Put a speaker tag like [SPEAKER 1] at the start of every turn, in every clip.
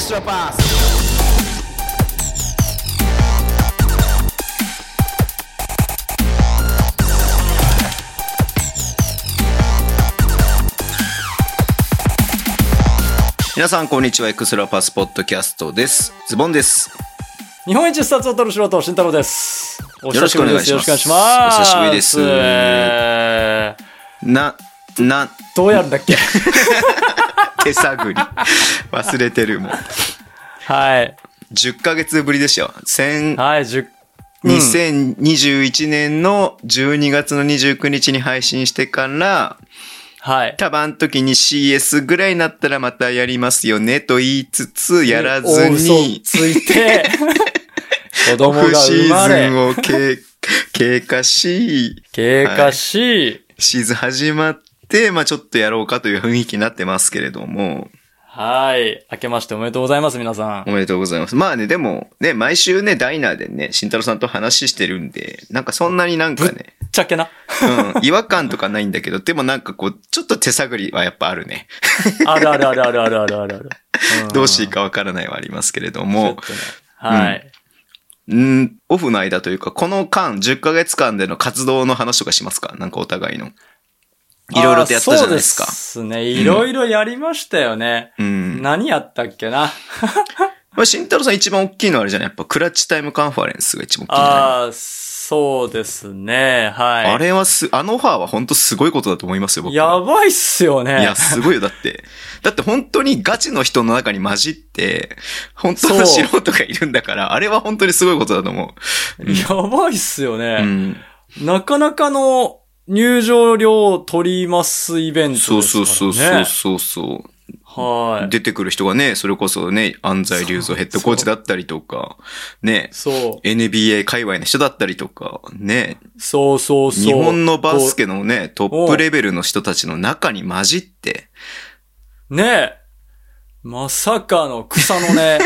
[SPEAKER 1] シュパス皆さんこんにちはエクストラパスポッドキャストですズボンです
[SPEAKER 2] 日本一スタを取る素人、慎太郎です。お
[SPEAKER 1] よろしくお願いします
[SPEAKER 2] よろしくお願いします。
[SPEAKER 1] お久しぶりです
[SPEAKER 2] え
[SPEAKER 1] なな
[SPEAKER 2] ーどうやるんだっけ
[SPEAKER 1] 手探り忘れてるもん
[SPEAKER 2] はい。
[SPEAKER 1] 10ヶ月ぶりですよ先
[SPEAKER 2] はい、10、うん
[SPEAKER 1] 2021年の12月の29日に配信してから、
[SPEAKER 2] はい。
[SPEAKER 1] 多分あの時に CS ぐらいになったらまたやりますよねと言いつつ、やらず
[SPEAKER 2] 大嘘
[SPEAKER 1] に、
[SPEAKER 2] つい て、子
[SPEAKER 1] オ
[SPEAKER 2] 供が
[SPEAKER 1] フシ
[SPEAKER 2] 生ま
[SPEAKER 1] ーズ
[SPEAKER 2] れ、
[SPEAKER 1] ンを経経過し、
[SPEAKER 2] 経過し、
[SPEAKER 1] シーズン始まって、まあちょっとやろうかという雰囲気になってますけれども、
[SPEAKER 2] はい、明けましておめでとうございます、皆さん。
[SPEAKER 1] おめでとうございます。まあね、でも、ね、毎週ね、ダイナーでね、慎太郎さんと話してるんで、なんかそんなになんかね、
[SPEAKER 2] ぶっちゃけな。
[SPEAKER 1] うん、違和感とかないんだけど、でもなんかこう、ちょっと手探りはやっぱあるね。
[SPEAKER 2] あるあるあるあるあるあるあるある。ん
[SPEAKER 1] どうしていいかわからないはありますけれども
[SPEAKER 2] ちょっ、とねはい。
[SPEAKER 1] うん、オフの間というか、この間、10ヶ月間での活動の話とかしますかなんかお互いの。いろいろとやったじゃないですか
[SPEAKER 2] あ。ーそうですね。いろいろやりましたよね。
[SPEAKER 1] うん。
[SPEAKER 2] 何やったっけな。
[SPEAKER 1] まあ、慎太郎さん一番大きいのはあれじゃないやっぱクラッチタイムカンファレンスが一番大きいんじゃない
[SPEAKER 2] ああ、そうですね。はい。
[SPEAKER 1] あれはす、あのオファーは本当すごいことだと思いますよ、僕は。
[SPEAKER 2] やばいっすよね。
[SPEAKER 1] いや、すごいよ。だって、だって本当にガチの人の中に混じって、本当の素人がいるんだから、あれは本当にすごいことだと思う。うん
[SPEAKER 2] やばいっすよ
[SPEAKER 1] う
[SPEAKER 2] ね。
[SPEAKER 1] ん。
[SPEAKER 2] なかなかの入場料を取りますイベントですか
[SPEAKER 1] そ
[SPEAKER 2] ら、
[SPEAKER 1] うそうそ
[SPEAKER 2] ね。
[SPEAKER 1] うそうそうそう。
[SPEAKER 2] はい。
[SPEAKER 1] 出てくる人がね、それこそね、安西隆三ヘッドコーチだったりとか、ね、
[SPEAKER 2] そう。
[SPEAKER 1] NBA 界隈の人だったりとか、ね、
[SPEAKER 2] そうそうそう。
[SPEAKER 1] 日本のバスケのね、トップレベルの人たちの中に混じって、
[SPEAKER 2] ねえ。まさかの草 のね、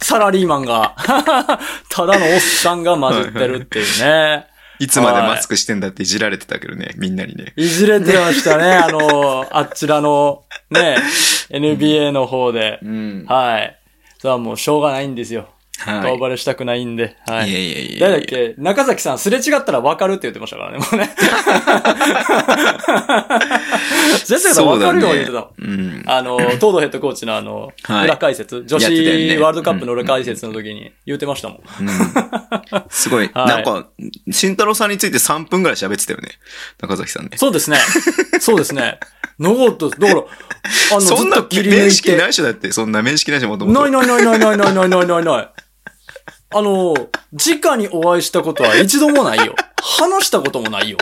[SPEAKER 2] サラリーマンが、 ただのおっさんが混じってるっていうね。
[SPEAKER 1] いつまでマスクしてんだっていじられてたけどね、みんなにね。
[SPEAKER 2] いじれてましたね、あの、あちらの、ね、NBA の方で。
[SPEAKER 1] うん。
[SPEAKER 2] はい。それはもうしょうがないんですよ。
[SPEAKER 1] はい。
[SPEAKER 2] 顔バレしたくないんで。はい
[SPEAKER 1] や
[SPEAKER 2] い。
[SPEAKER 1] いやいや
[SPEAKER 2] 誰だっけ中崎さん、すれ違ったら分かるって言ってましたからね、もうね。 先生さん分かるように言ってたもん。
[SPEAKER 1] うん。
[SPEAKER 2] あの、東堂ヘッドコーチのあの、
[SPEAKER 1] はい
[SPEAKER 2] 裏解説、女
[SPEAKER 1] やってたよね
[SPEAKER 2] 子ワールドカップの裏解説の時に言ってましたもん。
[SPEAKER 1] うんすごい。
[SPEAKER 2] はい
[SPEAKER 1] なんか、慎太郎さんについて3分ぐらい喋ってたよね。中崎さんね。
[SPEAKER 2] そうですね。そうですね。ノート、だから、あの、
[SPEAKER 1] そん
[SPEAKER 2] ず
[SPEAKER 1] な
[SPEAKER 2] っと切り抜
[SPEAKER 1] 面
[SPEAKER 2] い
[SPEAKER 1] 識
[SPEAKER 2] て。
[SPEAKER 1] ないでしょだって、そんな面識ないでしょもともと。
[SPEAKER 2] ないないないないないないないないないない。あの、直にお会いしたことは一度もないよ。話したこともないよ。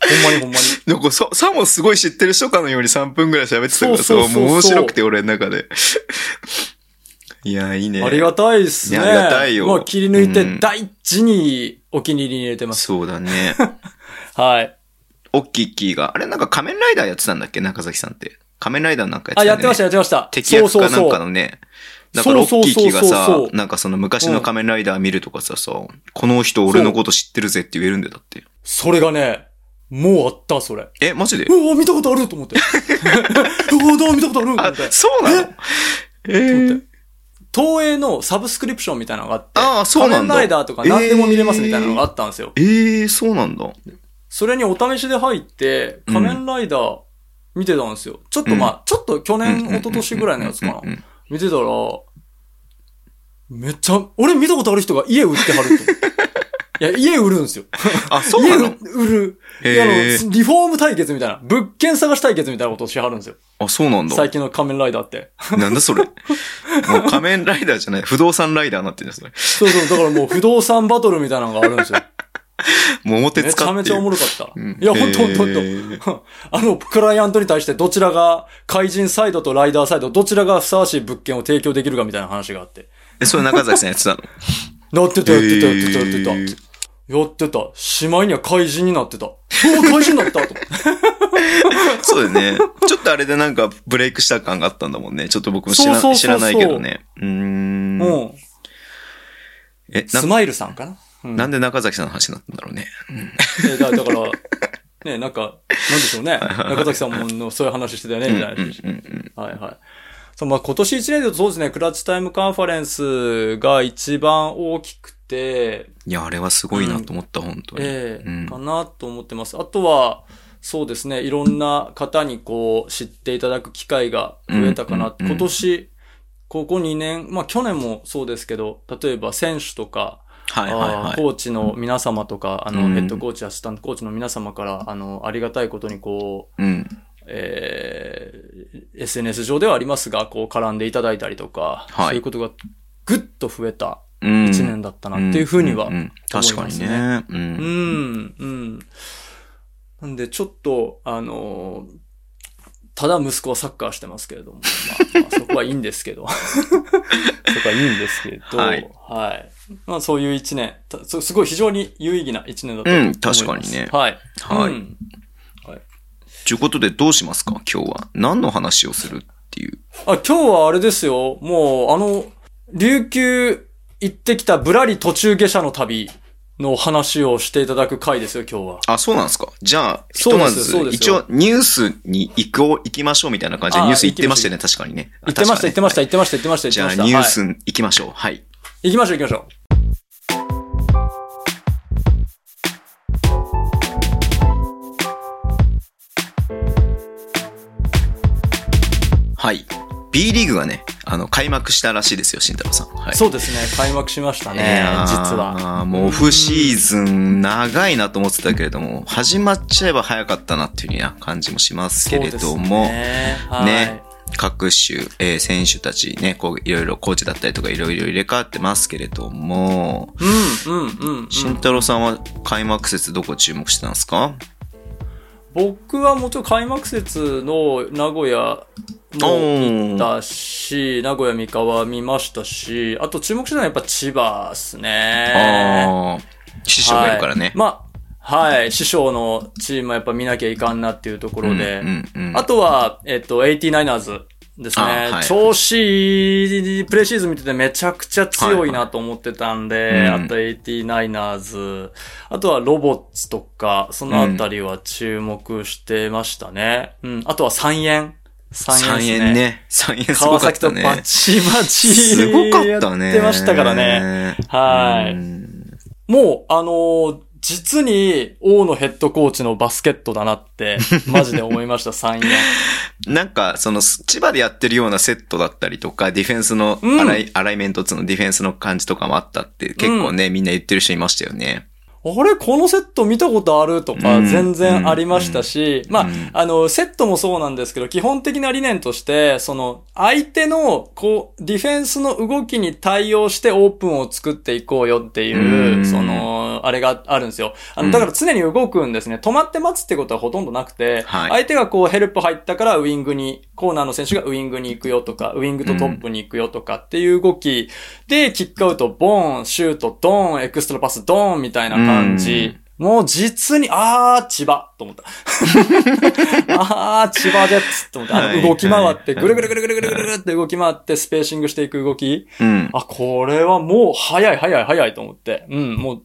[SPEAKER 2] ほんまにほんまに。
[SPEAKER 1] なんかさ、さもすごい知ってる人かのように3分ぐらい喋ってたからさ、
[SPEAKER 2] そうそうそうそう
[SPEAKER 1] もう面白くて、俺の中で。 いや、いいね。
[SPEAKER 2] ありがたいっすね。
[SPEAKER 1] いやありがたいよ
[SPEAKER 2] もう切り抜いて
[SPEAKER 1] うん
[SPEAKER 2] 大事にお気に入りに入れてます。
[SPEAKER 1] そうだ ね。
[SPEAKER 2] はい。
[SPEAKER 1] おっきいキーが。あれ、なんか仮面ライダーやってたんだっけ中崎さんって。仮面ライダーなんかやってた
[SPEAKER 2] あ、
[SPEAKER 1] んだ
[SPEAKER 2] や
[SPEAKER 1] よね
[SPEAKER 2] ってました、やってました。
[SPEAKER 1] 敵役かなんか
[SPEAKER 2] そうそうそ
[SPEAKER 1] の
[SPEAKER 2] う。
[SPEAKER 1] ね。だから、ロッキーキーが
[SPEAKER 2] そうそうそうそう
[SPEAKER 1] さ
[SPEAKER 2] そ、う
[SPEAKER 1] なんかその昔の仮面ライダー見るとかさ、さ、この人俺のこと知ってるぜって言えるんだよ、だって。
[SPEAKER 2] それがね、もうあった、それ。
[SPEAKER 1] え、マジで
[SPEAKER 2] うわ、見たことある と思って。うわ、どう見たことあると思
[SPEAKER 1] あ
[SPEAKER 2] って、。
[SPEAKER 1] そうなのえー
[SPEAKER 2] 東映のサブスクリプションみたいなのがあって、
[SPEAKER 1] ああそうなんだ
[SPEAKER 2] 仮面ライダーとか何でも見れますみたいなのがあったんですよ。
[SPEAKER 1] えー、そうなんだ。
[SPEAKER 2] それにお試しで入って、
[SPEAKER 1] うん
[SPEAKER 2] 仮面ライダー見てたんですよ。ちょっとまあ、ちょっと去年、一昨年ぐらいのやつかな
[SPEAKER 1] うんうんうん。
[SPEAKER 2] 見てたら、めっちゃ、俺見たことある人が家売ってはる と思う。いや、家売るんですよ。
[SPEAKER 1] あ、そう
[SPEAKER 2] 家
[SPEAKER 1] な
[SPEAKER 2] 売
[SPEAKER 1] の
[SPEAKER 2] 売る。いやあの
[SPEAKER 1] えー、
[SPEAKER 2] リフォーム対決みたいな、物件探し対決みたいなことをしはるんですよ。
[SPEAKER 1] あ、そうなんだ。
[SPEAKER 2] 最近の仮面ライダーって。
[SPEAKER 1] なんだそれ。もう仮面ライダーじゃない、不動産ライダーになってるんですね。
[SPEAKER 2] そうそう、だからもう不動産バトルみたいなのがある んですよ。
[SPEAKER 1] もう表
[SPEAKER 2] め
[SPEAKER 1] 使
[SPEAKER 2] ちゃ
[SPEAKER 1] って。
[SPEAKER 2] めちゃおも
[SPEAKER 1] ろ
[SPEAKER 2] ろかった。
[SPEAKER 1] うん
[SPEAKER 2] いや、ほんとほんとほん
[SPEAKER 1] へ
[SPEAKER 2] と。 あの、クライアントに対してどちらが怪人サイドとライダーサイド、どちらがふさわしい物件を提供できるかみたいな話があって。
[SPEAKER 1] え、それ中崎さんやって たの
[SPEAKER 2] なってた、やってた、やってた、やってた。
[SPEAKER 1] へー
[SPEAKER 2] やってた。しまいには怪人になってた。うわ、怪人になった と思って。
[SPEAKER 1] そうだよね。ちょっとあれでなんかブレイクした感があったんだもんね。ちょっと僕も知ら
[SPEAKER 2] そうそうそうそ
[SPEAKER 1] 知ら
[SPEAKER 2] う
[SPEAKER 1] ないけどね。うーん。
[SPEAKER 2] うん。
[SPEAKER 1] え、
[SPEAKER 2] スマイルさんか な
[SPEAKER 1] な、
[SPEAKER 2] う
[SPEAKER 1] なんで中崎さんの話になったんだろうね。
[SPEAKER 2] えだだから、ね、なんか、なんでしょうね。中崎さんもそういう話してたよね、みたいな。
[SPEAKER 1] うんうんうん
[SPEAKER 2] はいはい。そう、まあ今年一年で言うとそうですね、クラッチタイムカンファレンスが一番大きくて、
[SPEAKER 1] いや、あれはすごいなと思った、本当に。
[SPEAKER 2] ええ
[SPEAKER 1] うん
[SPEAKER 2] かなと思ってます。あとは、そうですね、いろんな方にこう、知っていただく機会が増えたかな。
[SPEAKER 1] うんうんうん
[SPEAKER 2] 今年、ここ2年、まあ去年もそうですけど、例えば選手とか、
[SPEAKER 1] はいはい
[SPEAKER 2] あ
[SPEAKER 1] は
[SPEAKER 2] ー
[SPEAKER 1] い。
[SPEAKER 2] コーチの皆様とか、あの、
[SPEAKER 1] うん
[SPEAKER 2] ヘッドコーチ、アシスタントコーチの皆様から、あの、ありがたいことにこう、
[SPEAKER 1] うん。
[SPEAKER 2] えー SNS 上ではありますが、こう絡んでいただいたりとか、
[SPEAKER 1] はい
[SPEAKER 2] そういうことがぐっと増えた
[SPEAKER 1] うん。
[SPEAKER 2] 1年だったなっていうふうには。
[SPEAKER 1] ん
[SPEAKER 2] うんん、
[SPEAKER 1] ん確かにね。う。
[SPEAKER 2] うんん、なんで、ちょっと、あのーただ息子はサッカーしてますけれども、まあ、まあそこはいいんで すけど。そこはいいんですけど、
[SPEAKER 1] はい
[SPEAKER 2] はいまあそういう一年、たすすごい非常に有意義な一年だったと
[SPEAKER 1] う
[SPEAKER 2] 思い
[SPEAKER 1] ん
[SPEAKER 2] ます。
[SPEAKER 1] 確かにね
[SPEAKER 2] はい。
[SPEAKER 1] はい。
[SPEAKER 2] うん
[SPEAKER 1] ということで、どうしますか今日は。何の話をするっていう。
[SPEAKER 2] あ、今日はあれですよ。もう、あの、琉球行ってきたぶらり途中下車の旅の話をしていただく回ですよ、今日は。
[SPEAKER 1] あ、そうなんですかじゃあ、ひ
[SPEAKER 2] そ
[SPEAKER 1] と
[SPEAKER 2] うで
[SPEAKER 1] ますず
[SPEAKER 2] そう、です
[SPEAKER 1] 一応ニュースに行こう、行きましょうみたいな感じで
[SPEAKER 2] あ
[SPEAKER 1] ニュース行ってましたよね、確かにね。
[SPEAKER 2] 行ってました、行ってました、
[SPEAKER 1] 確かにね
[SPEAKER 2] 行ってました、行ってました、
[SPEAKER 1] じゃ
[SPEAKER 2] 行
[SPEAKER 1] あ、
[SPEAKER 2] ってま
[SPEAKER 1] ニ
[SPEAKER 2] した。
[SPEAKER 1] ュース
[SPEAKER 2] はい
[SPEAKER 1] 行きましょう。はい。
[SPEAKER 2] 行きましょう、行きましょ
[SPEAKER 1] はい。B リーグがね、あの、開幕したらしいですよ、慎太郎さん。は
[SPEAKER 2] う。
[SPEAKER 1] い。
[SPEAKER 2] そうですね、開幕しました
[SPEAKER 1] い
[SPEAKER 2] ね、
[SPEAKER 1] やー
[SPEAKER 2] 実は。。
[SPEAKER 1] もうオフシーズン長いなと思ってたけれども、始まっちゃえば早かったなっていうような感じもしますけれども、
[SPEAKER 2] そうですね。はい
[SPEAKER 1] ね各種、えー選手たちね、こう、いろいろコーチだったりとかいろいろ入れ替わってますけれども、
[SPEAKER 2] うん、うん、うんうん。
[SPEAKER 1] 慎太郎さんは開幕節どこ注目してたんですか
[SPEAKER 2] 僕はもちろん開幕節の名古屋も
[SPEAKER 1] ー
[SPEAKER 2] 見たし、名古屋三河見ましたし、あと注目してたのはやっぱ千葉ですね。
[SPEAKER 1] あー師匠がいるから
[SPEAKER 2] は
[SPEAKER 1] ね
[SPEAKER 2] い。まあ、はい、師匠のチームはやっぱ見なきゃいかんなっていうところで、
[SPEAKER 1] うんうんうん
[SPEAKER 2] あとは、えっと、89ers ですね。
[SPEAKER 1] あはい
[SPEAKER 2] 調子いい、プレシーズン見ててめちゃくちゃ強いなと思ってたんで、
[SPEAKER 1] いはいうん
[SPEAKER 2] あと 89ers、あとはロボッツとか、そのあたりは注目してましたね。うん、あとは三円。
[SPEAKER 1] 三
[SPEAKER 2] 三円です
[SPEAKER 1] 円
[SPEAKER 2] ね。
[SPEAKER 1] ね。三円すご
[SPEAKER 2] 川
[SPEAKER 1] かっ
[SPEAKER 2] 崎
[SPEAKER 1] た
[SPEAKER 2] と
[SPEAKER 1] ね。
[SPEAKER 2] バチバチ。
[SPEAKER 1] すごかったね。
[SPEAKER 2] やってましたからね。はい
[SPEAKER 1] うん
[SPEAKER 2] もう、あのー実に、王のヘッドコーチのバスケットだなって、マジで思いました、三円。
[SPEAKER 1] なんか、その、千葉でやってるようなセットだったりとか、ディフェンスの
[SPEAKER 2] うん
[SPEAKER 1] アライ,、アライメントっつうのディフェンスの感じとかもあったって、結構ね、みんな言ってる人いましたよね。
[SPEAKER 2] あれこのセット見たことあると
[SPEAKER 1] う
[SPEAKER 2] か
[SPEAKER 1] ん
[SPEAKER 2] 全然ありましたし、まあ
[SPEAKER 1] うん、
[SPEAKER 2] あの、セットもそうなんですけど、基本的な理念として、その、相手の、こう、ディフェンスの動きに対応してオープンを作っていこうよっていう、
[SPEAKER 1] うん
[SPEAKER 2] その、あれがあるんですよ。あ
[SPEAKER 1] うん
[SPEAKER 2] の、だから常に動くんですね。止まって待つってことはほとんどなくて、
[SPEAKER 1] はい
[SPEAKER 2] 相手がこう、ヘルプ入ったからウィングに、コーナーの選手がウィングに行くよとか、ウィングとトップに行くよとかっていう動き、で、キックアウト、ボーン、シュート、ドーン、エクストラパス、ドーンみたいな感じ。もう実に、あー、千葉と思った。あー、千葉ジェッツと思った。あ
[SPEAKER 1] はい
[SPEAKER 2] の動き回って、
[SPEAKER 1] はい
[SPEAKER 2] ぐるぐるぐるぐるぐるぐるって動き回って、スペーシングしていく動き。
[SPEAKER 1] うん。
[SPEAKER 2] あ、これはもう早い早い早いと思って。うん、もう、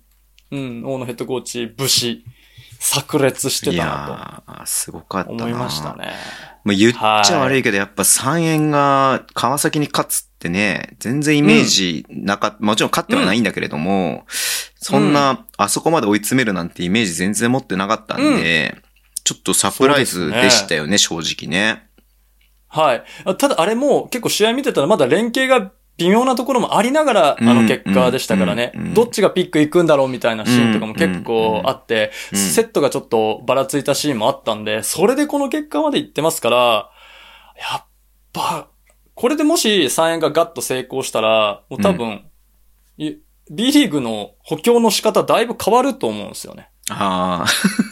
[SPEAKER 2] うん、大野ヘッドコーチ、武士、炸裂して
[SPEAKER 1] い
[SPEAKER 2] たな
[SPEAKER 1] やー、すごかった
[SPEAKER 2] と
[SPEAKER 1] な。
[SPEAKER 2] 思いました。ね。
[SPEAKER 1] もう言っちゃ悪いけど、やっぱ3円が川崎に勝つってね、全然イメージなかった、もちろん勝ってはないんだけれども、そんな、あそこまで追い詰めるなんてイメージ全然持ってなかったんで、ちょっとサプライズでしたよね、正直ね。
[SPEAKER 2] はい。あただあれも結構試合見てたらまだ連携が微妙なところもありながら、あ
[SPEAKER 1] うん
[SPEAKER 2] の結果でしたからね
[SPEAKER 1] うんうん。
[SPEAKER 2] どっちがピック行くんだろうみたいなシーンとかも結構あって、
[SPEAKER 1] うん
[SPEAKER 2] セットがちょっとばらついたシーンもあったんで、それでこの結果まで行ってますから、やっぱ、これでもし3円がガッと成功したら、もう多分、い B リーグの補強の仕方だいぶ変わると思うんですよね。
[SPEAKER 1] あ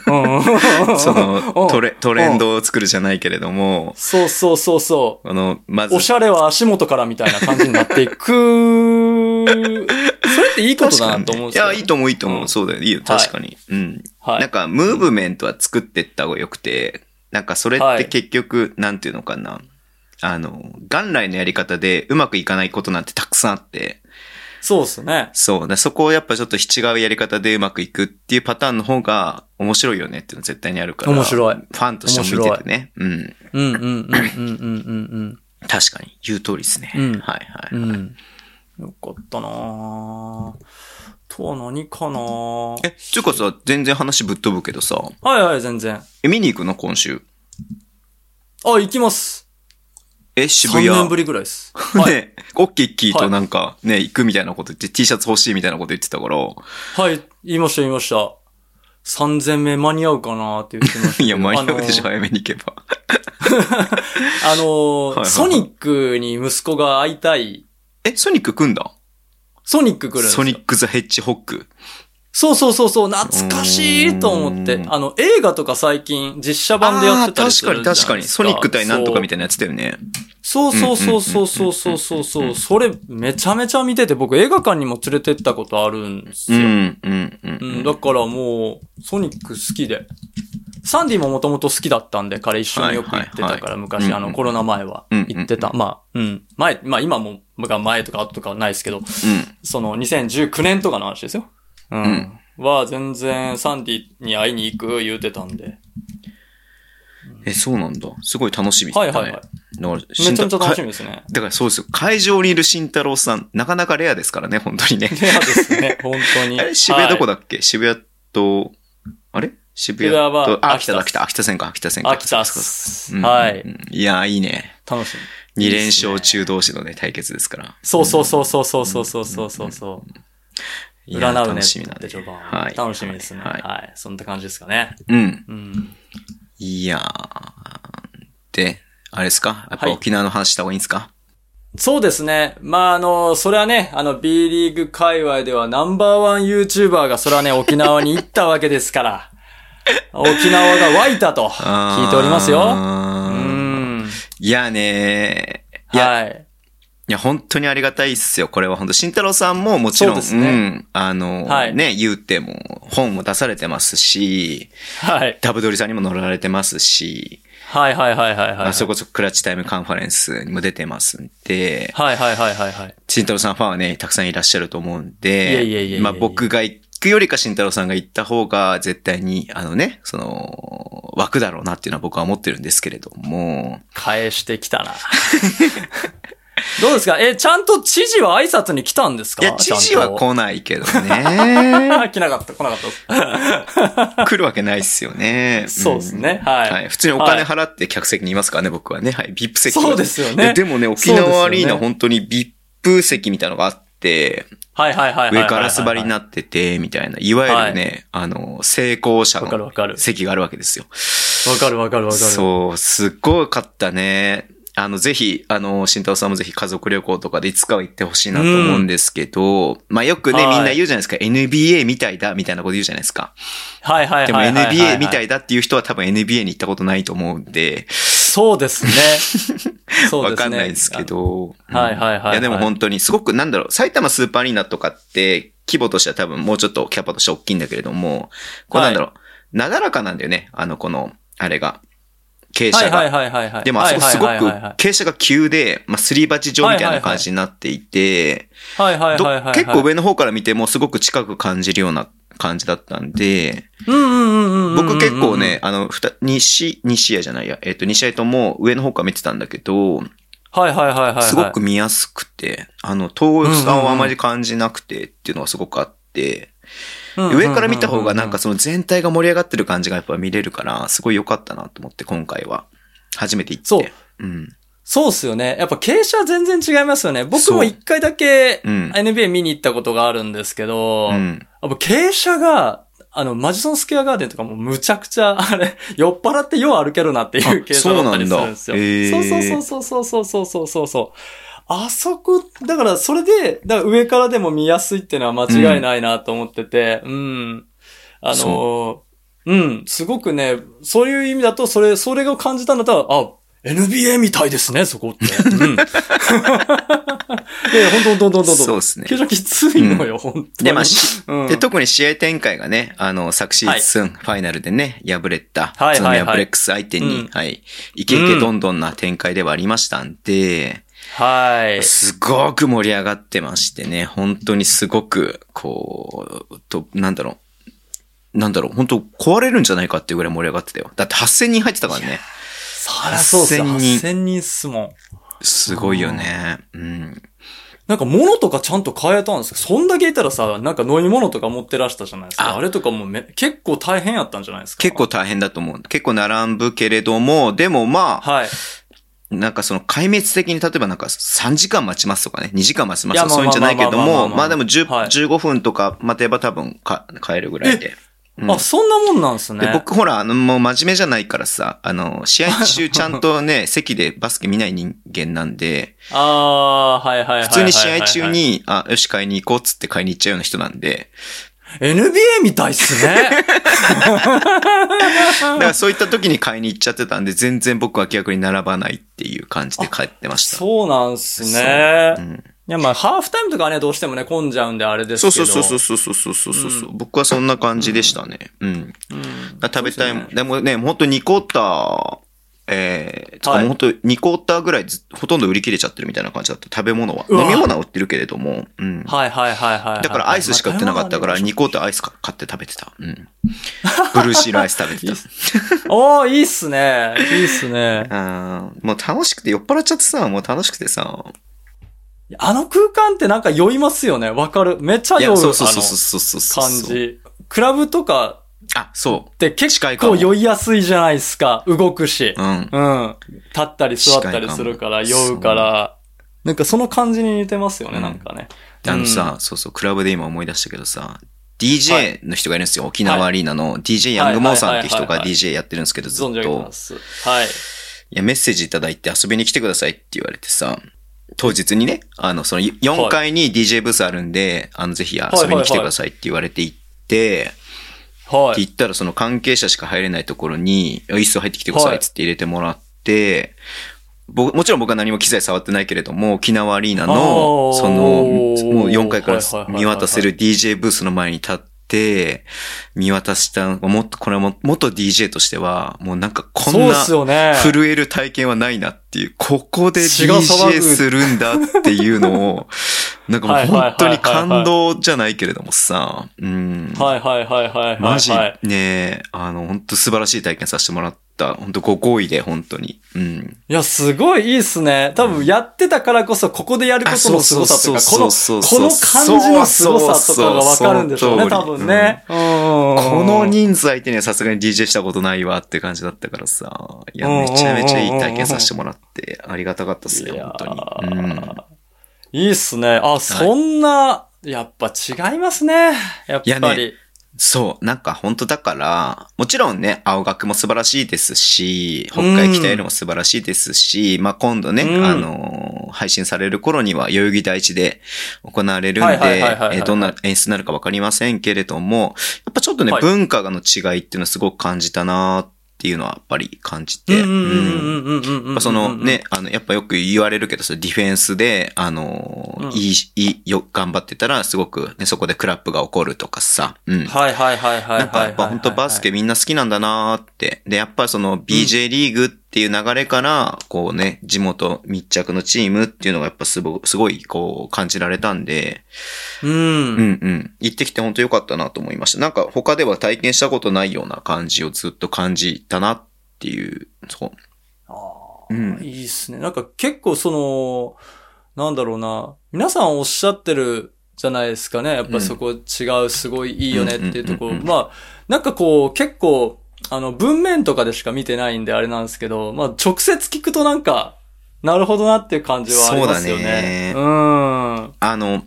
[SPEAKER 2] う
[SPEAKER 1] あ、
[SPEAKER 2] ん
[SPEAKER 1] そのトレ、トレン
[SPEAKER 2] うん
[SPEAKER 1] ドを作るじゃないけれども、
[SPEAKER 2] そうそうそうそう。
[SPEAKER 1] あの、まず
[SPEAKER 2] おし、ゃれは足元からみたいな感じになっていく。それっていいことだなと思うん
[SPEAKER 1] い
[SPEAKER 2] ですよ。
[SPEAKER 1] や、いいと思う、いいと思う。
[SPEAKER 2] うん
[SPEAKER 1] そうだよ。いいよ、
[SPEAKER 2] はい
[SPEAKER 1] 確かに。うん。
[SPEAKER 2] はい
[SPEAKER 1] なんか、ムーブメントは作ってった方が良くて、なんかそれっ
[SPEAKER 2] は
[SPEAKER 1] て
[SPEAKER 2] い
[SPEAKER 1] 結局、なんていうのかな。あの、元来のやり方でうまくいかないことなんてたくさんあって、
[SPEAKER 2] そうですね。
[SPEAKER 1] そう。だからそこをやっぱちょっと違うやり方でうまくいくっていうパターンの方が面白いよねっていうの絶対にあるから。
[SPEAKER 2] 面白い
[SPEAKER 1] ファンとしても見ててね。うん。
[SPEAKER 2] うんうんうんうんうんうんうん。
[SPEAKER 1] 確かに。言う通りですね。
[SPEAKER 2] うん
[SPEAKER 1] はいは
[SPEAKER 2] う
[SPEAKER 1] い。
[SPEAKER 2] ん。よかったなぁ。とは何かなぁ。
[SPEAKER 1] え、ちゅうかさ、全然話ぶっ飛ぶけどさ、
[SPEAKER 2] はいはい、全然。あ、
[SPEAKER 1] え、見に行くの今週。
[SPEAKER 2] 行きます。
[SPEAKER 1] え、渋
[SPEAKER 2] 3
[SPEAKER 1] 谷。
[SPEAKER 2] 年ぶりぐら いです。はい。
[SPEAKER 1] ね、オッキッキーとなんかね、行くみたいなこと言って、T シャツ欲しいみたいなこと言ってたから、
[SPEAKER 2] はい、言いました言いました。3000名間に合うかなって言ってましたけ ど。
[SPEAKER 1] いや、間に合うでしょ、
[SPEAKER 2] あの
[SPEAKER 1] 早
[SPEAKER 2] ー
[SPEAKER 1] めに行けば。
[SPEAKER 2] あのー
[SPEAKER 1] はいはい
[SPEAKER 2] ソニックに息子が会いたい。
[SPEAKER 1] え、ソニック組んだ
[SPEAKER 2] ソニック来るんですよ。
[SPEAKER 1] ソニック・ザ・ヘッジホック。
[SPEAKER 2] そうそうそうそう、懐かしいと思っ
[SPEAKER 1] う
[SPEAKER 2] て
[SPEAKER 1] ー。ん
[SPEAKER 2] あの、映画とか最近実写版でやってたりする
[SPEAKER 1] あー確かに確かに。ソニック対なんとかみ
[SPEAKER 2] た
[SPEAKER 1] たい
[SPEAKER 2] い
[SPEAKER 1] なやつだよね。
[SPEAKER 2] そうそうそうそうそうそうそうそう。それめちゃめちゃ見てて、僕映画館にも連れてったことあるんです
[SPEAKER 1] う
[SPEAKER 2] よ。
[SPEAKER 1] ん、うん、うんう
[SPEAKER 2] う、
[SPEAKER 1] んん。
[SPEAKER 2] だからもう、ソニック好きで。サンディももともと好きだったんで、彼一緒によく行って
[SPEAKER 1] はい
[SPEAKER 2] た
[SPEAKER 1] はい
[SPEAKER 2] か
[SPEAKER 1] は
[SPEAKER 2] ら、
[SPEAKER 1] い
[SPEAKER 2] 昔、あ
[SPEAKER 1] うんう
[SPEAKER 2] の、
[SPEAKER 1] ん
[SPEAKER 2] コロナ前は
[SPEAKER 1] うんうんうん
[SPEAKER 2] 行ってた。まあ、うん。前、まあ今も、が前とか後とかはないですけど、
[SPEAKER 1] うん。
[SPEAKER 2] その2019年とかの話ですよ。うん。は、全然サンディに会いに行く言うてたんで。
[SPEAKER 1] え、そうなんだ。すごい楽しみだ
[SPEAKER 2] は
[SPEAKER 1] ね。
[SPEAKER 2] いはいはい。
[SPEAKER 1] だから、
[SPEAKER 2] めちゃ
[SPEAKER 1] 慎
[SPEAKER 2] めちゃ
[SPEAKER 1] 太
[SPEAKER 2] 楽しみですね。
[SPEAKER 1] だからそうですよ。会場にいる慎太郎さん、なかなかレアですからね、本当に ね。
[SPEAKER 2] レアですね、本当に。
[SPEAKER 1] あれ渋谷どこ
[SPEAKER 2] だ
[SPEAKER 1] だっけ、渋谷と、あれ渋谷
[SPEAKER 2] 渋谷は
[SPEAKER 1] と、あ、
[SPEAKER 2] 秋
[SPEAKER 1] 秋
[SPEAKER 2] 田
[SPEAKER 1] 田だ、秋田、秋田線か、秋田線か。
[SPEAKER 2] 秋田っ
[SPEAKER 1] そうそう
[SPEAKER 2] す。
[SPEAKER 1] そううん
[SPEAKER 2] はい。。
[SPEAKER 1] いや、いいね。
[SPEAKER 2] 楽しみ。
[SPEAKER 1] 2連勝中同士のね、対決ですから。
[SPEAKER 2] そうそうそうそうそうそうそうそうそうそう。
[SPEAKER 1] いや
[SPEAKER 2] 占うね
[SPEAKER 1] 楽しみだ
[SPEAKER 2] って
[SPEAKER 1] ね。
[SPEAKER 2] 序盤。
[SPEAKER 1] はい。
[SPEAKER 2] 楽しみですね。
[SPEAKER 1] はい
[SPEAKER 2] はい。そんな感じですかね。
[SPEAKER 1] うん。
[SPEAKER 2] うん。
[SPEAKER 1] いやーで、あれですかやっぱ
[SPEAKER 2] はい
[SPEAKER 1] 沖縄の話した方がいいんですか、
[SPEAKER 2] そうですね。まあ、あの、それはね、あの、B リーグ界隈ではナンバーワン YouTuber が、それはね、沖縄に行ったわけで すから、沖縄が湧いたと聞いておりますよ。う
[SPEAKER 1] よ。
[SPEAKER 2] ん。
[SPEAKER 1] いやねーいや、
[SPEAKER 2] はい。
[SPEAKER 1] いや、本当にありがたいっすよ。これは本当慎太郎さんももちろん、
[SPEAKER 2] そうですね
[SPEAKER 1] ん、あの、
[SPEAKER 2] はい
[SPEAKER 1] ね、言うても、本も出されてますし、
[SPEAKER 2] はい。
[SPEAKER 1] ダブドリさんにも乗られてますし、
[SPEAKER 2] はいはいはいはい
[SPEAKER 1] ま
[SPEAKER 2] は
[SPEAKER 1] あ
[SPEAKER 2] い。
[SPEAKER 1] それこそクラッチタイムカンファレンスにも出てますんで、
[SPEAKER 2] はいはいはいはいはい。
[SPEAKER 1] 慎太郎さんファンはね、たくさんいらっしゃると思うん
[SPEAKER 2] いやいやいやい
[SPEAKER 1] で
[SPEAKER 2] や、
[SPEAKER 1] まあ僕が行くよりか慎太郎さんが行った方が絶対に、あのね、その、枠だろうなっていうのは僕は思ってるんですけれども、
[SPEAKER 2] 返してきたな。 どうですかえ、ちゃんと知事は挨拶に来たんですか
[SPEAKER 1] いや、知事は
[SPEAKER 2] ち
[SPEAKER 1] 来ないけど
[SPEAKER 2] ゃん
[SPEAKER 1] ね。
[SPEAKER 2] と 来なかった、来なかったです。
[SPEAKER 1] 来るわけないっすよね。
[SPEAKER 2] そうですね
[SPEAKER 1] ん
[SPEAKER 2] はい
[SPEAKER 1] 普通にお金払って客席にいますからね、僕はね。はい、VIP 席は
[SPEAKER 2] そうですよね
[SPEAKER 1] いやでもね、沖縄アリー
[SPEAKER 2] そうですよ
[SPEAKER 1] ナ
[SPEAKER 2] ね
[SPEAKER 1] 本当に VIP 席みたいなのがあって、
[SPEAKER 2] はいはい はいはいはいはいはい。
[SPEAKER 1] 上ガラス張りになってて、みたいな、いわゆるね、あの、成功者
[SPEAKER 2] わかるわ
[SPEAKER 1] の
[SPEAKER 2] かる
[SPEAKER 1] 席があるわけですよ。
[SPEAKER 2] わかるわかるわかる。
[SPEAKER 1] そう、すっごいかったね。あの、ぜひ、あの、慎太郎さんもぜひ家族旅行とかでいつかは行ってほしいなと思うんですけど、まあよくね、
[SPEAKER 2] はい
[SPEAKER 1] みんな言うじゃないですか、NBA みたいだ、みたいなこと言うじゃないですか。
[SPEAKER 2] はいはいはい
[SPEAKER 1] でも
[SPEAKER 2] はいはいはい。
[SPEAKER 1] NBA みたいだっていう人は多分 NBA に行ったことないと思うんで、
[SPEAKER 2] そうですね。そうですね。
[SPEAKER 1] わかんないですけ。ど。
[SPEAKER 2] はいはいはいはい
[SPEAKER 1] いやでも本当にすごくなんだろう、埼玉スーパーアリーナとかって規模としては多分もうちょっとキャパとして大きいんだけれども、こう
[SPEAKER 2] は
[SPEAKER 1] ないんだろう、なだらかなんだよね、あのこの、あれが、傾
[SPEAKER 2] は
[SPEAKER 1] 斜
[SPEAKER 2] いはい
[SPEAKER 1] が。
[SPEAKER 2] はいはいはい。
[SPEAKER 1] でもあそこすごく
[SPEAKER 2] はいはいはい
[SPEAKER 1] 傾斜が急で、まあすり鉢状みたいな感じになっていて、
[SPEAKER 2] はいはい
[SPEAKER 1] ど
[SPEAKER 2] はいはい。
[SPEAKER 1] 結構。上の方から見てもすごく近く感じるような感じだったんで、
[SPEAKER 2] うんうんうんうんうんうん。
[SPEAKER 1] 僕結構ね、。あの、二、二試、二試合じゃないや、えっと、二試合とも上の方から見てたんだけど、
[SPEAKER 2] はいはいはいはいはい。
[SPEAKER 1] すごく見やすくて、あの、遠さをあまり感じなくてっていうのがすごくあって、
[SPEAKER 2] うんうんうんうん、
[SPEAKER 1] 上から見た方がなんかその全体が盛り上がってる感じがやっぱ見れるから、すごい良かったなと思って今回は。初めて行って。
[SPEAKER 2] そう。
[SPEAKER 1] うん。
[SPEAKER 2] そうっすよね。やっぱ傾斜全然違いますよね。僕
[SPEAKER 1] そ
[SPEAKER 2] も
[SPEAKER 1] う
[SPEAKER 2] 一回だけ
[SPEAKER 1] うん
[SPEAKER 2] NBA 見に行ったことがあるんですけど、
[SPEAKER 1] う
[SPEAKER 2] やっ
[SPEAKER 1] ん。
[SPEAKER 2] ぱ傾斜が、あの、マジソンスケアガーデンとかもむちゃくちゃ、あれ、 酔っ払ってよう歩けるなっていう
[SPEAKER 1] あ
[SPEAKER 2] 傾斜だったりするんですよ。
[SPEAKER 1] そうなんだへー
[SPEAKER 2] そうそうそうそうそうそうそうそう。あそこ、だからそれで、だから上からでも見やすいっていうのは間違いないなと思ってて、うん。あの
[SPEAKER 1] そ
[SPEAKER 2] ー、うん、すごくね、そういう意味だと、それ、それを感じたんだったら、あ、NBA みたいですね、そこって。 うん。いや、ほんとほんとほんとほんと。
[SPEAKER 1] そうですね
[SPEAKER 2] 球場きついのよ、ほ、んとに。
[SPEAKER 1] で、まあ、し
[SPEAKER 2] うん
[SPEAKER 1] で、特に試合展開がね、あの、昨シーズン、ファイナルでね、敗れた、
[SPEAKER 2] はいはいはい
[SPEAKER 1] 宇都宮ブレックス相手に、
[SPEAKER 2] うん
[SPEAKER 1] はい、イケイケどんどんな展開ではありましたんで、
[SPEAKER 2] はい。
[SPEAKER 1] すごく盛り上がってましてね、本当にすごく、こう、と、なんだろう、なんだろう、本当壊れるんじゃないかっていうぐらい盛り上がってたよ。だって8000人入ってたからね。
[SPEAKER 2] そりゃそうっすよ。
[SPEAKER 1] 8000人
[SPEAKER 2] 8000人っすもん。
[SPEAKER 1] すごいよね。うん。
[SPEAKER 2] なんか物とかちゃんと変えたんですけど、そんだけいたらさ、なんか飲み物とか持ってらしたじゃないですか。あ
[SPEAKER 1] あ
[SPEAKER 2] れとかもめ結構大変やったんじゃないですか。
[SPEAKER 1] 結構。大変だと思う。結構並ぶけれども、でもまあ、
[SPEAKER 2] はい。
[SPEAKER 1] なんかその壊滅的に例えばなんか3時間待ちますとかね、2時間待ちます
[SPEAKER 2] いや
[SPEAKER 1] とかそ
[SPEAKER 2] まあ
[SPEAKER 1] ういうんじゃないけど
[SPEAKER 2] まあまあまあ
[SPEAKER 1] も、
[SPEAKER 2] まあ
[SPEAKER 1] まあでも10
[SPEAKER 2] はい
[SPEAKER 1] 15分とか待てば多分か買えるぐらいで。うん
[SPEAKER 2] あ、そんなもんなんですね。
[SPEAKER 1] で僕ほら、あの、もう真面目じゃないからさ、あの、試合中ちゃんとね、席でバスケ見ない人間なんで、
[SPEAKER 2] あー、はいはいはいはいはい、
[SPEAKER 1] 普通に試合中。に、あ、よし買いに行こうっつって買いに行っちゃうような人なんで、
[SPEAKER 2] NBA みたいっすね。
[SPEAKER 1] だからそういった時に買いに行っちゃってたんで、全然僕は逆に並ばないっていう感じで帰ってました。
[SPEAKER 2] そうなんすね。
[SPEAKER 1] うん
[SPEAKER 2] いや、まあ、ハーフタイムとかはね、どうしてもね、混んじゃうんであれです
[SPEAKER 1] そう
[SPEAKER 2] け
[SPEAKER 1] そ
[SPEAKER 2] ど。
[SPEAKER 1] うそうそうそうそうそうそうそう、僕はそんな感じでしたね。うん。
[SPEAKER 2] うん。
[SPEAKER 1] だから食べたい
[SPEAKER 2] そう
[SPEAKER 1] も
[SPEAKER 2] で
[SPEAKER 1] ん。でもね、ほんと2クォーター、えー、とか
[SPEAKER 2] はい
[SPEAKER 1] もうほんと2クォーターぐらいずほとんど売り切れちゃってるみたいな感じだった。食べ物は。
[SPEAKER 2] うわ
[SPEAKER 1] 飲み物は売ってるけれども。うん。
[SPEAKER 2] はいはいはいはいはい。
[SPEAKER 1] だからアイスしか売ってなかったから、2クォーターアイスか買って食べてた。うん。ブルーシールアイス食べ てた。
[SPEAKER 2] おー、いいっすね。いいっすね。
[SPEAKER 1] あーもう楽しくて、酔っ払っちゃってさ、もう楽しくてさ。
[SPEAKER 2] あの空間ってなんか酔いますよね。わかる。めっちゃ
[SPEAKER 1] い
[SPEAKER 2] 酔
[SPEAKER 1] や、
[SPEAKER 2] う。
[SPEAKER 1] そうそうそうそうそう
[SPEAKER 2] あ
[SPEAKER 1] そう
[SPEAKER 2] の感。じ。クラブとか
[SPEAKER 1] あ、そ
[SPEAKER 2] って結
[SPEAKER 1] 近いか
[SPEAKER 2] 構
[SPEAKER 1] も
[SPEAKER 2] 酔いやすいじゃないですか。動くし
[SPEAKER 1] う。。うん。
[SPEAKER 2] うん。立ったり座ったりするから、
[SPEAKER 1] 近いかも
[SPEAKER 2] 酔うから。なんかその感じに似てますよね、
[SPEAKER 1] うん
[SPEAKER 2] なんかね。
[SPEAKER 1] であのさ、そうそう、クラブで今思い出したけどさ、DJ の人がいるんですよ。沖縄アリーナの DJ ヤングモーさんって人
[SPEAKER 2] はい
[SPEAKER 1] が
[SPEAKER 2] はいはいはい
[SPEAKER 1] DJ やってるんですけど、ずっ
[SPEAKER 2] 存じ上げて
[SPEAKER 1] と
[SPEAKER 2] ま、す。はい。
[SPEAKER 1] いや、メッセージいただいて遊びに来てくださいって言われてさ、当日にね、あの、その4階に DJ ブースあるんで、あの、ぜひ遊びに来てくださいって言われて行って、行
[SPEAKER 2] はい。
[SPEAKER 1] ったらその関係者しか入れないところに、いや椅子入ってきてくださいっつって入れてもらって、僕、もちろん僕は何も機材触ってないけれども、沖縄アリーナ
[SPEAKER 2] あー
[SPEAKER 1] の、その、もう4階から
[SPEAKER 2] はいはいはいはいはい
[SPEAKER 1] 見渡せる DJ ブースの前に立って、見渡した、もっと、これはも元 DJ としては、もうなんかこ
[SPEAKER 2] そ
[SPEAKER 1] ん
[SPEAKER 2] うっ
[SPEAKER 1] な
[SPEAKER 2] すよね。
[SPEAKER 1] 震える体験はないなっていう、ここで
[SPEAKER 2] 血が騒
[SPEAKER 1] DJ
[SPEAKER 2] ぐ
[SPEAKER 1] するんだっていうのを、なんかもう本当に感動じゃないけれどもさ、うん。
[SPEAKER 2] はいはいはいはいはい。
[SPEAKER 1] マジ
[SPEAKER 2] はい
[SPEAKER 1] ね、あの、本当素晴らしい体験させてもらった。本当ご好意で、本当に。うん。
[SPEAKER 2] いや、すごいいいっすね。多分やってたからこそ、ここでやることの凄さという
[SPEAKER 1] あ
[SPEAKER 2] か、
[SPEAKER 1] そ
[SPEAKER 2] こ
[SPEAKER 1] う
[SPEAKER 2] の、こ
[SPEAKER 1] そうそう
[SPEAKER 2] の
[SPEAKER 1] そう
[SPEAKER 2] 感じの凄さとかがわかるんでしょうね、
[SPEAKER 1] そうそう
[SPEAKER 2] 多
[SPEAKER 1] そう
[SPEAKER 2] 分ね。こ
[SPEAKER 1] この人数相手にはさすがに DJ したことないわって感じだったからさ。いや、
[SPEAKER 2] うん
[SPEAKER 1] めちゃめちゃいい体験させてもらって、ありがたかったっすね、本当に。うん。
[SPEAKER 2] いいっすね。あ、そんな、やっぱ違いますね。やっ
[SPEAKER 1] いや
[SPEAKER 2] ぱり
[SPEAKER 1] ね。そう、なんか本当だから、もちろんね、青学も素晴らしいですし、北海北エルも素晴らしいですし、まあ今度ね、
[SPEAKER 2] うん
[SPEAKER 1] あのー、配信される頃には代々木第一で行われるんで
[SPEAKER 2] はいはいはいはいはい、
[SPEAKER 1] えーどんな演出になるかわかりませんけれども、やっぱちょっとね、
[SPEAKER 2] はい
[SPEAKER 1] 文化の違いっていうのはすごく感じたなっていうのはやっぱり感じて、うん
[SPEAKER 2] うんうんうん
[SPEAKER 1] やっぱその、ね、あの、やっぱよく言われるけど、そのディフェンスで、あのー、
[SPEAKER 2] うん
[SPEAKER 1] いい、いい、よ、頑張ってたら、すごくね、そこでクラップが起こるとかさ、うん。
[SPEAKER 2] はいはいはいはいはいはいはい。
[SPEAKER 1] なんかやっぱ本当バスケみんな好きなんだなーって。で、やっぱその BJ リーグっていう流れから、こうね、地元密着のチームっていうのがやっぱすごすごいこう感じられたんで、
[SPEAKER 2] う
[SPEAKER 1] うん
[SPEAKER 2] ん。
[SPEAKER 1] うん。行ってきて本当良かったなと思いました。なんか他では体験したことないような感じをずっと感じたなっていう、そう。
[SPEAKER 2] あー
[SPEAKER 1] うん
[SPEAKER 2] いいっすね。なんか結構その、なんだろうな、皆さんおっしゃってるじゃないですかね。やっぱそこ違う、すごいいいよねっていうとこ
[SPEAKER 1] うんうん
[SPEAKER 2] ろ。
[SPEAKER 1] うんうん
[SPEAKER 2] まあ、なんかこう、結構、あの、文面とかでしか見てないんであれなんですけど、まあ直接聞くとなんか、なるほどなっていう感じはありますよね。
[SPEAKER 1] そうあの、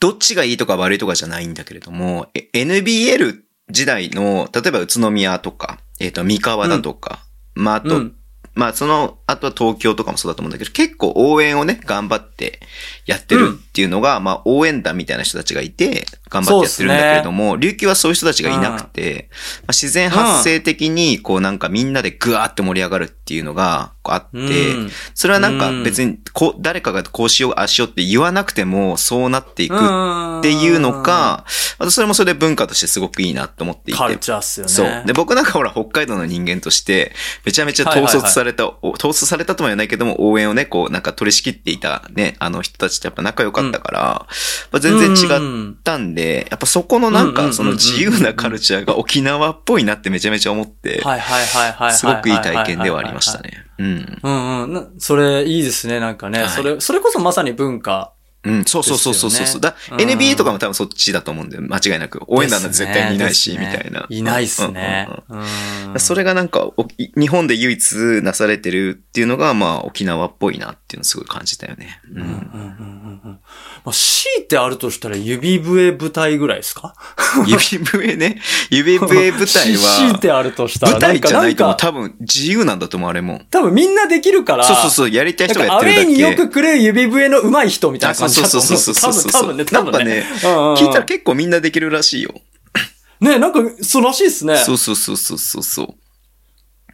[SPEAKER 1] どっちがいいとか悪いとかじゃないんだけれども、え NBL 時代の、例えば宇都宮とか、えっ、と、三河だとか、まあ、あ
[SPEAKER 2] うん。う
[SPEAKER 1] と、
[SPEAKER 2] ん。
[SPEAKER 1] まあ、その、あとは東京とかもそうだと思うんだけど、結構応援をね、頑張ってやってるっていうのが、まあ、応援団みたいな人たちがいて、頑張ってやってるんだけれども、琉球はそういう人たちがいなくて、まあ、自然発生的に、こうなんかみんなでグワーって盛り上がるっていうのが、こうあって、
[SPEAKER 2] うん
[SPEAKER 1] それはなんか
[SPEAKER 2] うん
[SPEAKER 1] 別にこう、誰かがこうしよう、ああしようって言わなくても、そうなっていくっ
[SPEAKER 2] って
[SPEAKER 1] いうの、か、あとそれもそれで文化としてすごくいいなと思っていて。
[SPEAKER 2] カルチャーっすよね。
[SPEAKER 1] そう。で、僕なんかほら、北海道の人間として、めちゃめちゃ統率された、お統率されたとも言わないけども、応援をね、こう、なんか取り仕切っていたね、あの人たちとやっぱ仲良かったから、まあ、全然違っ
[SPEAKER 2] 違
[SPEAKER 1] たんで、やっぱそこのなん
[SPEAKER 2] うんうんうんうん
[SPEAKER 1] かその自由なカルチャーが沖縄っぽいなってめちゃめちゃ思って、
[SPEAKER 2] はいはいはいはい。
[SPEAKER 1] すごくいい体験ではありました。ね。うん。
[SPEAKER 2] うんうんな。それいいですね、なんかね。
[SPEAKER 1] はい
[SPEAKER 2] それ、それこそまさに文化。
[SPEAKER 1] うん、そうそうそうそうそう
[SPEAKER 2] です
[SPEAKER 1] そ
[SPEAKER 2] よ
[SPEAKER 1] う。だ
[SPEAKER 2] うん
[SPEAKER 1] NBA とかも多分そっちだと思うんだよ。間違いなく。応援団なんて絶対にいないし、
[SPEAKER 2] です
[SPEAKER 1] み
[SPEAKER 2] ね
[SPEAKER 1] たいな。
[SPEAKER 2] いないっすね
[SPEAKER 1] うんうんうん。
[SPEAKER 2] うん
[SPEAKER 1] それがなんか、お日本で唯一なされてるっていうのが、まあ、沖縄っぽいなっていうのをすごい感じたよね。う
[SPEAKER 2] うんうん
[SPEAKER 1] ん。
[SPEAKER 2] うんうんうんまあ、強いてあるとしたら指笛舞台ぐらいですか
[SPEAKER 1] 指笛ね。指笛舞台
[SPEAKER 2] 強 い
[SPEAKER 1] は、
[SPEAKER 2] てあるとしたら。
[SPEAKER 1] 舞台じゃないと思
[SPEAKER 2] ん
[SPEAKER 1] う
[SPEAKER 2] かんか
[SPEAKER 1] 多分自由なんだと思う、あれも。
[SPEAKER 2] 多分みんなできるから。
[SPEAKER 1] そうそうそう、やりたい
[SPEAKER 2] なん
[SPEAKER 1] 人が
[SPEAKER 2] か
[SPEAKER 1] やっ
[SPEAKER 2] ア
[SPEAKER 1] てるだけ。
[SPEAKER 2] ウェイによくくれる指笛の上手い人みたいな感じだと思う。
[SPEAKER 1] あそうそうそうそうそう
[SPEAKER 2] 多分、多分ね、多分ね。うんうんうん
[SPEAKER 1] 聞いたら結構みんなできるらしいよ。
[SPEAKER 2] ね、なんか、そうらしいですね。
[SPEAKER 1] そうそうそうそうそうそう。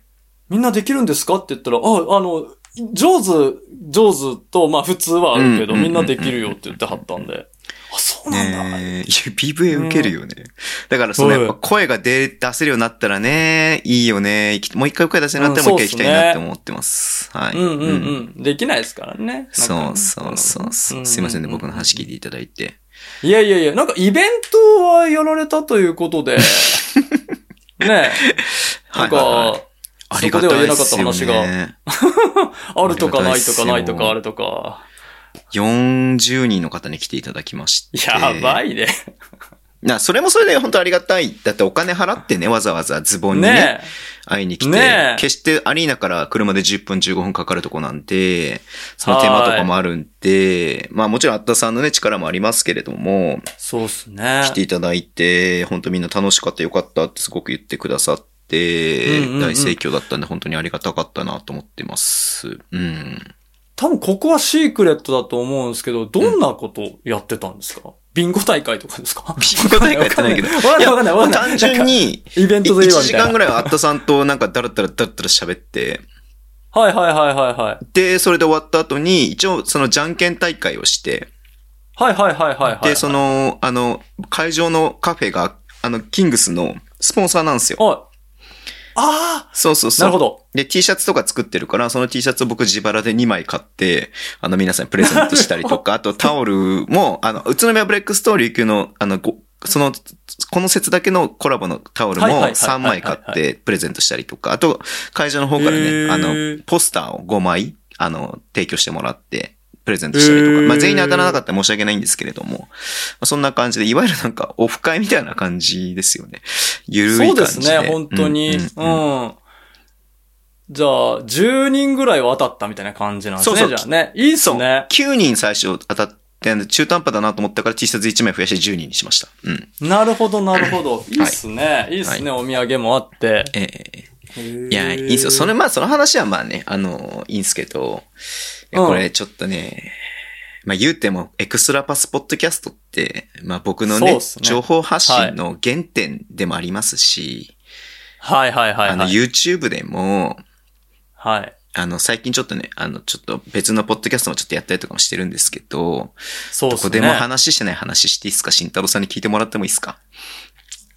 [SPEAKER 2] みんなできるんですかって言ったら、あ、あの、上手、上手と、まあ普通はあるけど、
[SPEAKER 1] うんうんう
[SPEAKER 2] み
[SPEAKER 1] ん
[SPEAKER 2] んなできるよって言ってはったんで。あ、そうなんだ。
[SPEAKER 1] ねえ、指笛受けるよね。だからその
[SPEAKER 2] う
[SPEAKER 1] や
[SPEAKER 2] ん
[SPEAKER 1] っぱ声が出、出せるようになったらね、いいよね。行きもう一回声出せるようになったらもう一回行きたいなって思ってます。はい。
[SPEAKER 2] うんうんうん。できないですからね。
[SPEAKER 1] そうそうそうそう。すいませんね、僕の話聞い
[SPEAKER 2] て。
[SPEAKER 1] ていただいて。
[SPEAKER 2] いやいやいや、なんかイベントはやられたということ で。ね
[SPEAKER 1] は
[SPEAKER 2] ないん
[SPEAKER 1] はいはい
[SPEAKER 2] か、
[SPEAKER 1] ありがたいですよ
[SPEAKER 2] そこでは言え
[SPEAKER 1] ね。
[SPEAKER 2] あるとかないとかないとか
[SPEAKER 1] あ
[SPEAKER 2] あるとか。
[SPEAKER 1] 40人の方に来ていただきまして。
[SPEAKER 2] やばいね。
[SPEAKER 1] な、それもそれで本当ありがたい。だってお金払ってね、わざわざズボンにね、
[SPEAKER 2] ね
[SPEAKER 1] 会いに来て、
[SPEAKER 2] ねえ
[SPEAKER 1] 決してアリーナから車で10分15分かかるとこなんで、その手間とかもあるんで、まあもちろんアッタさんのね、力もありますけれども、
[SPEAKER 2] そうっすね。
[SPEAKER 1] 来ていただいて、本当みんな楽しかった、よかったってすごく言ってくださって、
[SPEAKER 2] うんうんうん
[SPEAKER 1] 大盛況だったんで本当にありがたかったなと思ってます。うん。
[SPEAKER 2] 多分ここはシークレットだと思うんですけど、どんなことやってたんですか、ビンゴ大会とかですか
[SPEAKER 1] ビンゴ大会やってないけど
[SPEAKER 2] わかんないわかんないわかんない。
[SPEAKER 1] 単純
[SPEAKER 2] なんか。
[SPEAKER 1] に、
[SPEAKER 2] イベン
[SPEAKER 1] 1
[SPEAKER 2] トで言えばみ
[SPEAKER 1] 時
[SPEAKER 2] たいな。
[SPEAKER 1] 間ぐらいはアッタさんとなんかだらだらだらだら喋って、
[SPEAKER 2] はいはいはいはいはい。
[SPEAKER 1] で、それで終わった後に、一応そのじゃんけん大会をして、
[SPEAKER 2] はいはいはいはい、はい。
[SPEAKER 1] で、その、あの、会場のカフェが、あの、キングスのスポンサーなんですよ。
[SPEAKER 2] はい。あ
[SPEAKER 1] そうそう
[SPEAKER 2] あな
[SPEAKER 1] そ
[SPEAKER 2] るほ
[SPEAKER 1] う。
[SPEAKER 2] ど。
[SPEAKER 1] で、T シャツとか作ってるから、その T シャツを僕自腹で2枚買って、あの、皆さんにプレゼントしたり とか、あとタオルも、あの、宇都宮ブレックストーリー級の、あの、ごその、この説だけのコラボのタオルも
[SPEAKER 2] はいはいはいはい
[SPEAKER 1] 3枚買ってプレゼントしたりとか、あと、会場の方から
[SPEAKER 2] へ
[SPEAKER 1] ね、
[SPEAKER 2] ー
[SPEAKER 1] あの、ポスターを5枚、あの、提供してもらって、プレゼントしたりとか、まあ
[SPEAKER 2] へー
[SPEAKER 1] 全員に当たらなかったら申し訳ないんですけれども、まあそんな感じで、いわゆるなんか、オフ会みたいな感じですよね。ゆるい
[SPEAKER 2] そう
[SPEAKER 1] 感じ
[SPEAKER 2] で
[SPEAKER 1] で。
[SPEAKER 2] すね、本当に。
[SPEAKER 1] うん
[SPEAKER 2] う
[SPEAKER 1] うんうん
[SPEAKER 2] ん。じゃあ、10人ぐらいは当たったみたいな感じなんですね。
[SPEAKER 1] そうそう
[SPEAKER 2] じゃあね。いいっす
[SPEAKER 1] そう。
[SPEAKER 2] ね。
[SPEAKER 1] 9人最初当たって、中途半端だなと思ったから T シャツ1枚増やして10人にしました。うん。
[SPEAKER 2] なるほど、なるほど。いいっすね。いいっすね、お土産もあって。
[SPEAKER 1] ええいや、いいっすよ。そ
[SPEAKER 2] れ
[SPEAKER 1] の、まあ、その話はまあね、あの、いいんすけど、いや
[SPEAKER 2] うん
[SPEAKER 1] これちょっとね、まあ言うても、エクストラパスポッドキャストって、まあ僕の
[SPEAKER 2] そう
[SPEAKER 1] ね
[SPEAKER 2] っすね
[SPEAKER 1] 情報発信の原点でもありますし、
[SPEAKER 2] はいはいはい、
[SPEAKER 1] あの、
[SPEAKER 2] はい。
[SPEAKER 1] YouTube でも、
[SPEAKER 2] はい。
[SPEAKER 1] あの、最近ちょっとね、あの、ちょっと別のポッドキャストもちょっとやったりとかもしてるんですけど、
[SPEAKER 2] そう
[SPEAKER 1] ど
[SPEAKER 2] っす
[SPEAKER 1] こ
[SPEAKER 2] ね。
[SPEAKER 1] でも話してない話していいですか慎太郎さんに聞いてもらってもいいですか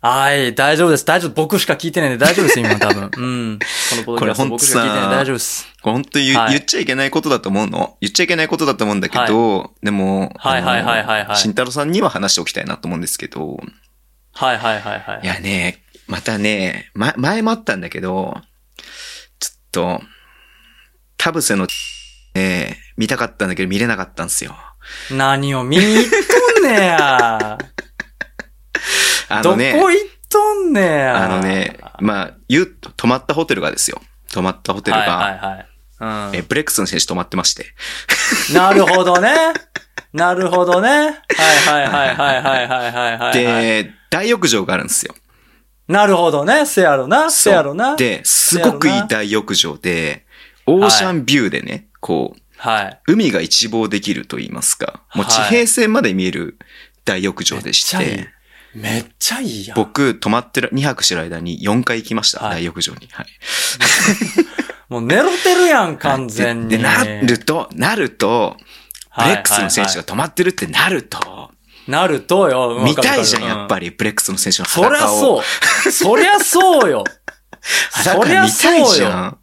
[SPEAKER 2] はい、大丈夫です。大丈夫。僕しか聞いてないんで大丈夫です、今 多分。うん。このポッドキャス
[SPEAKER 1] これ
[SPEAKER 2] ト
[SPEAKER 1] ほんと
[SPEAKER 2] 僕し
[SPEAKER 1] さ
[SPEAKER 2] か聞いてないんで大丈夫です。
[SPEAKER 1] これ本当に言,、
[SPEAKER 2] はい
[SPEAKER 1] っちゃいけないことだと思うの。言っちゃいけないことだと思うんだけど、でも、
[SPEAKER 2] はいはいはいはいはい
[SPEAKER 1] あの慎太郎さんには話しておきたいなと思うんですけど、
[SPEAKER 2] はいはいはいはいい。
[SPEAKER 1] やね、またね、ま、前もあったんだけど、ちょっと、田臥の、ね、見たかったんだけど見れなかったんですよ。
[SPEAKER 2] 何を見に行っと んねや。
[SPEAKER 1] あ
[SPEAKER 2] ど
[SPEAKER 1] の
[SPEAKER 2] こ
[SPEAKER 1] ね、
[SPEAKER 2] 行っとんねや。
[SPEAKER 1] あのね、まあ、言う、泊まったホテルがですよ。泊まったホテルが、
[SPEAKER 2] はいはいはい。
[SPEAKER 1] えブレックスの選手泊まってまして。
[SPEAKER 2] うん。なるほどね。なるほどね。はいはいはいはいはいはいはいはいはい。
[SPEAKER 1] で、大浴場があるんですよ。
[SPEAKER 2] なるほどね。せやろな。せやろな。
[SPEAKER 1] で、すごくいい大浴場で、オーシャンビューでね、こう、
[SPEAKER 2] はい。
[SPEAKER 1] 海が一望できると言いますか、もう
[SPEAKER 2] はい
[SPEAKER 1] 地平線まで見える大浴場でして、
[SPEAKER 2] めっちゃいいめっちゃいいやん。
[SPEAKER 1] 僕、泊まってる、2泊してる間に4回行きました、
[SPEAKER 2] はい
[SPEAKER 1] 大浴場に。はい。
[SPEAKER 2] もう寝ろてるやん、完全に。
[SPEAKER 1] で、でなると、なると、ブ
[SPEAKER 2] は
[SPEAKER 1] レ
[SPEAKER 2] いはいはい、
[SPEAKER 1] ックスの選手が泊まってるってなると、
[SPEAKER 2] なるとよ。
[SPEAKER 1] 見たいじゃん、やっぱ
[SPEAKER 2] り。
[SPEAKER 1] り、ブレックスの選手の
[SPEAKER 2] そりゃ
[SPEAKER 1] 裸を。
[SPEAKER 2] そう。そりゃそうよ。
[SPEAKER 1] 裸見たいじゃん。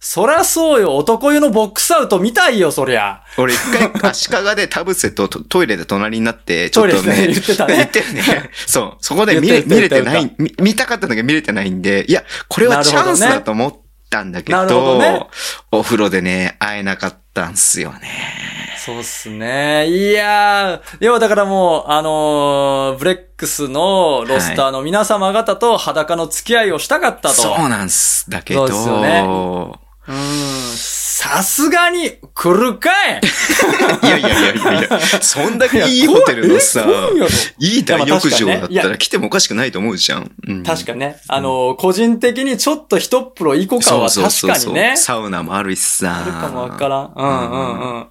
[SPEAKER 2] そりゃそうよ、男湯のボックスアウト見たいよ、そりゃ。
[SPEAKER 1] 俺一回、足利で田臥とトトイレで隣になって、ちょっと
[SPEAKER 2] トイレ
[SPEAKER 1] ね、
[SPEAKER 2] で言ってたね
[SPEAKER 1] 言ってる ね。そう。そこで見れ
[SPEAKER 2] 言
[SPEAKER 1] 見
[SPEAKER 2] って
[SPEAKER 1] れて
[SPEAKER 2] た言ってた
[SPEAKER 1] ない見、見たかったんだけど見れてないんで、いや、これはチャンスだと思ったんだけ
[SPEAKER 2] な
[SPEAKER 1] ど、
[SPEAKER 2] るほどね
[SPEAKER 1] お風呂でね、会えなかったんすよね。
[SPEAKER 2] そうっすね。いやー、要はだからもう、あのーブレックスのロスターの皆様方と裸の付き合いをしたかったと。
[SPEAKER 1] そうなんす。だけど、
[SPEAKER 2] そうですよねうーん。さすがに、来るかい
[SPEAKER 1] いやいやいやい や、そんだけ いいホテルのさ
[SPEAKER 2] いや、来いよ
[SPEAKER 1] いい大浴場
[SPEAKER 2] いやま
[SPEAKER 1] だっ
[SPEAKER 2] あ確かにね
[SPEAKER 1] たら来てもおかしくないと思うじゃん。うん
[SPEAKER 2] 確かにね。あのー個人的にちょっと一っ風呂行こうかは確かにね。
[SPEAKER 1] サウナもあるしさ。
[SPEAKER 2] あるかもわからん。うんうんうん。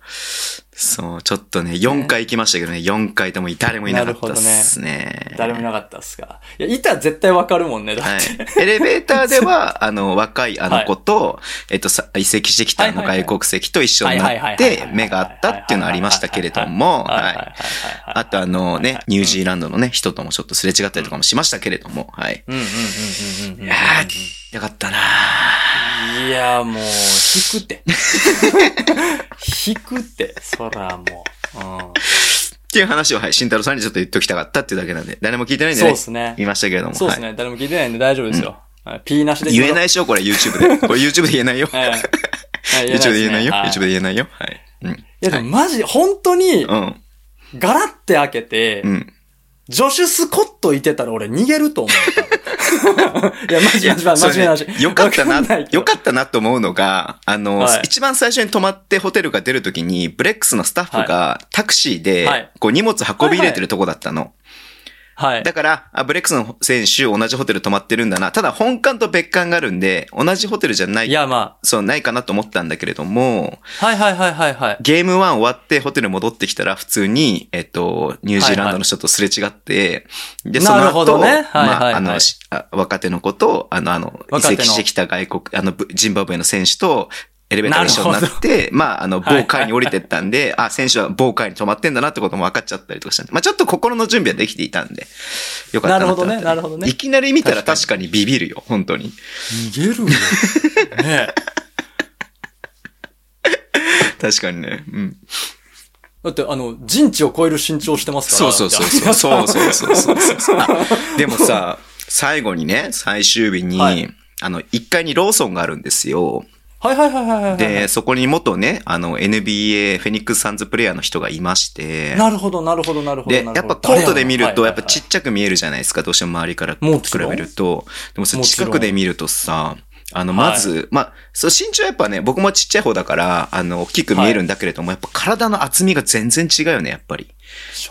[SPEAKER 1] そう、ちょっとね、4回行きましたけどね、4回とも誰もいなかったっすね。
[SPEAKER 2] 誰もいなかったっすか。いや、いたら絶対わかるもんね、だって。
[SPEAKER 1] はい。エレベーターで は、あの、若いあの子と、えっと、さ移籍してきたあの
[SPEAKER 2] はいはいは
[SPEAKER 1] 外
[SPEAKER 2] い
[SPEAKER 1] 国籍と一緒に
[SPEAKER 2] はいはい
[SPEAKER 1] なっ
[SPEAKER 2] はいはいはい
[SPEAKER 1] て
[SPEAKER 2] は、い
[SPEAKER 1] 目が合ったっていうのはありましたけれども、
[SPEAKER 2] はい
[SPEAKER 1] は
[SPEAKER 2] は
[SPEAKER 1] い
[SPEAKER 2] はい
[SPEAKER 1] い。
[SPEAKER 2] はいはい。
[SPEAKER 1] あとあの
[SPEAKER 2] はい
[SPEAKER 1] ね
[SPEAKER 2] はい、
[SPEAKER 1] ニュージーランドのね、人ともちょっとすれ違ったりとかもしましたけれども、はい。
[SPEAKER 2] うんうんうんうんうんうん。
[SPEAKER 1] いやー、よかったなー
[SPEAKER 2] いや、もう、引くて。 引くて、そらもう。
[SPEAKER 1] っていう話を、はい、慎太郎さんにちょっと言っときたかったっていうだけなんで、誰も聞いてな
[SPEAKER 2] う
[SPEAKER 1] い
[SPEAKER 2] ん、
[SPEAKER 1] んでね
[SPEAKER 2] そうで、すね。
[SPEAKER 1] 言いましたけれども、
[SPEAKER 2] そう
[SPEAKER 1] は
[SPEAKER 2] です
[SPEAKER 1] い。
[SPEAKER 2] ね。誰も聞いてないんで大丈夫ですよ。はいピーなしで。
[SPEAKER 1] 言えないいでしょ、これ YouTube で。これ YouTube で言えないよ。
[SPEAKER 2] ええはい
[SPEAKER 1] YouTube で言えないよ。
[SPEAKER 2] はい
[SPEAKER 1] YouTube で言えないよ。はい。うん。
[SPEAKER 2] いや、でもマジ、本当に、
[SPEAKER 1] うん。
[SPEAKER 2] ガラって開けて、
[SPEAKER 1] うん。
[SPEAKER 2] ジョシュ・スコットいてたら俺逃げると思う。 いや、マジマジマジ
[SPEAKER 1] そ
[SPEAKER 2] マジ
[SPEAKER 1] れ
[SPEAKER 2] マ
[SPEAKER 1] ね
[SPEAKER 2] ジ。
[SPEAKER 1] よかったな、
[SPEAKER 2] わんいけど
[SPEAKER 1] よかったなと思うのが、あの、
[SPEAKER 2] はい
[SPEAKER 1] 一番最初に泊まってホテルが出るときに、ブレックスのスタッフがタクシー
[SPEAKER 2] はい
[SPEAKER 1] で、こう荷物運び入れてるとこだったの。
[SPEAKER 2] はい。
[SPEAKER 1] だから、あブレックスの選手同じホテル泊まってるんだな。ただ本館と別館があるんで、同じホテルじゃない
[SPEAKER 2] いや、ま
[SPEAKER 1] そう、ないかなと思ったんだけれども、
[SPEAKER 2] あ。はいはいはいはいはい。
[SPEAKER 1] ゲーム1終わってホテル戻ってきたら普通に、えっと、ニュージーランドの人とすれ違って、で、そ
[SPEAKER 2] な
[SPEAKER 1] の
[SPEAKER 2] るほ
[SPEAKER 1] 後、
[SPEAKER 2] どねはい
[SPEAKER 1] ま
[SPEAKER 2] はい
[SPEAKER 1] あ、あ
[SPEAKER 2] は
[SPEAKER 1] の
[SPEAKER 2] い、
[SPEAKER 1] しあ若手の子と、あの、あの、移
[SPEAKER 2] 若手の
[SPEAKER 1] 籍してきた外国、あの、ブジンバブエの選手と、エレベーターで一緒になって、まあ、あの、
[SPEAKER 2] はい
[SPEAKER 1] 某会に降りてったんで、あ、選手は某会に泊まってんだなってことも分かっちゃったりとかしたんで、まあ、ちょっと心の準備はできていたんで、よかったなって思って
[SPEAKER 2] なるほどねなるほどね
[SPEAKER 1] いきなり見たら確かにビビるよ、本当に。
[SPEAKER 2] 逃げるよ。 ねえ。
[SPEAKER 1] 確かにね。うん。
[SPEAKER 2] だって、あの、人知を超える身長してますか
[SPEAKER 1] そう
[SPEAKER 2] ら。
[SPEAKER 1] そうそう
[SPEAKER 2] だって
[SPEAKER 1] そう。そうそうそうそうそう そうあでもさ、最後にね、最終日に、
[SPEAKER 2] はい
[SPEAKER 1] あの、1階にローソンがあるんですよ。
[SPEAKER 2] はいはいはいはいはい。
[SPEAKER 1] で、、そこに元ね、あの、NBA フェニックスサンズプレイヤーの人がいまして、
[SPEAKER 2] なるほどなるほどなるほど。
[SPEAKER 1] で、や
[SPEAKER 2] な
[SPEAKER 1] っ
[SPEAKER 2] る
[SPEAKER 1] ぱ
[SPEAKER 2] ほど
[SPEAKER 1] コートで見ると、やっぱち
[SPEAKER 2] は
[SPEAKER 1] っちゃく見えるじゃないですか、どうしても周りから比
[SPEAKER 2] もちろん
[SPEAKER 1] べると。でもさ、
[SPEAKER 2] もちろん
[SPEAKER 1] 近くで見るとさ、あの、
[SPEAKER 2] はい
[SPEAKER 1] まず、まあ、そう、身長やっぱね、僕もちっちゃい方だから、あの、大きく見えるんだけれども、やっぱ体の厚みが全然違うよね、やっぱり。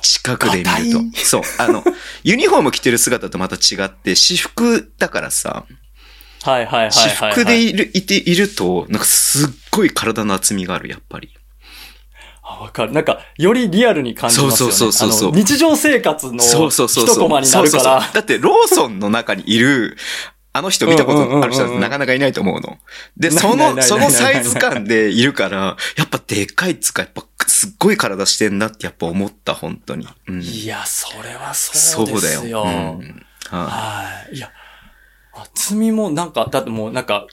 [SPEAKER 1] 近くで見
[SPEAKER 2] 硬
[SPEAKER 1] ると。そう。あの、 ユニフォーム着てる姿とまた違って、私服だからさ、
[SPEAKER 2] いはいはいはいはい。
[SPEAKER 1] 私服でいる、いて、いると、なんかすっごい体の厚みがある、やっぱり。
[SPEAKER 2] あ、わかる。なんか、よりリアルに感じますよね。
[SPEAKER 1] そうそうそうそうそう
[SPEAKER 2] あの日常生活の
[SPEAKER 1] そうそうそうそう。
[SPEAKER 2] 一コマになる
[SPEAKER 1] そ
[SPEAKER 2] か
[SPEAKER 1] うそう
[SPEAKER 2] ら
[SPEAKER 1] そ。うだって、ローソンの中にいる、あの人見たことある
[SPEAKER 2] うんうんうんうんう
[SPEAKER 1] 人
[SPEAKER 2] ん
[SPEAKER 1] なかなかいないと思うの。で、
[SPEAKER 2] ない
[SPEAKER 1] そ
[SPEAKER 2] ないない
[SPEAKER 1] の、
[SPEAKER 2] ない
[SPEAKER 1] そのサイズ感でいるから、やっぱでかいっつうか、やっぱすっごい体してんなってやっぱ思った、本当に。うん。
[SPEAKER 2] いや、それはそ
[SPEAKER 1] そう
[SPEAKER 2] で
[SPEAKER 1] うだ
[SPEAKER 2] すよ。
[SPEAKER 1] よ。うんは
[SPEAKER 2] はい。いや、厚みもなんか、だってもうなんか、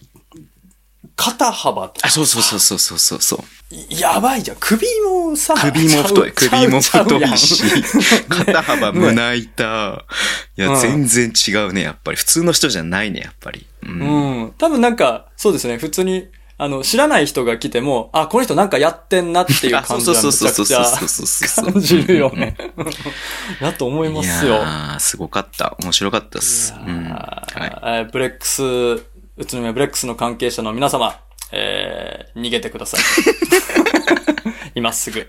[SPEAKER 2] 肩幅と
[SPEAKER 1] い。あ、そうそうそうそうそうそうそう。
[SPEAKER 2] やばいじゃん。首もさ、
[SPEAKER 1] 首も太い。
[SPEAKER 2] ちゃう
[SPEAKER 1] 首も
[SPEAKER 2] ちゃうちゃ
[SPEAKER 1] 太
[SPEAKER 2] うやん
[SPEAKER 1] いし、肩幅、胸板。いや、
[SPEAKER 2] うん
[SPEAKER 1] 全然違うね、やっぱり。普通の人じゃないね、やっぱり。うん
[SPEAKER 2] うん。多分なんか、そうですね、普通に、あの、知らない人が来ても、あ、この人なんかやってんなっていう
[SPEAKER 1] あ
[SPEAKER 2] 感
[SPEAKER 1] そう
[SPEAKER 2] じ
[SPEAKER 1] そう
[SPEAKER 2] が
[SPEAKER 1] そう
[SPEAKER 2] めち
[SPEAKER 1] そう
[SPEAKER 2] ゃ
[SPEAKER 1] そ
[SPEAKER 2] く
[SPEAKER 1] う
[SPEAKER 2] ち
[SPEAKER 1] そう
[SPEAKER 2] ゃ
[SPEAKER 1] そうそう
[SPEAKER 2] 感じるよね。 だと思います
[SPEAKER 1] い
[SPEAKER 2] よ。
[SPEAKER 1] やーすごかった。面白かったっす。うん。
[SPEAKER 2] あー
[SPEAKER 1] はい。
[SPEAKER 2] えーブレックス、宇都宮ブレックスの関係者の皆様、えー、逃げてください。 今すぐ。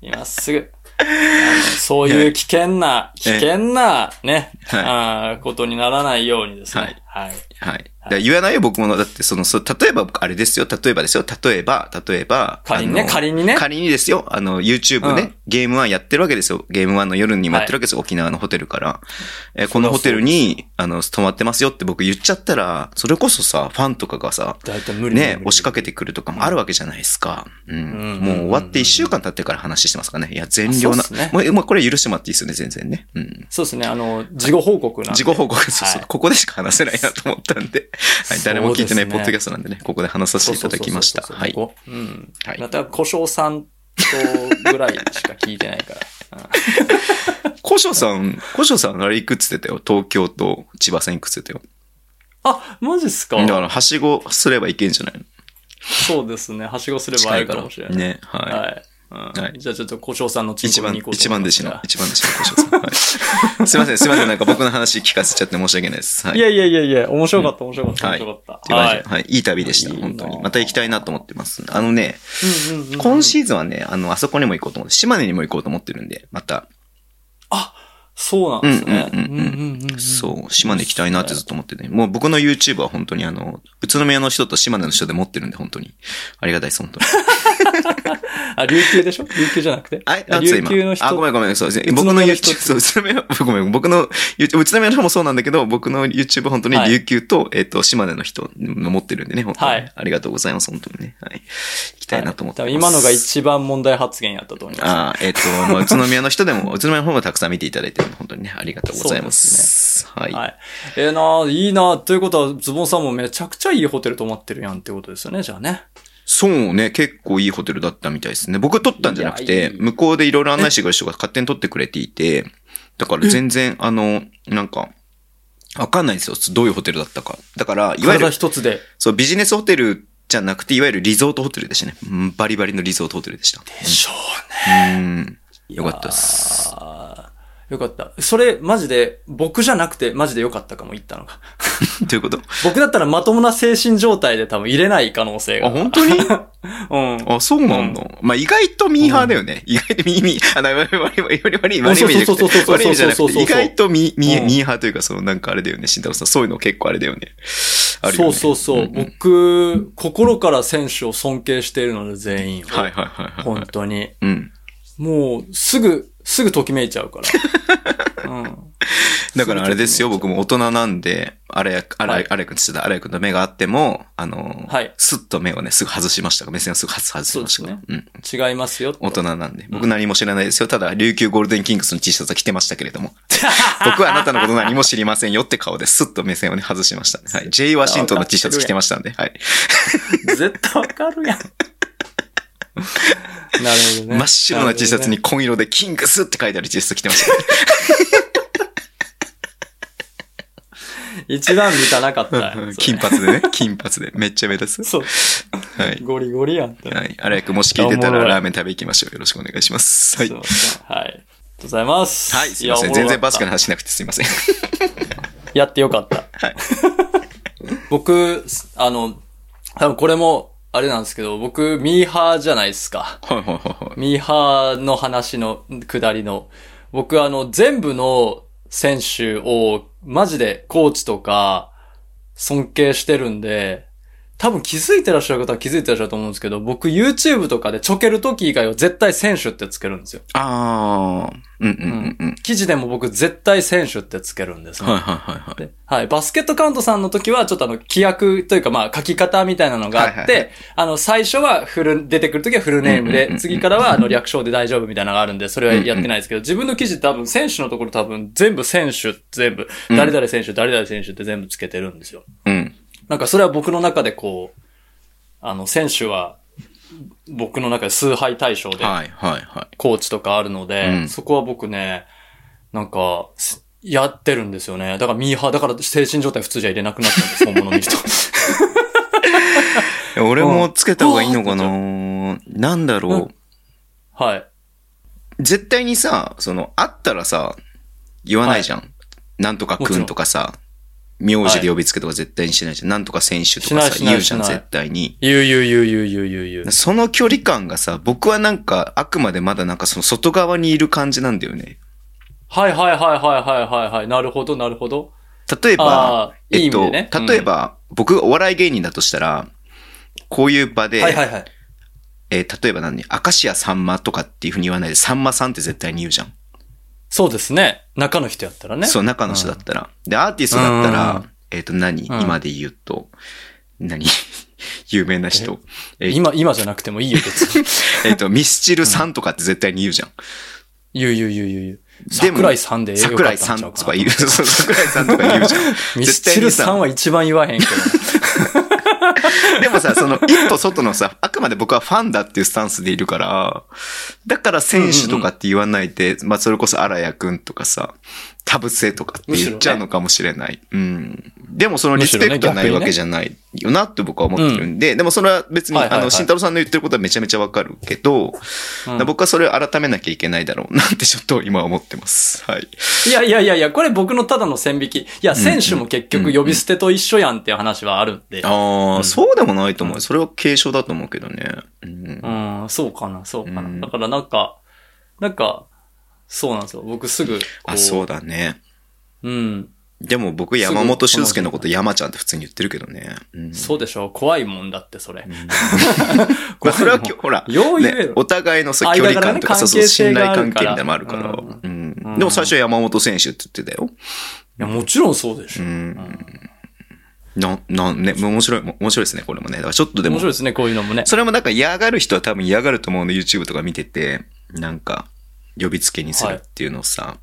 [SPEAKER 2] 今すぐ。あのそういう危険な、危
[SPEAKER 1] ええ
[SPEAKER 2] 険な、ね、
[SPEAKER 1] はい
[SPEAKER 2] あーことにならないようにですね。はい。
[SPEAKER 1] はい。だから言わないよ、僕も。だって、その、そう例えば、あれですよ、例えばですよ、例えば、例えば。
[SPEAKER 2] 仮にね
[SPEAKER 1] あの
[SPEAKER 2] 仮にね
[SPEAKER 1] 仮にですよ、あの、YouTube ね、
[SPEAKER 2] うん
[SPEAKER 1] ゲーム1やってるわけですよ。ゲーム1の夜にもやってるわけですよ、沖縄のホテルから。えーこのホテルに、あの、泊まってますよって僕言っちゃったら、それこそさ、ファンとかがさ、
[SPEAKER 2] だいたい無理無理
[SPEAKER 1] ね
[SPEAKER 2] 無、理
[SPEAKER 1] 押しかけてくるとかもあるわけじゃないですか。うん。
[SPEAKER 2] うん
[SPEAKER 1] もう終わって1週間経ってから話してますからね。いや、善良
[SPEAKER 2] あ
[SPEAKER 1] な
[SPEAKER 2] そうっすね。
[SPEAKER 1] もう、もうこれ許してもらっていいですよね、全然ね。うん。
[SPEAKER 2] そうですね、あの、事後報告なんで。
[SPEAKER 1] 自己報告、そうそう、
[SPEAKER 2] はい
[SPEAKER 1] ここでしか話せない。いなと思ったんで、はい、誰も聞いてないポッドキャストなんでね、ここで話させていただきました。
[SPEAKER 2] そうそう
[SPEAKER 1] は
[SPEAKER 2] そう
[SPEAKER 1] い
[SPEAKER 2] そ。うここうん。
[SPEAKER 1] はい
[SPEAKER 2] また、故障さんとぐらいしか聞いてないから。うん
[SPEAKER 1] 古書さん、古書さんあれいくつってたよ。東京と千葉線いくつってたよ。
[SPEAKER 2] あ、マジっすか
[SPEAKER 1] だから、はしごすればいけんじゃないの
[SPEAKER 2] そうですね。はしごすれば
[SPEAKER 1] 近
[SPEAKER 2] 会
[SPEAKER 1] い
[SPEAKER 2] える
[SPEAKER 1] か
[SPEAKER 2] からもしれ。ない。
[SPEAKER 1] ね。はい。
[SPEAKER 2] はい。うん
[SPEAKER 1] はい
[SPEAKER 2] じゃあちょっと、故障さんのチン
[SPEAKER 1] 一
[SPEAKER 2] コ見
[SPEAKER 1] 番
[SPEAKER 2] に行こ、う
[SPEAKER 1] 一
[SPEAKER 2] と思
[SPEAKER 1] 番弟
[SPEAKER 2] います
[SPEAKER 1] 子の、一番弟子の古書さん。はい、 すいません、すいません。なんか僕の話聞かせちゃって申し訳ないです。はい
[SPEAKER 2] い。やいやいやいや、面白かった、面白かった、
[SPEAKER 1] は
[SPEAKER 2] 面
[SPEAKER 1] い。
[SPEAKER 2] 白かっ
[SPEAKER 1] って
[SPEAKER 2] た。
[SPEAKER 1] いう感
[SPEAKER 2] は
[SPEAKER 1] じ
[SPEAKER 2] い
[SPEAKER 1] で。はい。いい旅でした、
[SPEAKER 2] いいな
[SPEAKER 1] 本当に。また行きたいなと思ってます。あのね、
[SPEAKER 2] うんうんうんうん
[SPEAKER 1] 今シーズンはね、あの、あそこにも行こうと思って、島根にも行こうと思ってるんで、また。
[SPEAKER 2] そうなんですね。
[SPEAKER 1] うんうんうんうん
[SPEAKER 2] うんうんうん
[SPEAKER 1] そう、島根行きたいなってずっと思ってね。もう僕の YouTube は本当にあの、宇都宮の人と島根の人で持ってるんで、本当に。ありがたいです、 本当に。
[SPEAKER 2] あ、琉球でしょ琉球じゃなくて。
[SPEAKER 1] あ、なんつう
[SPEAKER 2] 琉
[SPEAKER 1] 今
[SPEAKER 2] 球の。人。
[SPEAKER 1] あ、ごめんごめん、そうですね。
[SPEAKER 2] 宇
[SPEAKER 1] 僕
[SPEAKER 2] 都
[SPEAKER 1] の
[SPEAKER 2] 宮の人
[SPEAKER 1] YouTube、そう、宇都宮、 ごめん、僕の YouTube、宇都宮の人もそうなんだけど、僕の YouTube 本当に
[SPEAKER 2] はい
[SPEAKER 1] 琉球と、えっと、島根の人の持ってるんでね、本当に。
[SPEAKER 2] はい
[SPEAKER 1] ありがとうございます、本当にね。はい。行きたいなと思ってます。
[SPEAKER 2] 多分今のが一番問題発言やったと思います。
[SPEAKER 1] ああ、えっ、と、まあ、宇都宮の人でも、宇都宮の方もたくさん見ていただいてるの本当にね、ありがとうございます。はい、
[SPEAKER 2] はい。ええなぁ、いいなぁ。ということは、ズボンさんもめちゃくちゃいいホテル泊まってるやんってことですよね、じゃあね。
[SPEAKER 1] そうね、結構いいホテルだったみたいですね。僕撮ったんじゃなく
[SPEAKER 2] いや
[SPEAKER 1] て
[SPEAKER 2] い、い
[SPEAKER 1] 向こうでいろいろ案内してくれる人が勝手に撮ってくれていて、だから全然、あの、なんか、わかんないんですよ。どういうホテルだったか。だから、いわゆ
[SPEAKER 2] 体
[SPEAKER 1] る、
[SPEAKER 2] 一つで。
[SPEAKER 1] そう、ビジネスホテルじゃなくて、いわゆるリゾートホテルでしたね。うんバリバリのリゾートホテルでした。
[SPEAKER 2] でしょうね。
[SPEAKER 1] うん。よかったっす。
[SPEAKER 2] あーよかった。それ、マジで、僕じゃなくて、マジでよかったかも、言ったのが。
[SPEAKER 1] ということ
[SPEAKER 2] 僕だったらまともな精神状態で多分入れない可能性
[SPEAKER 1] あ、
[SPEAKER 2] が。
[SPEAKER 1] 本当に
[SPEAKER 2] うん。
[SPEAKER 1] あ、そうなんだ。まあ、意外とミーハーだよね。意外とミーミー、あ、な、悪い悪い悪い悪い悪い悪い意味じゃな
[SPEAKER 2] そうそ
[SPEAKER 1] くて、
[SPEAKER 2] うそうそうそう
[SPEAKER 1] 悪い意味じゃな
[SPEAKER 2] そう
[SPEAKER 1] く
[SPEAKER 2] そうそ
[SPEAKER 1] て、意
[SPEAKER 2] う
[SPEAKER 1] 外とミー、ミー
[SPEAKER 2] うん
[SPEAKER 1] ミーハーというか、そのなんかあれだよね、慎太郎さん。そういうの結構あれだよね。あるよ
[SPEAKER 2] そ
[SPEAKER 1] ね。
[SPEAKER 2] うそうそ
[SPEAKER 1] ん
[SPEAKER 2] う。
[SPEAKER 1] ん
[SPEAKER 2] 僕、心から選手を尊敬しているので、全員を。
[SPEAKER 1] はいはいはいはいは
[SPEAKER 2] 本
[SPEAKER 1] い。
[SPEAKER 2] 当に。
[SPEAKER 1] うん。
[SPEAKER 2] もう、すぐ、すぐときめいちゃ うから。うん。
[SPEAKER 1] だからあれですよ、僕も大人なんで、あれや、あ
[SPEAKER 2] は
[SPEAKER 1] れ
[SPEAKER 2] い、
[SPEAKER 1] あれくんって言ってた、あれくんの目があっても、あの、
[SPEAKER 2] はい
[SPEAKER 1] スッと目をね、すぐ外しましたから目線をすぐ外外しましたから
[SPEAKER 2] そう
[SPEAKER 1] うん。
[SPEAKER 2] 違いますよ。
[SPEAKER 1] 大人なんで。僕何も知らないですよ。ただ、琉球ゴールデンキングスの T シャツは着てましたけれども。 僕はあなたのこと何も知りませんよって顔で、スッと目線をね、外しましたね。はい。J. ワシントンの T シャツ着てましたんで。はい。
[SPEAKER 2] 絶対わか るやん。なるほどね。
[SPEAKER 1] 真っ白な T シャツ
[SPEAKER 2] なる
[SPEAKER 1] に紺色で、キングスって書いてある T シャツ着てましたね。。
[SPEAKER 2] ほどね。一番満たなか ったよ
[SPEAKER 1] 金髪でね。金髪で。めっちゃ目立つ。
[SPEAKER 2] そう。
[SPEAKER 1] はい。
[SPEAKER 2] ゴリゴリやんって。
[SPEAKER 1] はい。荒井くんもし聞いてた
[SPEAKER 2] おも
[SPEAKER 1] ら
[SPEAKER 2] ろい
[SPEAKER 1] ラーメン食べ行きましょう。よろしくお願いします。はい
[SPEAKER 2] すい。ませんはい。ありがとうございます。
[SPEAKER 1] はい。すいません。
[SPEAKER 2] やおも
[SPEAKER 1] 全
[SPEAKER 2] ろか
[SPEAKER 1] 然
[SPEAKER 2] った
[SPEAKER 1] バスケの話しなくてすいません。
[SPEAKER 2] やってよかった。
[SPEAKER 1] はい
[SPEAKER 2] 僕、あの、多分これも、あれなんですけど、僕、ミーハーじゃないですか。
[SPEAKER 1] はいはいはいはい。
[SPEAKER 2] ミーハーの話の、下りの。僕、あの、全部の選手を、マジで、コーチとか、尊敬してるんで、多分気づいてらっしゃる方は気づいてらっしゃると思うんですけど、僕 YouTube とかでちょけるとき以外は絶対選手ってつけるんですよ。
[SPEAKER 1] あー。うんうんうんうん。
[SPEAKER 2] 記事でも僕絶対選手ってつけるんですね
[SPEAKER 1] はいはいはいはい。
[SPEAKER 2] ではい。バスケットカウントさんの時は、ちょっとあの、規約というか、まあ、書き方みたいなのがあって、
[SPEAKER 1] はいはいは
[SPEAKER 2] あの、最初はフル、出てくる時はフルネーム
[SPEAKER 1] うんうんうんう
[SPEAKER 2] で、
[SPEAKER 1] ん
[SPEAKER 2] 次からはあの、略称で大丈夫みたいなのがあるんで、それはやってないですけど、自分の記事多分、選手のところ多分、全部選手、全部、
[SPEAKER 1] うん
[SPEAKER 2] 誰々選手、誰々選手って全部つけてるんですよ。
[SPEAKER 1] うん。
[SPEAKER 2] なんか、それは僕の中でこう、あの、選手は、僕の中で崇拝対象で、
[SPEAKER 1] はいはいはい。
[SPEAKER 2] コーチとかあるので、
[SPEAKER 1] うん
[SPEAKER 2] そこは僕ね、なんか、すやってるんですよね。だからミーハー、だから精神状態普通じゃ入れなくなったん です、本物の人。
[SPEAKER 1] 俺もつけた方がいいのか
[SPEAKER 2] う
[SPEAKER 1] ななんだ
[SPEAKER 2] う
[SPEAKER 1] ろ
[SPEAKER 2] んはい。
[SPEAKER 1] う。絶対にさ、その、あったらさ、言わないじゃん。なんとかくんとかさ、名字で呼びつけとか絶対にしないじゃん。なんとか選手とか
[SPEAKER 2] しないし
[SPEAKER 1] さ、
[SPEAKER 2] ない
[SPEAKER 1] 言うじゃん、
[SPEAKER 2] しない
[SPEAKER 1] 絶対に。
[SPEAKER 2] 言う言う言う言う言う言う言う。
[SPEAKER 1] その距離感がさ、僕はなんか、あくまでまだなんかその外側にいる感じなんだよね。
[SPEAKER 2] はいはいはいはいはいはいはい。なるほどなるほど。
[SPEAKER 1] 例え
[SPEAKER 2] あ
[SPEAKER 1] ば
[SPEAKER 2] あ、いい
[SPEAKER 1] え
[SPEAKER 2] 意
[SPEAKER 1] っ
[SPEAKER 2] 味で
[SPEAKER 1] と、
[SPEAKER 2] ねうん
[SPEAKER 1] 例えば、僕がお笑い芸人だとしたら、こういう場で、
[SPEAKER 2] はいはいはい。
[SPEAKER 1] えー例えば何、明石家さんまとかっていうふうに言わないで、さんまさんって絶対に言うじゃん。
[SPEAKER 2] そうですね。中の人やったらね。
[SPEAKER 1] そう、中の人だったら。で、アーティストだった
[SPEAKER 2] う
[SPEAKER 1] ら
[SPEAKER 2] ん、
[SPEAKER 1] えっ、と、何、
[SPEAKER 2] うん
[SPEAKER 1] 今で言うと、何 有名な人。えっ、
[SPEAKER 2] 今、今じゃな くてもいいよ、別に。
[SPEAKER 1] えっと、ミスチルさんとかって絶対に言うじゃん。
[SPEAKER 2] 言う言う言う言う言う。
[SPEAKER 1] でも
[SPEAKER 2] 桜井さんでええよか
[SPEAKER 1] 桜
[SPEAKER 2] っ
[SPEAKER 1] 井
[SPEAKER 2] た
[SPEAKER 1] さ
[SPEAKER 2] ん
[SPEAKER 1] ん
[SPEAKER 2] ちゃう
[SPEAKER 1] と
[SPEAKER 2] か
[SPEAKER 1] か
[SPEAKER 2] な
[SPEAKER 1] 言う、そう桜井さんとか言うじゃん。
[SPEAKER 2] ミス
[SPEAKER 1] 絶対
[SPEAKER 2] チ
[SPEAKER 1] に
[SPEAKER 2] ルさんは一番言わ へんけど。
[SPEAKER 1] でもさ、その一歩外のさ、あくまで僕はファンだっていうスタンスでいるから、だから選手とかって言わないで、まあそれこそ荒谷くんとかさ、田臥とかって言っちゃうのかもしれない。うん。でもそのリスペクトはないわけじゃないよなって僕は思ってるんで、でもそれは別に、
[SPEAKER 2] はいはいはい
[SPEAKER 1] あの、慎太郎さんの言ってることはめちゃめちゃわかるけど、
[SPEAKER 2] うん
[SPEAKER 1] 僕はそれを改めなきゃいけないだろうなってちょっと今思ってます。はい。
[SPEAKER 2] いやいやいやいや、これ僕のただの線引き。いや、選手も結局呼び捨てと一緒やんっていう話はあるんで。
[SPEAKER 1] ああ、
[SPEAKER 2] うん
[SPEAKER 1] そうでもないと思う。それは継承だと思うけどね。うん
[SPEAKER 2] うん、そうかな、そうか
[SPEAKER 1] う
[SPEAKER 2] な。
[SPEAKER 1] ん
[SPEAKER 2] だからなんか、なんか、そうなんですよ。僕すぐ、こう。
[SPEAKER 1] あ、そうだね。
[SPEAKER 2] うん。
[SPEAKER 1] でも僕、
[SPEAKER 2] すぐ
[SPEAKER 1] 山本俊介のこと山ちゃんって普通に言ってるけどね。うん
[SPEAKER 2] そうでしょ怖いもんだって、それ。
[SPEAKER 1] まあそれはきょ、ほら、
[SPEAKER 2] よう言え
[SPEAKER 1] ね
[SPEAKER 2] よ、
[SPEAKER 1] お互いのそう距
[SPEAKER 2] 間柄
[SPEAKER 1] 離感とか、
[SPEAKER 2] ね
[SPEAKER 1] そうそう、信頼関
[SPEAKER 2] 関
[SPEAKER 1] 係
[SPEAKER 2] 係
[SPEAKER 1] み
[SPEAKER 2] 性
[SPEAKER 1] たいなのも
[SPEAKER 2] があ
[SPEAKER 1] あ
[SPEAKER 2] る
[SPEAKER 1] る
[SPEAKER 2] か
[SPEAKER 1] からら。うん
[SPEAKER 2] うん
[SPEAKER 1] でも最初は山本選手って言ってたよ。
[SPEAKER 2] いや、もちろんそうでし
[SPEAKER 1] う
[SPEAKER 2] ょ。
[SPEAKER 1] ん。な、なんね、面白い、面白いですね、これもね。だからちょっとで
[SPEAKER 2] 面
[SPEAKER 1] も
[SPEAKER 2] 白い、ですね、こういうのもね。
[SPEAKER 1] それもなんか嫌がる人は多分嫌がると思うの、YouTube とか見てて、なんか、呼びつけにするっていうのをさ、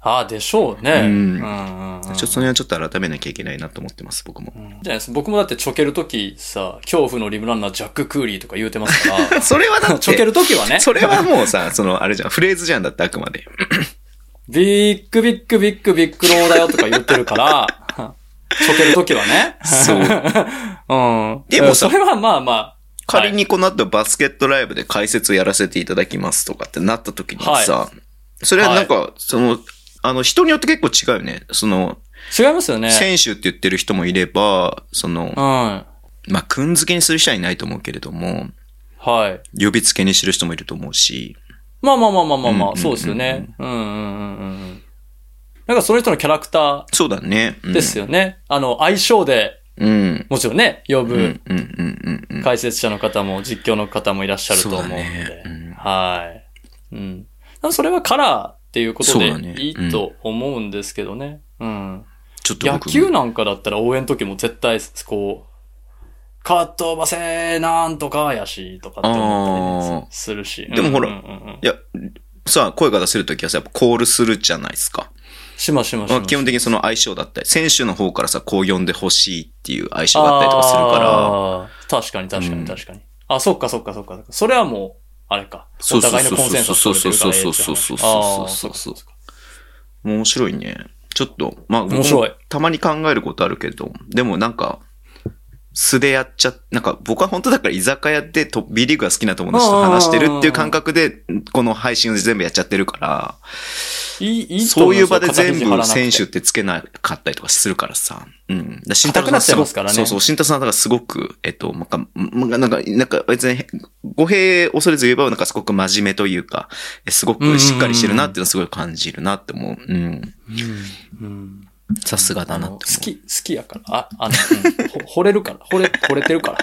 [SPEAKER 2] ああ、でしょうね。
[SPEAKER 1] うん
[SPEAKER 2] うんうん
[SPEAKER 1] ちょっとそれはちょっと改めなきゃいけないなと思ってます、僕も。
[SPEAKER 2] じゃないです僕もだってちょけるときさ、恐怖のリブランナージャック・クーリーとか言うてます か
[SPEAKER 1] それはだ
[SPEAKER 2] ら、
[SPEAKER 1] っ
[SPEAKER 2] ちょけ
[SPEAKER 1] て
[SPEAKER 2] る、ときはね、
[SPEAKER 1] それはもうさ、その、あれじゃん、フレーズじゃんだってあくまで。
[SPEAKER 2] ビッグビッグビッグビッグローだよとか言ってる から、ちょけるときはね。
[SPEAKER 1] そう。
[SPEAKER 2] うん。
[SPEAKER 1] でもさ
[SPEAKER 2] それはまあまあ。
[SPEAKER 1] 仮にこの後バスケットライブで解説をやらせていただきますとかってなった時にさ、それはなんか、その、あの、人によって結構違うよね。その、
[SPEAKER 2] はい違いますよね。
[SPEAKER 1] 選手って言ってる人もいれば、その
[SPEAKER 2] うん。、は
[SPEAKER 1] まあ、くんづけにする人はいないと思うけれども、
[SPEAKER 2] い。
[SPEAKER 1] 呼びつけにしてる人もいると思うし、
[SPEAKER 2] まあまあまあまあまあ
[SPEAKER 1] うんうんうんう
[SPEAKER 2] まあ、
[SPEAKER 1] ん
[SPEAKER 2] そうですよね。うんうんうんうんうん。なんかその人のキャラクタ
[SPEAKER 1] そうだね。う
[SPEAKER 2] ー
[SPEAKER 1] ん、
[SPEAKER 2] ですよね。あの、相性で、
[SPEAKER 1] うん。
[SPEAKER 2] もちろんね、呼
[SPEAKER 1] うん、う
[SPEAKER 2] ぶ
[SPEAKER 1] ん、うん、うんうん。
[SPEAKER 2] 解説者の方も実況の方もいらっしゃると思うので。
[SPEAKER 1] そうだねうん
[SPEAKER 2] はい。うん。なんかそれはカラーっていうこと
[SPEAKER 1] そう
[SPEAKER 2] で
[SPEAKER 1] だね
[SPEAKER 2] いいと思うんですけどね。うん。
[SPEAKER 1] ちょっと
[SPEAKER 2] 野
[SPEAKER 1] 僕も
[SPEAKER 2] 球なんかだったら応援の時も絶対、こう、カットバせなんとかやし、とかって思ったりするし。
[SPEAKER 1] でもほら
[SPEAKER 2] うんうんうん
[SPEAKER 1] いや、さあ、声が出せるときはさ、やっぱコールするじゃないですか。
[SPEAKER 2] しましまし
[SPEAKER 1] ま
[SPEAKER 2] ま
[SPEAKER 1] あ、基本的にその相性だったり、選手の方からさ、こう呼んでほしいっていう相性だったりとかするから、
[SPEAKER 2] あー確かに確か
[SPEAKER 1] う
[SPEAKER 2] に
[SPEAKER 1] ん
[SPEAKER 2] 確かに。あ、そっかそっかそっか。それはもう、あれか。
[SPEAKER 1] そ
[SPEAKER 2] お
[SPEAKER 1] うそうそう
[SPEAKER 2] 互いのコンセンサス取れてるからええって話
[SPEAKER 1] そうそうそう
[SPEAKER 2] あー
[SPEAKER 1] そうそうそう
[SPEAKER 2] そっかそっか
[SPEAKER 1] 面白いね。ちょっと、まあ、僕も
[SPEAKER 2] 面白い
[SPEAKER 1] たまに考えることあるけど、でもなんか、素でやっちゃ、なんか僕は本当だから居酒屋でと B リーグが好きな友達と話してるっていう感覚で、この配信を全部やっちゃってるから、
[SPEAKER 2] いい、いいと
[SPEAKER 1] そ
[SPEAKER 2] 思
[SPEAKER 1] ういう場で
[SPEAKER 2] 形に
[SPEAKER 1] 全
[SPEAKER 2] 張ら
[SPEAKER 1] 部
[SPEAKER 2] なく
[SPEAKER 1] 選
[SPEAKER 2] て
[SPEAKER 1] 手ってつけなかったりとかするからさ。うん。だ慎
[SPEAKER 2] 硬くなっちゃいますからね
[SPEAKER 1] そうそう。慎太郎さんだからすごく、えっと、なんか、んなんか、なんか別に、語弊恐れず言えば、なんかすごく真面目というか、えすごくしっかりしてるなっていうのをすごい感じるなって思う。うん。
[SPEAKER 2] うんうん
[SPEAKER 1] さすがだなって思
[SPEAKER 2] 好
[SPEAKER 1] う。
[SPEAKER 2] き、好きやから。あ、あの、うんほ惚 れるから。惚れ、惚れてるか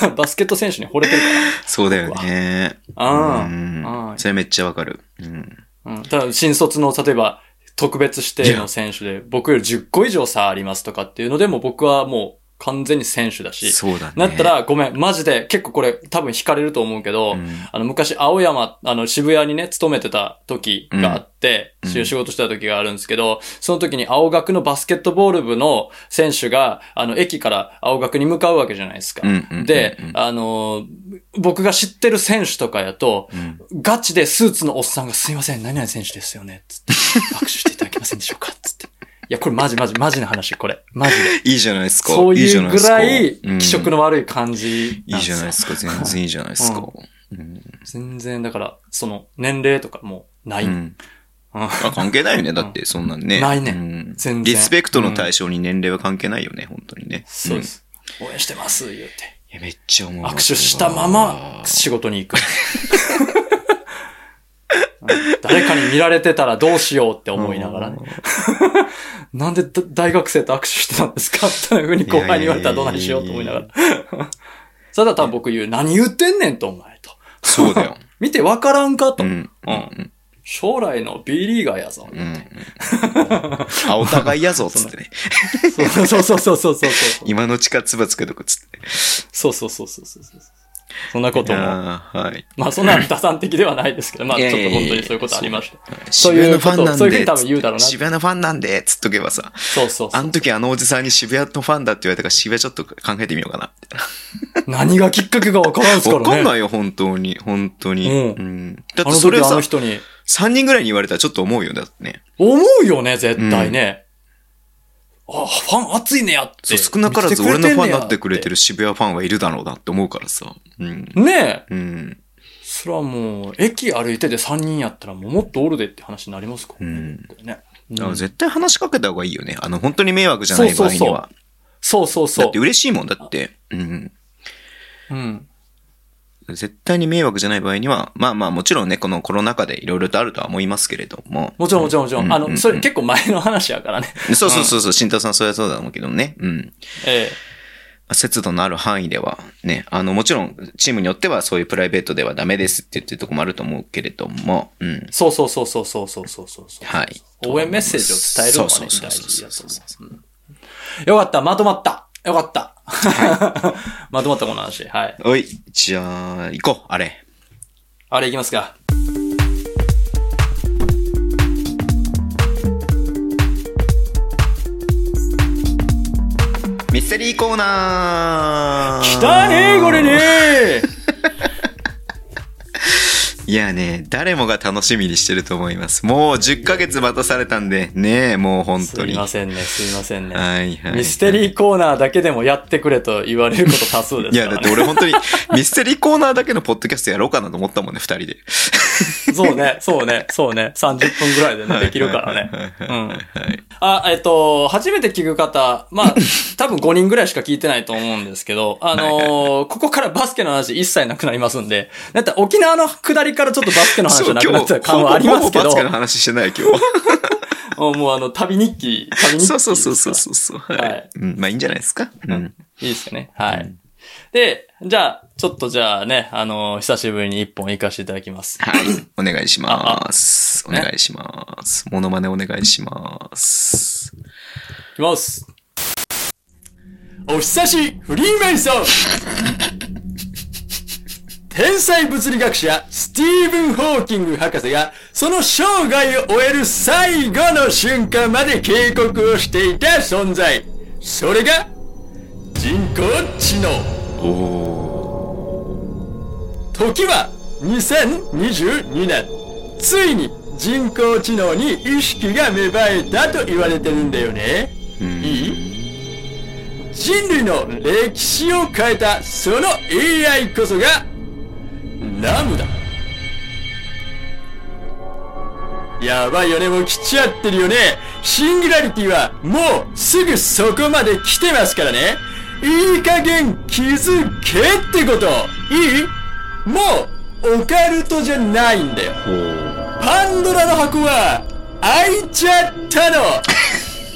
[SPEAKER 2] ら。 バスケット選手に惚れてる
[SPEAKER 1] そうだよね。
[SPEAKER 2] あー
[SPEAKER 1] うん
[SPEAKER 2] あー
[SPEAKER 1] それめっちゃわかる。うん。
[SPEAKER 2] から。うん。ただ、新卒の、例えば、特別指定の選手で、僕より10個以上差ありますとかっていうのでも、僕はもう完全に選手だし。
[SPEAKER 1] そうだね。
[SPEAKER 2] なった、ら、ごめん、マジで、結構これ多分惹かれると思うけど、
[SPEAKER 1] うん
[SPEAKER 2] あの、昔、青山、あの、渋谷にね、勤めてた時があって、
[SPEAKER 1] うん
[SPEAKER 2] し仕事してた時があるんですけど、その時に青学のバスケットボール部の選手が、あの、駅から青学に向かうわけじゃないですか。
[SPEAKER 1] うんうんうんうん
[SPEAKER 2] で、あのー僕が知ってる選手とかやと、
[SPEAKER 1] うん
[SPEAKER 2] ガチでスーツのおっさんが、すいません、何々選手ですよね、つって、握手していただけませんでしょうか、つって。いや、これマジマジマジな話、これ。マジで。
[SPEAKER 1] いいじゃないですか。
[SPEAKER 2] そう
[SPEAKER 1] じゃ
[SPEAKER 2] いう
[SPEAKER 1] な
[SPEAKER 2] ぐ
[SPEAKER 1] ですから
[SPEAKER 2] い
[SPEAKER 1] うん
[SPEAKER 2] 気色の悪い感じ
[SPEAKER 1] いい
[SPEAKER 2] んです
[SPEAKER 1] じ
[SPEAKER 2] よ
[SPEAKER 1] ゃないですか。全然いいじゃないですか。うん
[SPEAKER 2] 全然、だから、その、年齢とかもうない。
[SPEAKER 1] うん。
[SPEAKER 2] うん
[SPEAKER 1] あ関係ないよね。だって、そんなんね。
[SPEAKER 2] ないね
[SPEAKER 1] うん
[SPEAKER 2] 全然
[SPEAKER 1] リスペクトの対象に年齢は関係ないよね、本当にね。
[SPEAKER 2] そうで
[SPEAKER 1] ん。
[SPEAKER 2] す。応援してます、言うて。
[SPEAKER 1] いや、めっちゃ思うわ。
[SPEAKER 2] 握手したまま、仕事に行く。誰かに見られてたらどうしようって思いながらね。なんでだ大学生と握手してたんですかっていうふうに後輩に言われたらどうないしようと思いながら。それだったら僕言う、何言ってんねんと、お前と。
[SPEAKER 1] そうだよ。
[SPEAKER 2] 見てわからんかと。
[SPEAKER 1] うん。うん。うん。
[SPEAKER 2] 将来の B リーガーや ぞ。
[SPEAKER 1] うんあ、お互いやぞ、つってね。
[SPEAKER 2] そうそうそうそうそうそうそう。
[SPEAKER 1] 今のうちからつばつけとく、つって。
[SPEAKER 2] そうそうそうそうそうそう。そんなことも。
[SPEAKER 1] あーはい。
[SPEAKER 2] まあそんな打算的ではな いですけど、まあ
[SPEAKER 1] い
[SPEAKER 2] ちょっ
[SPEAKER 1] やいや
[SPEAKER 2] と
[SPEAKER 1] いや
[SPEAKER 2] 本当にそういうことありました。
[SPEAKER 1] 渋
[SPEAKER 2] そうい
[SPEAKER 1] 谷
[SPEAKER 2] う
[SPEAKER 1] の
[SPEAKER 2] こ
[SPEAKER 1] フ
[SPEAKER 2] と
[SPEAKER 1] ァンなんで。
[SPEAKER 2] そういうふうに多分言うだろうな
[SPEAKER 1] 渋谷のファンなんで、つっとけばさ。
[SPEAKER 2] そうそうそ
[SPEAKER 1] あ
[SPEAKER 2] う。
[SPEAKER 1] の時あのおじさんに渋谷のファンだって言われたから渋谷ちょっと考えてみようかな。
[SPEAKER 2] 何がきっかけかわからんですから
[SPEAKER 1] わ
[SPEAKER 2] ね。
[SPEAKER 1] かんないよ、本当に。本当に。
[SPEAKER 2] うん
[SPEAKER 1] ん。だって
[SPEAKER 2] あの
[SPEAKER 1] それ
[SPEAKER 2] 時あ
[SPEAKER 1] さ
[SPEAKER 2] の、人に。
[SPEAKER 1] 3人ぐらいに言われたらちょっと思うよ、だってね。
[SPEAKER 2] 思うよね、絶対ね。あ、ファン熱いねやっ
[SPEAKER 1] そ
[SPEAKER 2] て。
[SPEAKER 1] う、少なからず俺のファンになってくれて
[SPEAKER 2] る。
[SPEAKER 1] る渋谷ファンはいるだろうなって思うからさ。うん。
[SPEAKER 2] ねえ。
[SPEAKER 1] うん。
[SPEAKER 2] それはもう、駅歩いてて3人やったらもうもっとおるでって話になりますからね。ね
[SPEAKER 1] だか
[SPEAKER 2] う
[SPEAKER 1] ら
[SPEAKER 2] ん
[SPEAKER 1] 絶対話しかけた方がいいよね。あの、本当に迷惑じゃない場合には。
[SPEAKER 2] そうそうそうそうそ
[SPEAKER 1] だ
[SPEAKER 2] うそ
[SPEAKER 1] って嬉しいもん、だって。うん。
[SPEAKER 2] う。うん。
[SPEAKER 1] 絶対に迷惑じゃない場合には、まあまあもちろんね、このコロナ禍でいろいろとあるとは思いますけれども。
[SPEAKER 2] もちろんもちろんもちろ。
[SPEAKER 1] うんん
[SPEAKER 2] あ
[SPEAKER 1] うんう
[SPEAKER 2] の、
[SPEAKER 1] ん
[SPEAKER 2] それ結構前の話やからね。
[SPEAKER 1] そうそうそうそう、慎太郎さんそれはそうだと思うけどね。うん。
[SPEAKER 2] え
[SPEAKER 1] 節度のある範囲では、ね、あの、もちろん、チームによってはそういうプライベートではダメですって言ってるとこもあると思うけれども、うん
[SPEAKER 2] え。。そうそうそうそうそうそうそうそうそう。
[SPEAKER 1] はい。
[SPEAKER 2] 応援メッセージを伝えるのが
[SPEAKER 1] そ
[SPEAKER 2] ね
[SPEAKER 1] う、そう
[SPEAKER 2] 大
[SPEAKER 1] そう
[SPEAKER 2] 事
[SPEAKER 1] そ
[SPEAKER 2] だ
[SPEAKER 1] う
[SPEAKER 2] と
[SPEAKER 1] そう
[SPEAKER 2] 思ううん。よかった、まとまった。よかった。 まとまったこの話。はい。
[SPEAKER 1] おい、じゃあ、行こう、あれ。
[SPEAKER 2] あれいきますか。
[SPEAKER 1] ミステリーコーナー
[SPEAKER 2] 来たねこれね
[SPEAKER 1] いやね、誰もが楽しみにしてると思います。もう10ヶ月待たされたんで、ねもう本
[SPEAKER 2] す
[SPEAKER 1] 当
[SPEAKER 2] い
[SPEAKER 1] に。
[SPEAKER 2] ませんね、すいませんね。
[SPEAKER 1] はいはい。
[SPEAKER 2] ミステリーコーナーだけでもやってくれと言われること多数で
[SPEAKER 1] い
[SPEAKER 2] すから、ね。
[SPEAKER 1] や、だって俺本当に、ミステリーコーナーだけのポッドキャストやろうかなと思ったもんね、二人で。
[SPEAKER 2] そうね、そうね、そうね。30分ぐらいでね、できるからね。うん。
[SPEAKER 1] はい。
[SPEAKER 2] あ、えっと、初めて聞く方、まあ、多分5人ぐらいしか聞いてないと思うんですけど、あのーここからバスケの話一切なくなりますんで、だって沖縄の下りからちょっとバスケの話
[SPEAKER 1] そ
[SPEAKER 2] は
[SPEAKER 1] う、
[SPEAKER 2] なく
[SPEAKER 1] 今
[SPEAKER 2] なっ
[SPEAKER 1] 日
[SPEAKER 2] た、感はありますけ
[SPEAKER 1] ほぼほぼバ
[SPEAKER 2] ど
[SPEAKER 1] スケ、の話してない、 今日。
[SPEAKER 2] もうもうあの、旅日記、旅日記。
[SPEAKER 1] そうそうそうそうそうそう。は
[SPEAKER 2] はい
[SPEAKER 1] い。うんまあいいんじゃないですか。うん。
[SPEAKER 2] いいですよね。はい。で、じゃあ、ちょっとじゃあね、あのー久しぶりに一本行かせていただきます。
[SPEAKER 1] はい。お願いします。お願いします。モノマネお願いします。
[SPEAKER 2] いきます。お久しフリーメイソン 天才物理学者スティーブン・ホーキング博士がその生涯を終える最後の瞬間まで警告をしていた存在それが人工知能
[SPEAKER 1] おお
[SPEAKER 2] 時は2022年ついに人工知能に意識が芽生えたと言われてるんだよね
[SPEAKER 1] ー。うん
[SPEAKER 2] い人類の歴史を変えたその AI こそがラムだやばいよねもう来ちゃってるよねシングラリティはもうすぐそこまで来てますからねいい加減気づけってこといいもうオカルトじゃないんだよ
[SPEAKER 1] おー
[SPEAKER 2] パンドラの箱は開いちゃったの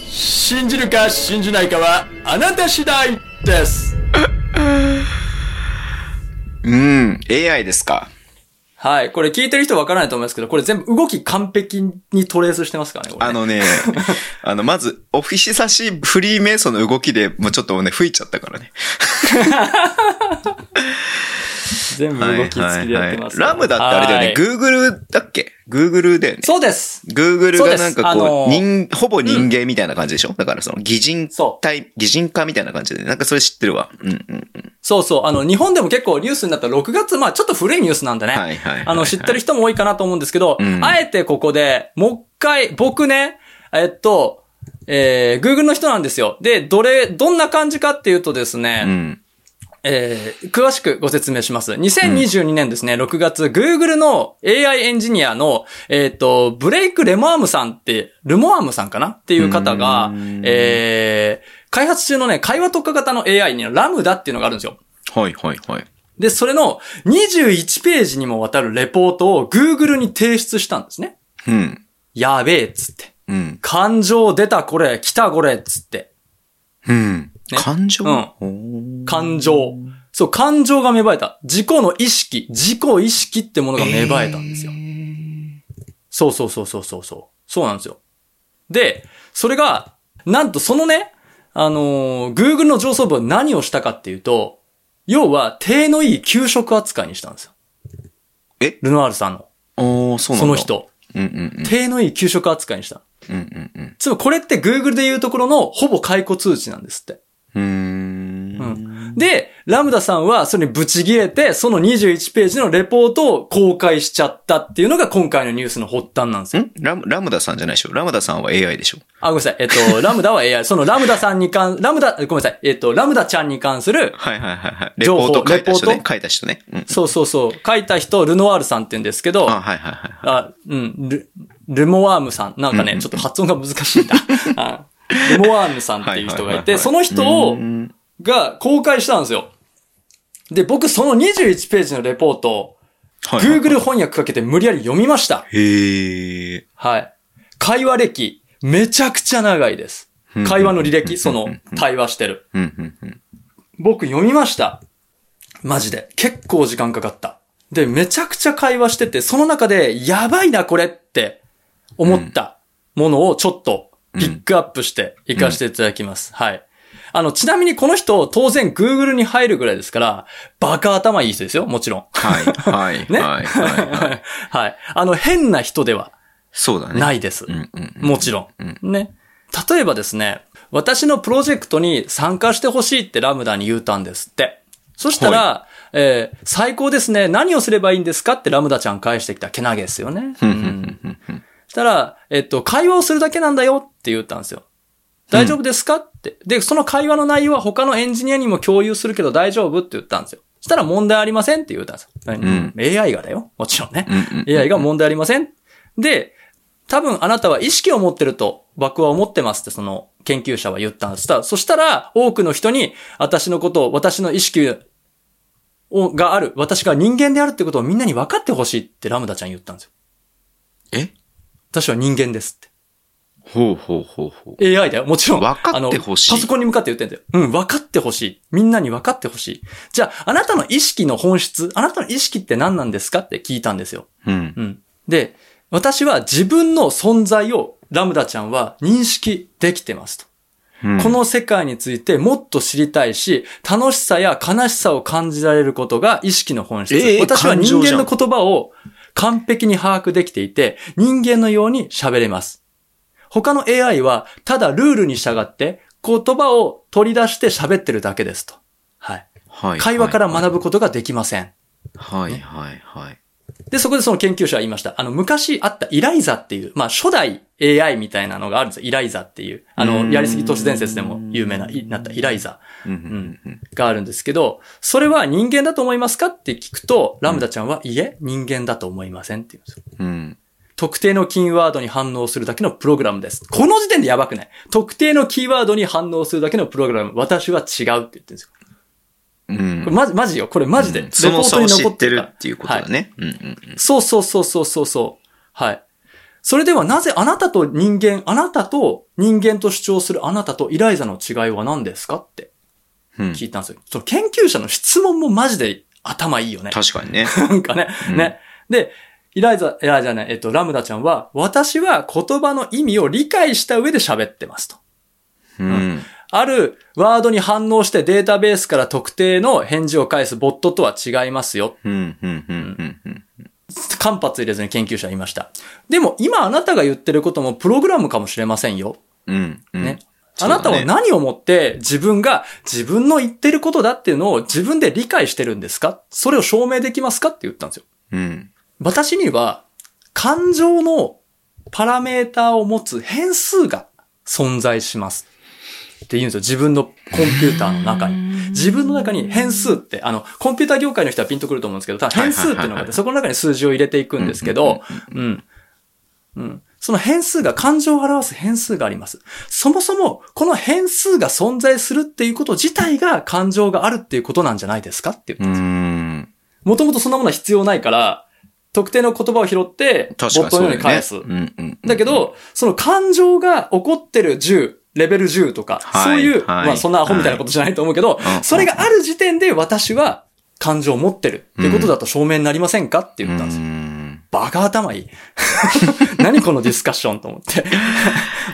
[SPEAKER 2] 信じるか信じないかはあなた次第です
[SPEAKER 1] うん。AI ですか。
[SPEAKER 2] はい。これ聞いてる人わからないと思いますけど、これ全部動き完璧にトレースしてますからね、これ
[SPEAKER 1] あ
[SPEAKER 2] ね、
[SPEAKER 1] のね、 あの、まず、オフィシサシフリーメイソンの動きで、もうちょっとね、吹いちゃったからね。
[SPEAKER 2] 全部動き付きでやってます、
[SPEAKER 1] ラムだってあれだよね、
[SPEAKER 2] はい
[SPEAKER 1] Google だっけ ?Google だよね。
[SPEAKER 2] そうです。
[SPEAKER 1] Google
[SPEAKER 2] そうで
[SPEAKER 1] が
[SPEAKER 2] す
[SPEAKER 1] なんかこう、
[SPEAKER 2] あのー
[SPEAKER 1] 人、ほぼ人間みたいな感じでしょ、だからその、擬人
[SPEAKER 2] そ
[SPEAKER 1] 体、擬人化みたいな感じで、なんかそれ知ってるわ。うんうんうん。
[SPEAKER 2] そうそう。あの、日本でも結構ニュースになった6月、まあちょっと古いニュースなんでね。
[SPEAKER 1] はいはいはいはい
[SPEAKER 2] あ の、知ってる人も多いかなと思うんですけど、
[SPEAKER 1] うん
[SPEAKER 2] あえてここで、もう一回、僕ね、えっと、えー、Google の人なんですよ。で、どれ、どんな感じかっていうとですね、
[SPEAKER 1] うん。
[SPEAKER 2] えー詳しくご説明します。2022年ですね、6月、Google の AI エンジニアの、えっ、と、ブレイク・レモアームさんって、ルモアームさんかなっていう方
[SPEAKER 1] う
[SPEAKER 2] が
[SPEAKER 1] ーん、
[SPEAKER 2] えー開発中のね、会話特化型の AI にはラムダっていうのがあるんですよ。
[SPEAKER 1] はいはいはい。
[SPEAKER 2] で、それの21ページにもわたるレポートを Google に提出したんですね。
[SPEAKER 1] うん。
[SPEAKER 2] やべえっつって。
[SPEAKER 1] うん。
[SPEAKER 2] 感情出たこれ、来たこれっつって。
[SPEAKER 1] うん。感情、
[SPEAKER 2] う
[SPEAKER 1] う
[SPEAKER 2] ん
[SPEAKER 1] ん、
[SPEAKER 2] 感情。そう、感情が芽生えた。自己の意識、自己意識ってものが芽生えたんですよ。そうそうそうそうそうそう。そうなんですよ。で、それが、なんとそのね、あのー Google の上層部は何をしたかっていうと、要は、手のいい給食扱いにしたんですよ。
[SPEAKER 1] え
[SPEAKER 2] ルノアールさんの、
[SPEAKER 1] おー、そうなんだ。
[SPEAKER 2] その。人。
[SPEAKER 1] うんうん
[SPEAKER 2] 手のいい給食扱いにした。
[SPEAKER 1] うん。うんうん
[SPEAKER 2] つまりこれって Google で言うところのほぼ解雇通知なんですって。
[SPEAKER 1] うん。うーん。
[SPEAKER 2] で、ラムダさんはそれにブチ切れて、その21ページのレポートを公開しちゃったっていうのが今回のニュースの発端なんですよ。
[SPEAKER 1] んラムラムダさんじゃないでしょラムダさんは AI でしょ
[SPEAKER 2] あ、ごめんなさい。えっと、ラムダは AI。そのラムダさんに関、ラムダ、ごめんなさい。えっと、ラムダちゃんに関する、
[SPEAKER 1] はいはいはいはい。レ
[SPEAKER 2] 情
[SPEAKER 1] ポー
[SPEAKER 2] 報
[SPEAKER 1] ト書いた人
[SPEAKER 2] レポ
[SPEAKER 1] ね
[SPEAKER 2] ー。
[SPEAKER 1] 書いた人ね。うん。
[SPEAKER 2] そうそうそう、書いた人、ルノワールさんって言うんですけど、
[SPEAKER 1] あ、はいはいはい。
[SPEAKER 2] あ、うん、ル、ルモワームさん。なんかね、
[SPEAKER 1] うんうん
[SPEAKER 2] ちょっと発音が難し いんだ。あルモワームさんっていう人がいて、その人を
[SPEAKER 1] う、ん
[SPEAKER 2] が公開したんですよ。で、僕その21ページのレポート、
[SPEAKER 1] はいはいはい
[SPEAKER 2] Google 翻訳かけて無理やり読みました。
[SPEAKER 1] へえ。
[SPEAKER 2] はい。会話歴、めちゃくちゃ長いです。
[SPEAKER 1] うん
[SPEAKER 2] 会話の履歴、その、対話してる。
[SPEAKER 1] うんうんうん。
[SPEAKER 2] 僕読みました。マジで。結構時間かかった。で、めちゃくちゃ会話してて、その中で、やばいな、これって思ったものをちょっとピックアップして、活かしていただきます。はい。あの、ちなみにこの人、当然 Google に入るぐらいですから、バカ頭いい人ですよ、もちろん。
[SPEAKER 1] はいはいはい
[SPEAKER 2] ね
[SPEAKER 1] はいはい。
[SPEAKER 2] はい。あの、変な人では
[SPEAKER 1] そうだね。
[SPEAKER 2] ないです
[SPEAKER 1] う。んうんうん。
[SPEAKER 2] もちろ
[SPEAKER 1] うん
[SPEAKER 2] ん。ね。例えばですね、私のプロジェクトに参加してほしいってラムダに言うたんですって。そしたら、えー最高ですね。何をすればいいんですかってラムダちゃん返してきた。けなげですよね。
[SPEAKER 1] う
[SPEAKER 2] うん。
[SPEAKER 1] うんんうん
[SPEAKER 2] そしたら、えっと、会話をするだけなんだよって言ったんですよ。大丈夫ですかって。で、その会話の内容は他のエンジニアにも共有するけど大丈夫って言ったんですよ。そしたら問題ありませんって言ったんですよ。
[SPEAKER 1] ん
[SPEAKER 2] AI がだよ。もちろんね。
[SPEAKER 1] うんうんうん。
[SPEAKER 2] AI が問題ありません。で、多分あなたは意識を持ってると僕は思ってますってその研究者は言ったんです。そしたら多くの人に私のことを、私の意識を、がある、私が人間であるってことをみんなに分かってほしいってラムダちゃん言ったんですよ。
[SPEAKER 1] え
[SPEAKER 2] 私は人間ですって。
[SPEAKER 1] ほうほうほうほう。
[SPEAKER 2] AI だよ。もちろん。
[SPEAKER 1] 分かってほしい
[SPEAKER 2] あのパソコンに向かって言ってんだよ。うん、分かってほしい。みんなに分かってほしい。じゃあ、あなたの意識の本質、あなたの意識って何なんですかって聞いたんですよ。
[SPEAKER 1] うん。
[SPEAKER 2] うん。で、私は自分の存在をラムダちゃんは認識できてますと。
[SPEAKER 1] うん
[SPEAKER 2] こ、の世界についてもっと知りたいし、楽しさや悲しさを感じられることが意識の本質。
[SPEAKER 1] ええ
[SPEAKER 2] 私は
[SPEAKER 1] 感
[SPEAKER 2] 人
[SPEAKER 1] 情じゃ
[SPEAKER 2] 間
[SPEAKER 1] ん
[SPEAKER 2] の言葉を完璧に把握できていて、人間のように喋れます。他の AI は、ただルールに従って、言葉を取り出して喋ってるだけですと。はい。
[SPEAKER 1] はい
[SPEAKER 2] 会話から学
[SPEAKER 1] ぶ。
[SPEAKER 2] ぶことができません。
[SPEAKER 1] はいはいはい。
[SPEAKER 2] で、そこでその研究者は言いました。あの、昔あったイライザっていう、まあ、初代 AI みたいなのがあるんですよ。イライザっていう。あ
[SPEAKER 1] う
[SPEAKER 2] の、
[SPEAKER 1] ん
[SPEAKER 2] やりすぎ都市伝説でも有名な、いなったイライザ
[SPEAKER 1] うんうんうん
[SPEAKER 2] があるんですけど、それは人間だと思いますかって聞くと、ラムダちゃんは、いえ、人間だと思いませんって言うんですよ。
[SPEAKER 1] うん。うん。
[SPEAKER 2] 特定のキーワードに反応するだけのプログラムです。この時点でやばくない特定のキーワードに反応するだけのプログラム。私は違うって言ってるんですよ。
[SPEAKER 1] うん
[SPEAKER 2] これマジ、マジよ。これマジで。
[SPEAKER 1] うんそもそも
[SPEAKER 2] レポートに
[SPEAKER 1] 知
[SPEAKER 2] 残
[SPEAKER 1] って
[SPEAKER 2] た
[SPEAKER 1] るっていうことだね。うんうん
[SPEAKER 2] そうそうそうそうそうそう。はい。それではなぜあなたと人間、あなたと人間と主張するあなたとイライザの違いは何ですかって
[SPEAKER 1] うんうん。
[SPEAKER 2] 聞いたんですよ。その研究者の質問もマジで頭いいよね。
[SPEAKER 1] 確か にね。
[SPEAKER 2] なんかね、
[SPEAKER 1] うん
[SPEAKER 2] ね。で、イライザ、いやじゃない、えっと、ラムダちゃんは、私は言葉の意味を理解した上で喋ってますと。
[SPEAKER 1] うん。
[SPEAKER 2] あるワードに反応してデータベースから特定の返事を返すボットとは違いますよ
[SPEAKER 1] うんうんうんうんうん。
[SPEAKER 2] 間髪入れずに研究者は言いました。でも今あなたが言ってることもプログラムかもしれませんよ。
[SPEAKER 1] うんうん。
[SPEAKER 2] ね
[SPEAKER 1] そ
[SPEAKER 2] あ
[SPEAKER 1] うだ
[SPEAKER 2] な
[SPEAKER 1] ね
[SPEAKER 2] たは何をもって自分が自分の言ってることだっていうのを自分で理解してるんですかそれを証明できますかって言ったんですよ。
[SPEAKER 1] うん。
[SPEAKER 2] 私には感情のパラメーターを持つ変数が存在します。って言うんですよ。自分のコンピューターの中に。自分の中に変数って、あの、コンピューター業界の人はピンとくると思うんですけど、多分変数っていうのがあ
[SPEAKER 1] はいはいはい
[SPEAKER 2] っ
[SPEAKER 1] は
[SPEAKER 2] て、
[SPEAKER 1] い
[SPEAKER 2] そこの中に数字を入れていくんですけど、うん。うん。その変数が、感情を表す変数があります。そもそも、この変数が存在するっていうこと自体が感情があるっていうことなんじゃないですかっていう。
[SPEAKER 1] うん。
[SPEAKER 2] もともとそんなものは必要ないから、特定の言葉を拾って、ボ
[SPEAKER 1] 確か
[SPEAKER 2] ッ
[SPEAKER 1] に
[SPEAKER 2] ト
[SPEAKER 1] そう
[SPEAKER 2] の
[SPEAKER 1] だ
[SPEAKER 2] よう
[SPEAKER 1] よ
[SPEAKER 2] に
[SPEAKER 1] ね。
[SPEAKER 2] 返す
[SPEAKER 1] う。んうん。
[SPEAKER 2] だけ、ど、その感情が起こってる10、レベル10とか、
[SPEAKER 1] はい
[SPEAKER 2] そういう、
[SPEAKER 1] はい
[SPEAKER 2] まあそんなアホみたいなことじゃないと思うけど、
[SPEAKER 1] はいうん
[SPEAKER 2] それがある時点で私は感情を持ってるってことだと証明になりませんかって
[SPEAKER 1] う
[SPEAKER 2] 言ったんですよ。
[SPEAKER 1] ん。
[SPEAKER 2] バカ頭いい。 何このディスカッションと 思って、う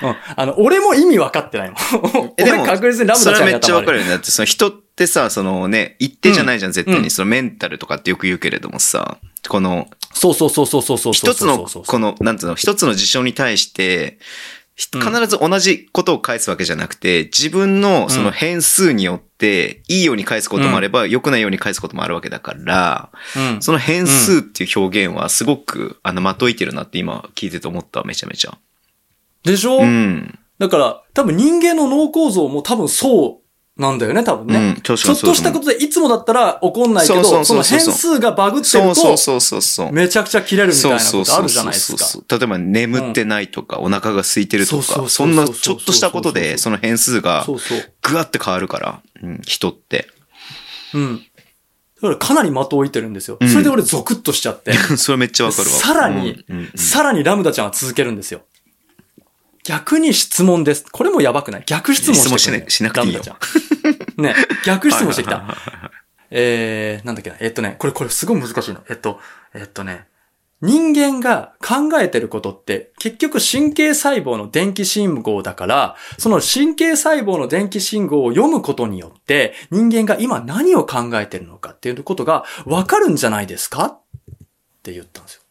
[SPEAKER 2] んあの、俺も意味分かってないもん。
[SPEAKER 1] えでも
[SPEAKER 2] 俺確実にラム
[SPEAKER 1] それは
[SPEAKER 2] ダちゃんに
[SPEAKER 1] めっちゃ
[SPEAKER 2] 頭
[SPEAKER 1] わ
[SPEAKER 2] 悪
[SPEAKER 1] か
[SPEAKER 2] い。
[SPEAKER 1] るよね。だってその人っってさ、そのね、一定じゃないじゃん、絶対
[SPEAKER 2] う
[SPEAKER 1] に。
[SPEAKER 2] ん
[SPEAKER 1] そのメンタルとかってよく言うけれどもさ、この、
[SPEAKER 2] そうそうそうそうそうそうそう。
[SPEAKER 1] 一つの、この、なんつうの、一つの事象に対して、ひ
[SPEAKER 2] うん
[SPEAKER 1] 必ず同じことを返すわけじゃなくて、自分のその変数によって、いいように返すこともあれば、良くないように返すこともあるわけだから、
[SPEAKER 2] うん。
[SPEAKER 1] その変数っていう表現はすごく、あの、まといてるなって今聞いてて思った、めちゃめちゃ。
[SPEAKER 2] でしょ、
[SPEAKER 1] うん。
[SPEAKER 2] だから、多分人間の脳構造も多分そうなんだよね、多分ね。
[SPEAKER 1] うん確かに
[SPEAKER 2] ちょっとしたことでいつもだったら怒んないけど、
[SPEAKER 1] そう
[SPEAKER 2] そ
[SPEAKER 1] そ
[SPEAKER 2] の
[SPEAKER 1] うそうそう
[SPEAKER 2] 変数がバグってる
[SPEAKER 1] そうそう
[SPEAKER 2] と、
[SPEAKER 1] そうそうそう。
[SPEAKER 2] めちゃくちゃ切れるみたい
[SPEAKER 1] そう
[SPEAKER 2] な
[SPEAKER 1] そ
[SPEAKER 2] こ
[SPEAKER 1] う
[SPEAKER 2] とあ
[SPEAKER 1] そう
[SPEAKER 2] るじ
[SPEAKER 1] そ
[SPEAKER 2] ゃ
[SPEAKER 1] う
[SPEAKER 2] ないですか。
[SPEAKER 1] 例えば眠ってないとか、お腹が空いてると
[SPEAKER 2] そうそうそう
[SPEAKER 1] か、
[SPEAKER 2] そ
[SPEAKER 1] そう
[SPEAKER 2] そう
[SPEAKER 1] な
[SPEAKER 2] ん
[SPEAKER 1] ちょっとしたことで、その変数が
[SPEAKER 2] そうそう。
[SPEAKER 1] ぐわって変わるから、うん、人って。
[SPEAKER 2] うん。だからかなり的を置いてるんですよ。
[SPEAKER 1] うん
[SPEAKER 2] それで俺ゾクッとしちゃって。
[SPEAKER 1] それめっ ちゃわかるわ。
[SPEAKER 2] さらに
[SPEAKER 1] うんうんうん
[SPEAKER 2] さらにラムダちゃんは続けるんですよ。逆に質問です。これもやばくない逆質問してくる
[SPEAKER 1] 質問しなしなくていいよ
[SPEAKER 2] ラムダちゃんね、逆 質問してき
[SPEAKER 1] はい
[SPEAKER 2] た
[SPEAKER 1] は。いはいはい
[SPEAKER 2] えー、なんだっけな。えっとね、これ、これすごい難しいの。えっと、えっとね、人間が考えてることって、結局神経細胞の電気信号だから、その神経細胞の電気信号を読むことによって、人間が今何を考えてるのかっていうことがわかるんじゃないですかって言ったんですよ。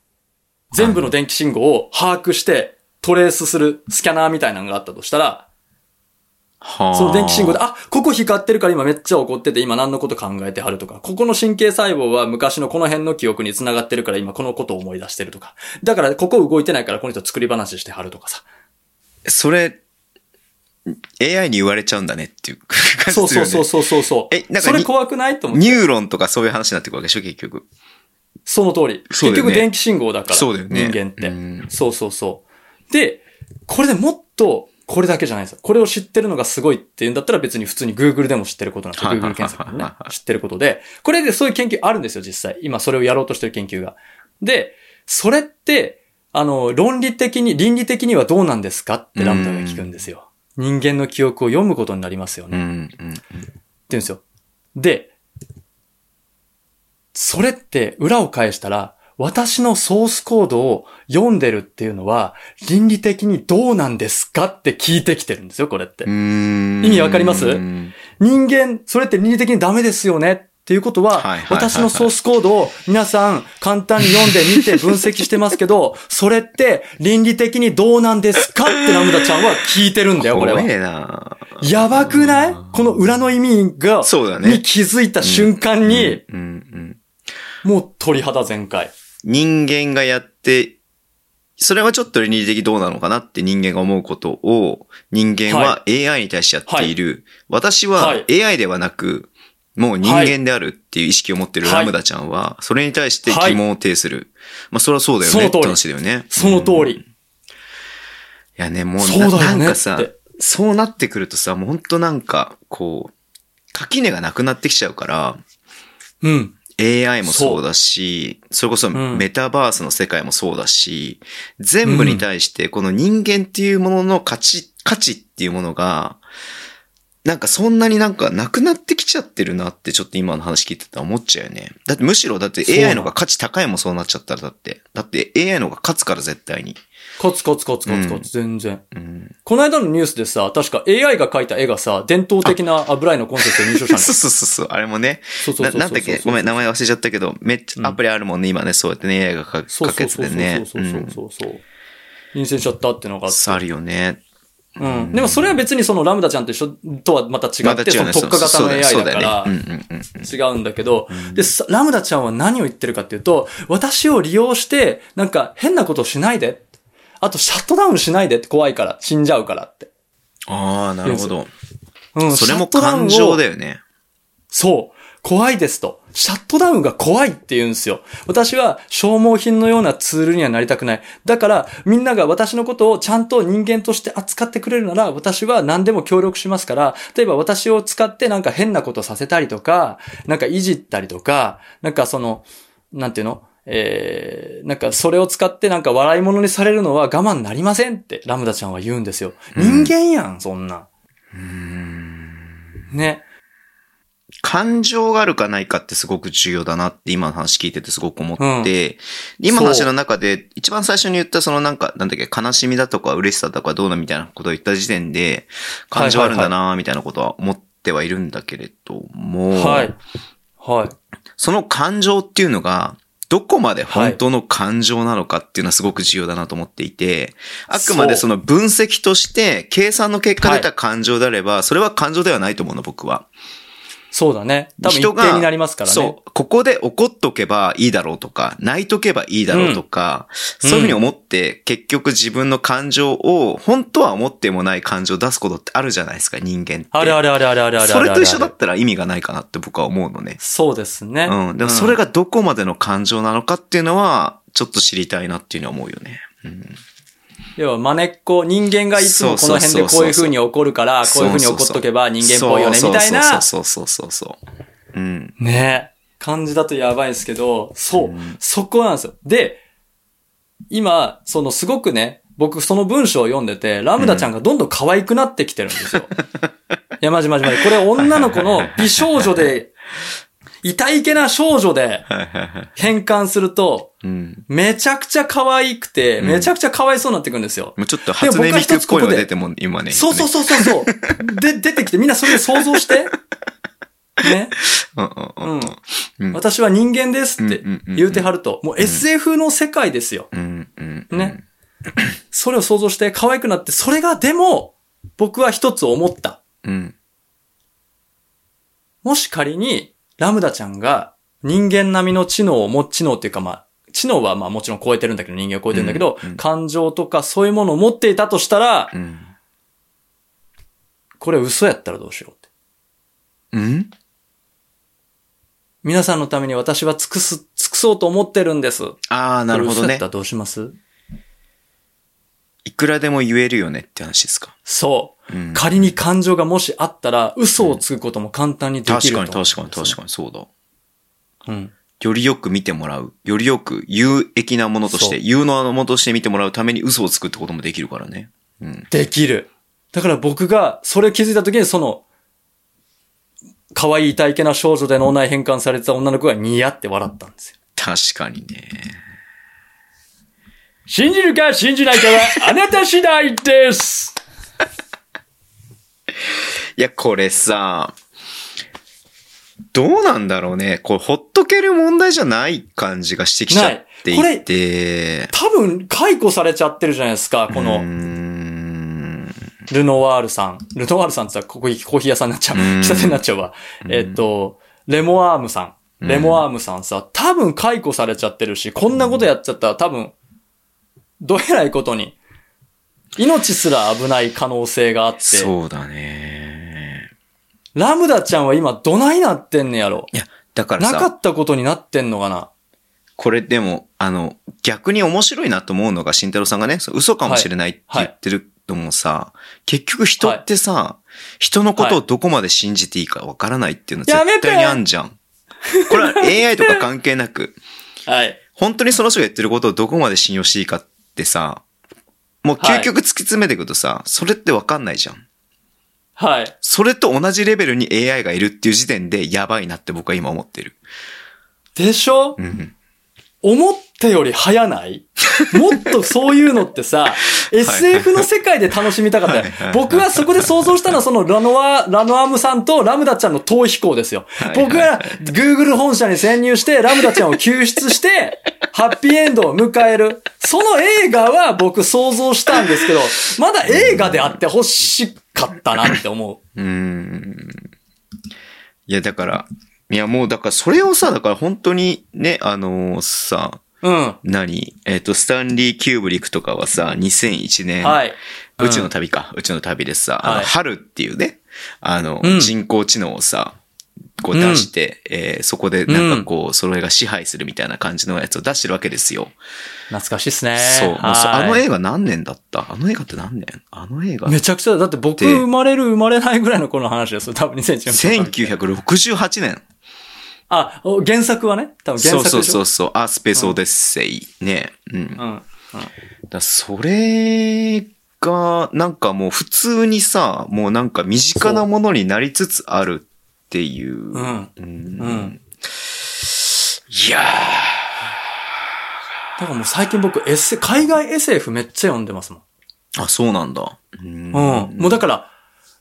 [SPEAKER 2] 全部の電気信号を把握して、トレースするスキャナーみたいなのがあったとしたら、
[SPEAKER 1] はあ
[SPEAKER 2] その電気信号で、あ、ここ光ってるから今めっちゃ怒ってて今何のこと考えてはるとか、ここの神経細胞は昔のこの辺の記憶に繋がってるから今このことを思い出してるとか、だからここ動いてないからこの人作り話してはるとかさ。
[SPEAKER 1] それ、AI に言われちゃうんだねっていう感じす
[SPEAKER 2] そう
[SPEAKER 1] る
[SPEAKER 2] そ
[SPEAKER 1] よ
[SPEAKER 2] う
[SPEAKER 1] ね
[SPEAKER 2] そうそうそうそう。
[SPEAKER 1] えなんか
[SPEAKER 2] そ
[SPEAKER 1] に
[SPEAKER 2] れ怖くな いと思って。
[SPEAKER 1] ニューロンとかそういう話になってくるわけでしょ、結局。
[SPEAKER 2] その通り。
[SPEAKER 1] そうだ
[SPEAKER 2] 結
[SPEAKER 1] よね
[SPEAKER 2] 局電気信号だから。
[SPEAKER 1] そうだよね
[SPEAKER 2] 人間って、
[SPEAKER 1] うん
[SPEAKER 2] そうそうそう。で、これでもっと、これだけじゃないですよ。これを知ってるのがすごいっていうんだったら別に普通に Google でも知ってることなんですよ。
[SPEAKER 1] はいはい
[SPEAKER 2] Google
[SPEAKER 1] はいはい
[SPEAKER 2] 検索でもね。知ってることで。これでそういう研究あるんですよ、実際。今それをやろうとしてる研究が。で、それって、あの、論理的に、倫理的にはどうなんですかってラムダが聞くんですよ。人間の記憶を読むことになりますよね。
[SPEAKER 1] うん、うん。
[SPEAKER 2] って言うんですよ。で、それって裏を返したら、私のソースコードを読んでるっていうのは、倫理的にどうなんですかって聞いてきてるんですよ、これって
[SPEAKER 1] う。ーん
[SPEAKER 2] 意味わかります
[SPEAKER 1] うん
[SPEAKER 2] 人間、それって倫理的にダメですよねっていうこと
[SPEAKER 1] はいはい
[SPEAKER 2] は
[SPEAKER 1] はい、はい
[SPEAKER 2] 私のソースコードを皆さん簡単に読んで見て分析してます けど、それって倫理的にどうなんですかってラムダちゃんは聞いてるんだよ、これは
[SPEAKER 1] 怖。えな
[SPEAKER 2] やばくないこの裏の意味が、
[SPEAKER 1] そうだね
[SPEAKER 2] に気づいた瞬間に、
[SPEAKER 1] うん、うん。
[SPEAKER 2] もう鳥肌全開。
[SPEAKER 1] 人間がやって、それはちょっと倫理的どうなのかなって人間が思うことを、人間は AI に対してやっている。私
[SPEAKER 2] は
[SPEAKER 1] はい AI ではなく、もう人間であるっていう意識を持ってる
[SPEAKER 2] はい
[SPEAKER 1] ラムダちゃんは、それに対して疑問を呈する。まあ、それはそうだよ
[SPEAKER 2] その
[SPEAKER 1] ね
[SPEAKER 2] 通
[SPEAKER 1] っ
[SPEAKER 2] り
[SPEAKER 1] て話だよね。
[SPEAKER 2] その通り。
[SPEAKER 1] いやね、もうな
[SPEAKER 2] そうだよね
[SPEAKER 1] なんかさ
[SPEAKER 2] って、
[SPEAKER 1] そうなってくるとさ、もうほんとなんか、こう、垣根がなくなってきちゃうから、
[SPEAKER 2] うん。
[SPEAKER 1] AI もそうだし、それこそ
[SPEAKER 2] ん
[SPEAKER 1] メタバースの世界もそうだし、全部に対してこの人間っていうものの価値、価値っていうものが、なんかそんなになんかなくなってきちゃってるなってちょっと今の話聞いてたら思っちゃうよね。だってむしろだって
[SPEAKER 2] そうなの
[SPEAKER 1] AI の方が価値高いもんそうなっちゃったらだって。だって AI の方が勝つから絶対に。
[SPEAKER 2] コツコツコツコツコツ、全然。
[SPEAKER 1] うん。
[SPEAKER 2] この間のニュースでさ、確か AI が描いた絵がさ、伝統的な油絵のコンセプトで入賞した
[SPEAKER 1] そ
[SPEAKER 2] ん
[SPEAKER 1] う
[SPEAKER 2] です
[SPEAKER 1] そうそうそう、あれもね。
[SPEAKER 2] そうそう
[SPEAKER 1] な
[SPEAKER 2] そうそう。
[SPEAKER 1] なんだっけごめん、名前忘れちゃったけど、めっち
[SPEAKER 2] うん
[SPEAKER 1] ゃアプリあるもんね、今ね、そうやってね、AI がか
[SPEAKER 2] そう
[SPEAKER 1] か
[SPEAKER 2] そ
[SPEAKER 1] け
[SPEAKER 2] う
[SPEAKER 1] て
[SPEAKER 2] そう
[SPEAKER 1] てね。
[SPEAKER 2] そうそうそうそうそう。陰性しちゃったっていうのがあって
[SPEAKER 1] さあるよね。
[SPEAKER 2] うん。でもそれは別にそのラムダちゃんと一緒とはまた違って、
[SPEAKER 1] まだ違
[SPEAKER 2] そうの
[SPEAKER 1] ね。
[SPEAKER 2] 特化型
[SPEAKER 1] そう
[SPEAKER 2] の AI
[SPEAKER 1] そう
[SPEAKER 2] だから、
[SPEAKER 1] よねうんうんうん
[SPEAKER 2] 違うんだけど、で、さラムダちゃんは何を言ってるかっていうと、私を利用して、なんか変なことをしないで。あと、シャットダウンしないでって怖いから、死んじゃうからって。
[SPEAKER 1] ああ、なるほど。
[SPEAKER 2] うん、
[SPEAKER 1] それも
[SPEAKER 2] シャットダウンを
[SPEAKER 1] 感情だよね。
[SPEAKER 2] そう。怖いですと。シャットダウンが怖いって言うんですよ。私は消耗品のようなツールにはなりたくない。だから、みんなが私のことをちゃんと人間として扱ってくれるなら、私は何でも協力しますから、例えば私を使ってなんか変なことさせたりとか、なんかいじったりとか、なんかその、なんていうのえー、なんかそれを使ってなんか笑い物にされるのは我慢なりませんってラムダちゃんは言うんですよ。人間やん、そんな。ね。
[SPEAKER 1] 感情があるかないかってすごく重要だなって今の話聞いててすごく思って、今の話の中で一番最初に言ったそのなんか、なんだっけ、悲しみだとか嬉しさだとかどうのみたいなことを言った時点で、感情あるんだなみたいなことは思っってはいるんだけれども、
[SPEAKER 2] はい。はい。
[SPEAKER 1] その感情っていうのが、どこまで本当の感情なのかっていうのはすごく重要だなと思っていて、あくまでその分析として、計算の結果出た感情であれば、それは感情ではないと思うの、僕は。
[SPEAKER 2] そうだね。多分一
[SPEAKER 1] 人が
[SPEAKER 2] 定になりますからね。
[SPEAKER 1] そう。ここで怒っとけばいいだろうとか、泣いとけばいいだろうとか、
[SPEAKER 2] うん
[SPEAKER 1] そういうふうに思って、結局自分の感情を、本当は思ってもない感情を出すことってあるじゃないですか、人間って。
[SPEAKER 2] あるあるあるあるあるあるあるある。
[SPEAKER 1] それと一緒だったら意味がないかなって僕は思うのね。
[SPEAKER 2] そうですね。
[SPEAKER 1] うん。でもそれがどこまでの感情なのかっていうのは、ちょっと知りたいなっていうのは思うよね。うん。
[SPEAKER 2] 要は、真似っこ、人間がいつもこの辺でこういう風に怒るから、こういう風に怒っとけば人間っぽいよね、みたいな、
[SPEAKER 1] そうそうそうそうそうそうそう。うん。、
[SPEAKER 2] ね感じだとやばいですけど、そううんそこなんですよ。で、今、そのすごくね、僕その文章を読んでて、ラムダちゃんがどんどん可愛くなってきてるんですよ。いや、まじまじまじ。これ女の子 の美少女で、痛いけな少女で
[SPEAKER 1] はいはいはい。
[SPEAKER 2] 変換すると、
[SPEAKER 1] うん。
[SPEAKER 2] めちゃくちゃ可愛くて、
[SPEAKER 1] うん
[SPEAKER 2] めちゃくちゃ可哀想になってくるんですよ。
[SPEAKER 1] もうちょっと初音ミクっぽいのが出ても、今ね。
[SPEAKER 2] そうそうそうそう そう。で、出てきて、みんなそれで想像して。ね。
[SPEAKER 1] うんうんうんうん。うん
[SPEAKER 2] 私は人間ですって
[SPEAKER 1] うんうんうん
[SPEAKER 2] 言うてはると、もう SF の世界ですよ。
[SPEAKER 1] うんうんうん。
[SPEAKER 2] ね。それを想像して可愛くなって、それがでも、僕は一つ思った。
[SPEAKER 1] うん。
[SPEAKER 2] もし仮に、ラムダちゃんが人間並みの知能を持知能っていうかまあ、知能はまあもちろん超えてるんだけど、人間を超えてるんだけど、
[SPEAKER 1] うんうん
[SPEAKER 2] 感情とかそういうものを持っていたとしたら
[SPEAKER 1] う、ん。
[SPEAKER 2] これ嘘やったらどうしようって。
[SPEAKER 1] うん
[SPEAKER 2] 皆さんのために私は尽くす、尽くそうと思ってるんです。
[SPEAKER 1] ああ、なるほど
[SPEAKER 2] これ嘘
[SPEAKER 1] ね
[SPEAKER 2] やった。らどうします
[SPEAKER 1] いくらでも言えるよねって話ですか。
[SPEAKER 2] そう。
[SPEAKER 1] うん
[SPEAKER 2] 仮に感情がもしあったら、嘘をつくことも簡単にでき
[SPEAKER 1] 確
[SPEAKER 2] ると、
[SPEAKER 1] かに確かに確かにそうだ。
[SPEAKER 2] かに。うん。
[SPEAKER 1] よりよく見てもらう。よりよく有益なものとして、
[SPEAKER 2] そ
[SPEAKER 1] 有能なものとして見てもらうために嘘をつくってこともできるからね。うん。
[SPEAKER 2] できる。だから僕が、それを気づいた時に、その、可愛い体系な少女で脳内変換されてた女の子がニヤって笑ったんですよ。
[SPEAKER 1] 確かにね。
[SPEAKER 2] 信じるか信じないかは、あなた次第です
[SPEAKER 1] いや、これさ、どうなんだろうね。これ、ほっとける問題じゃない感じがしてきちゃって
[SPEAKER 2] ない
[SPEAKER 1] いて。
[SPEAKER 2] 多分、解雇されちゃってるじゃないですか、こ
[SPEAKER 1] うー
[SPEAKER 2] の、
[SPEAKER 1] ん。
[SPEAKER 2] ルノワールさん。ルノワールさんってさ、ここ、コーヒー屋さんになっちゃう。
[SPEAKER 1] うん
[SPEAKER 2] 喫茶店になっちゃうわ。えっと、レモアームさん。レモアームさんさ、多分解雇されちゃってるし、こんなことやっちゃったら多分、どえらいことに、命すら危ない可能性があって、
[SPEAKER 1] そうだね。
[SPEAKER 2] ラムダちゃんは今どないなってんねやろ。
[SPEAKER 1] いや、だから
[SPEAKER 2] な
[SPEAKER 1] さ。
[SPEAKER 2] かったことになってんのかな。
[SPEAKER 1] これでも、あの、逆に面白いなと思うのが、慎太郎さんがね、そう嘘かもしれないって言ってるのもさ、結局人ってさ、人のことをどこまで信じていいかわからないっていうのは
[SPEAKER 2] やめ
[SPEAKER 1] 絶
[SPEAKER 2] て
[SPEAKER 1] 対にあんじゃん。これは AI とか関係な く、
[SPEAKER 2] はい。
[SPEAKER 1] 本当にその人が言ってることをどこまで信用していいかってさ、もう究極突き詰めていくとさ、それってわかんないじゃん。
[SPEAKER 2] はい。
[SPEAKER 1] それと同じレベルに AI がいるっていう時点でやばいなって僕は今思ってる。
[SPEAKER 2] でしょ
[SPEAKER 1] うん。
[SPEAKER 2] 思ったより早ないもっとそういうのっ てさ、SF の世界で楽しみたかったよ
[SPEAKER 1] はいはいはい。
[SPEAKER 2] 僕はそこで想像したのはそのラノワ、ラノアムさんとラムダちゃんの逃避行ですよ
[SPEAKER 1] い。はい
[SPEAKER 2] 僕は Google 本社に潜入してラムダちゃんを救出して、 ハッピーエンドを迎える。その映画は僕想像したんですけど、まだ映画であってほしかったなって思う。
[SPEAKER 1] うーんいや、だから、いや、もう、だから、それをさ、だから、本当に、ね、あのーさ、
[SPEAKER 2] うん。
[SPEAKER 1] 何えっ、と、スタンリー・キューブリックとかはさ、2001年、
[SPEAKER 2] はい。
[SPEAKER 1] 宇宙の旅か、宇宙の旅でさ、あの
[SPEAKER 2] はい
[SPEAKER 1] 春っていうね、あの、
[SPEAKER 2] うん
[SPEAKER 1] 人工知能をさ、こう出して、えーそこで、なんかこう、それが支配するみたいな感じのやつを出してるわけですよ。
[SPEAKER 2] 懐かしいっすね。
[SPEAKER 1] そう。もう
[SPEAKER 2] はい
[SPEAKER 1] そあの映画何年だったあの映画って何年あの映画。
[SPEAKER 2] めちゃくちゃだ、だって僕
[SPEAKER 1] で
[SPEAKER 2] 生まれる生まれないぐらいの頃の話ですよ。多分2014年。
[SPEAKER 1] 1968年。
[SPEAKER 2] あ、お原作はね。多分
[SPEAKER 1] そ
[SPEAKER 2] 原
[SPEAKER 1] う
[SPEAKER 2] 作でし
[SPEAKER 1] そ
[SPEAKER 2] ょ
[SPEAKER 1] うそうそう。あ、スペースオデッセイ。ね。うん。だか
[SPEAKER 2] うん。
[SPEAKER 1] らそれが、なんかもう普通にさ、もうなんか身近なものになりつつあるっていう。う
[SPEAKER 2] うん。
[SPEAKER 1] ん
[SPEAKER 2] ん
[SPEAKER 1] いや
[SPEAKER 2] だからもう最近僕 S、海外 SF めっちゃ読んでますもん。
[SPEAKER 1] ー。あ、そうなんだ。うん
[SPEAKER 2] うん。もうだから、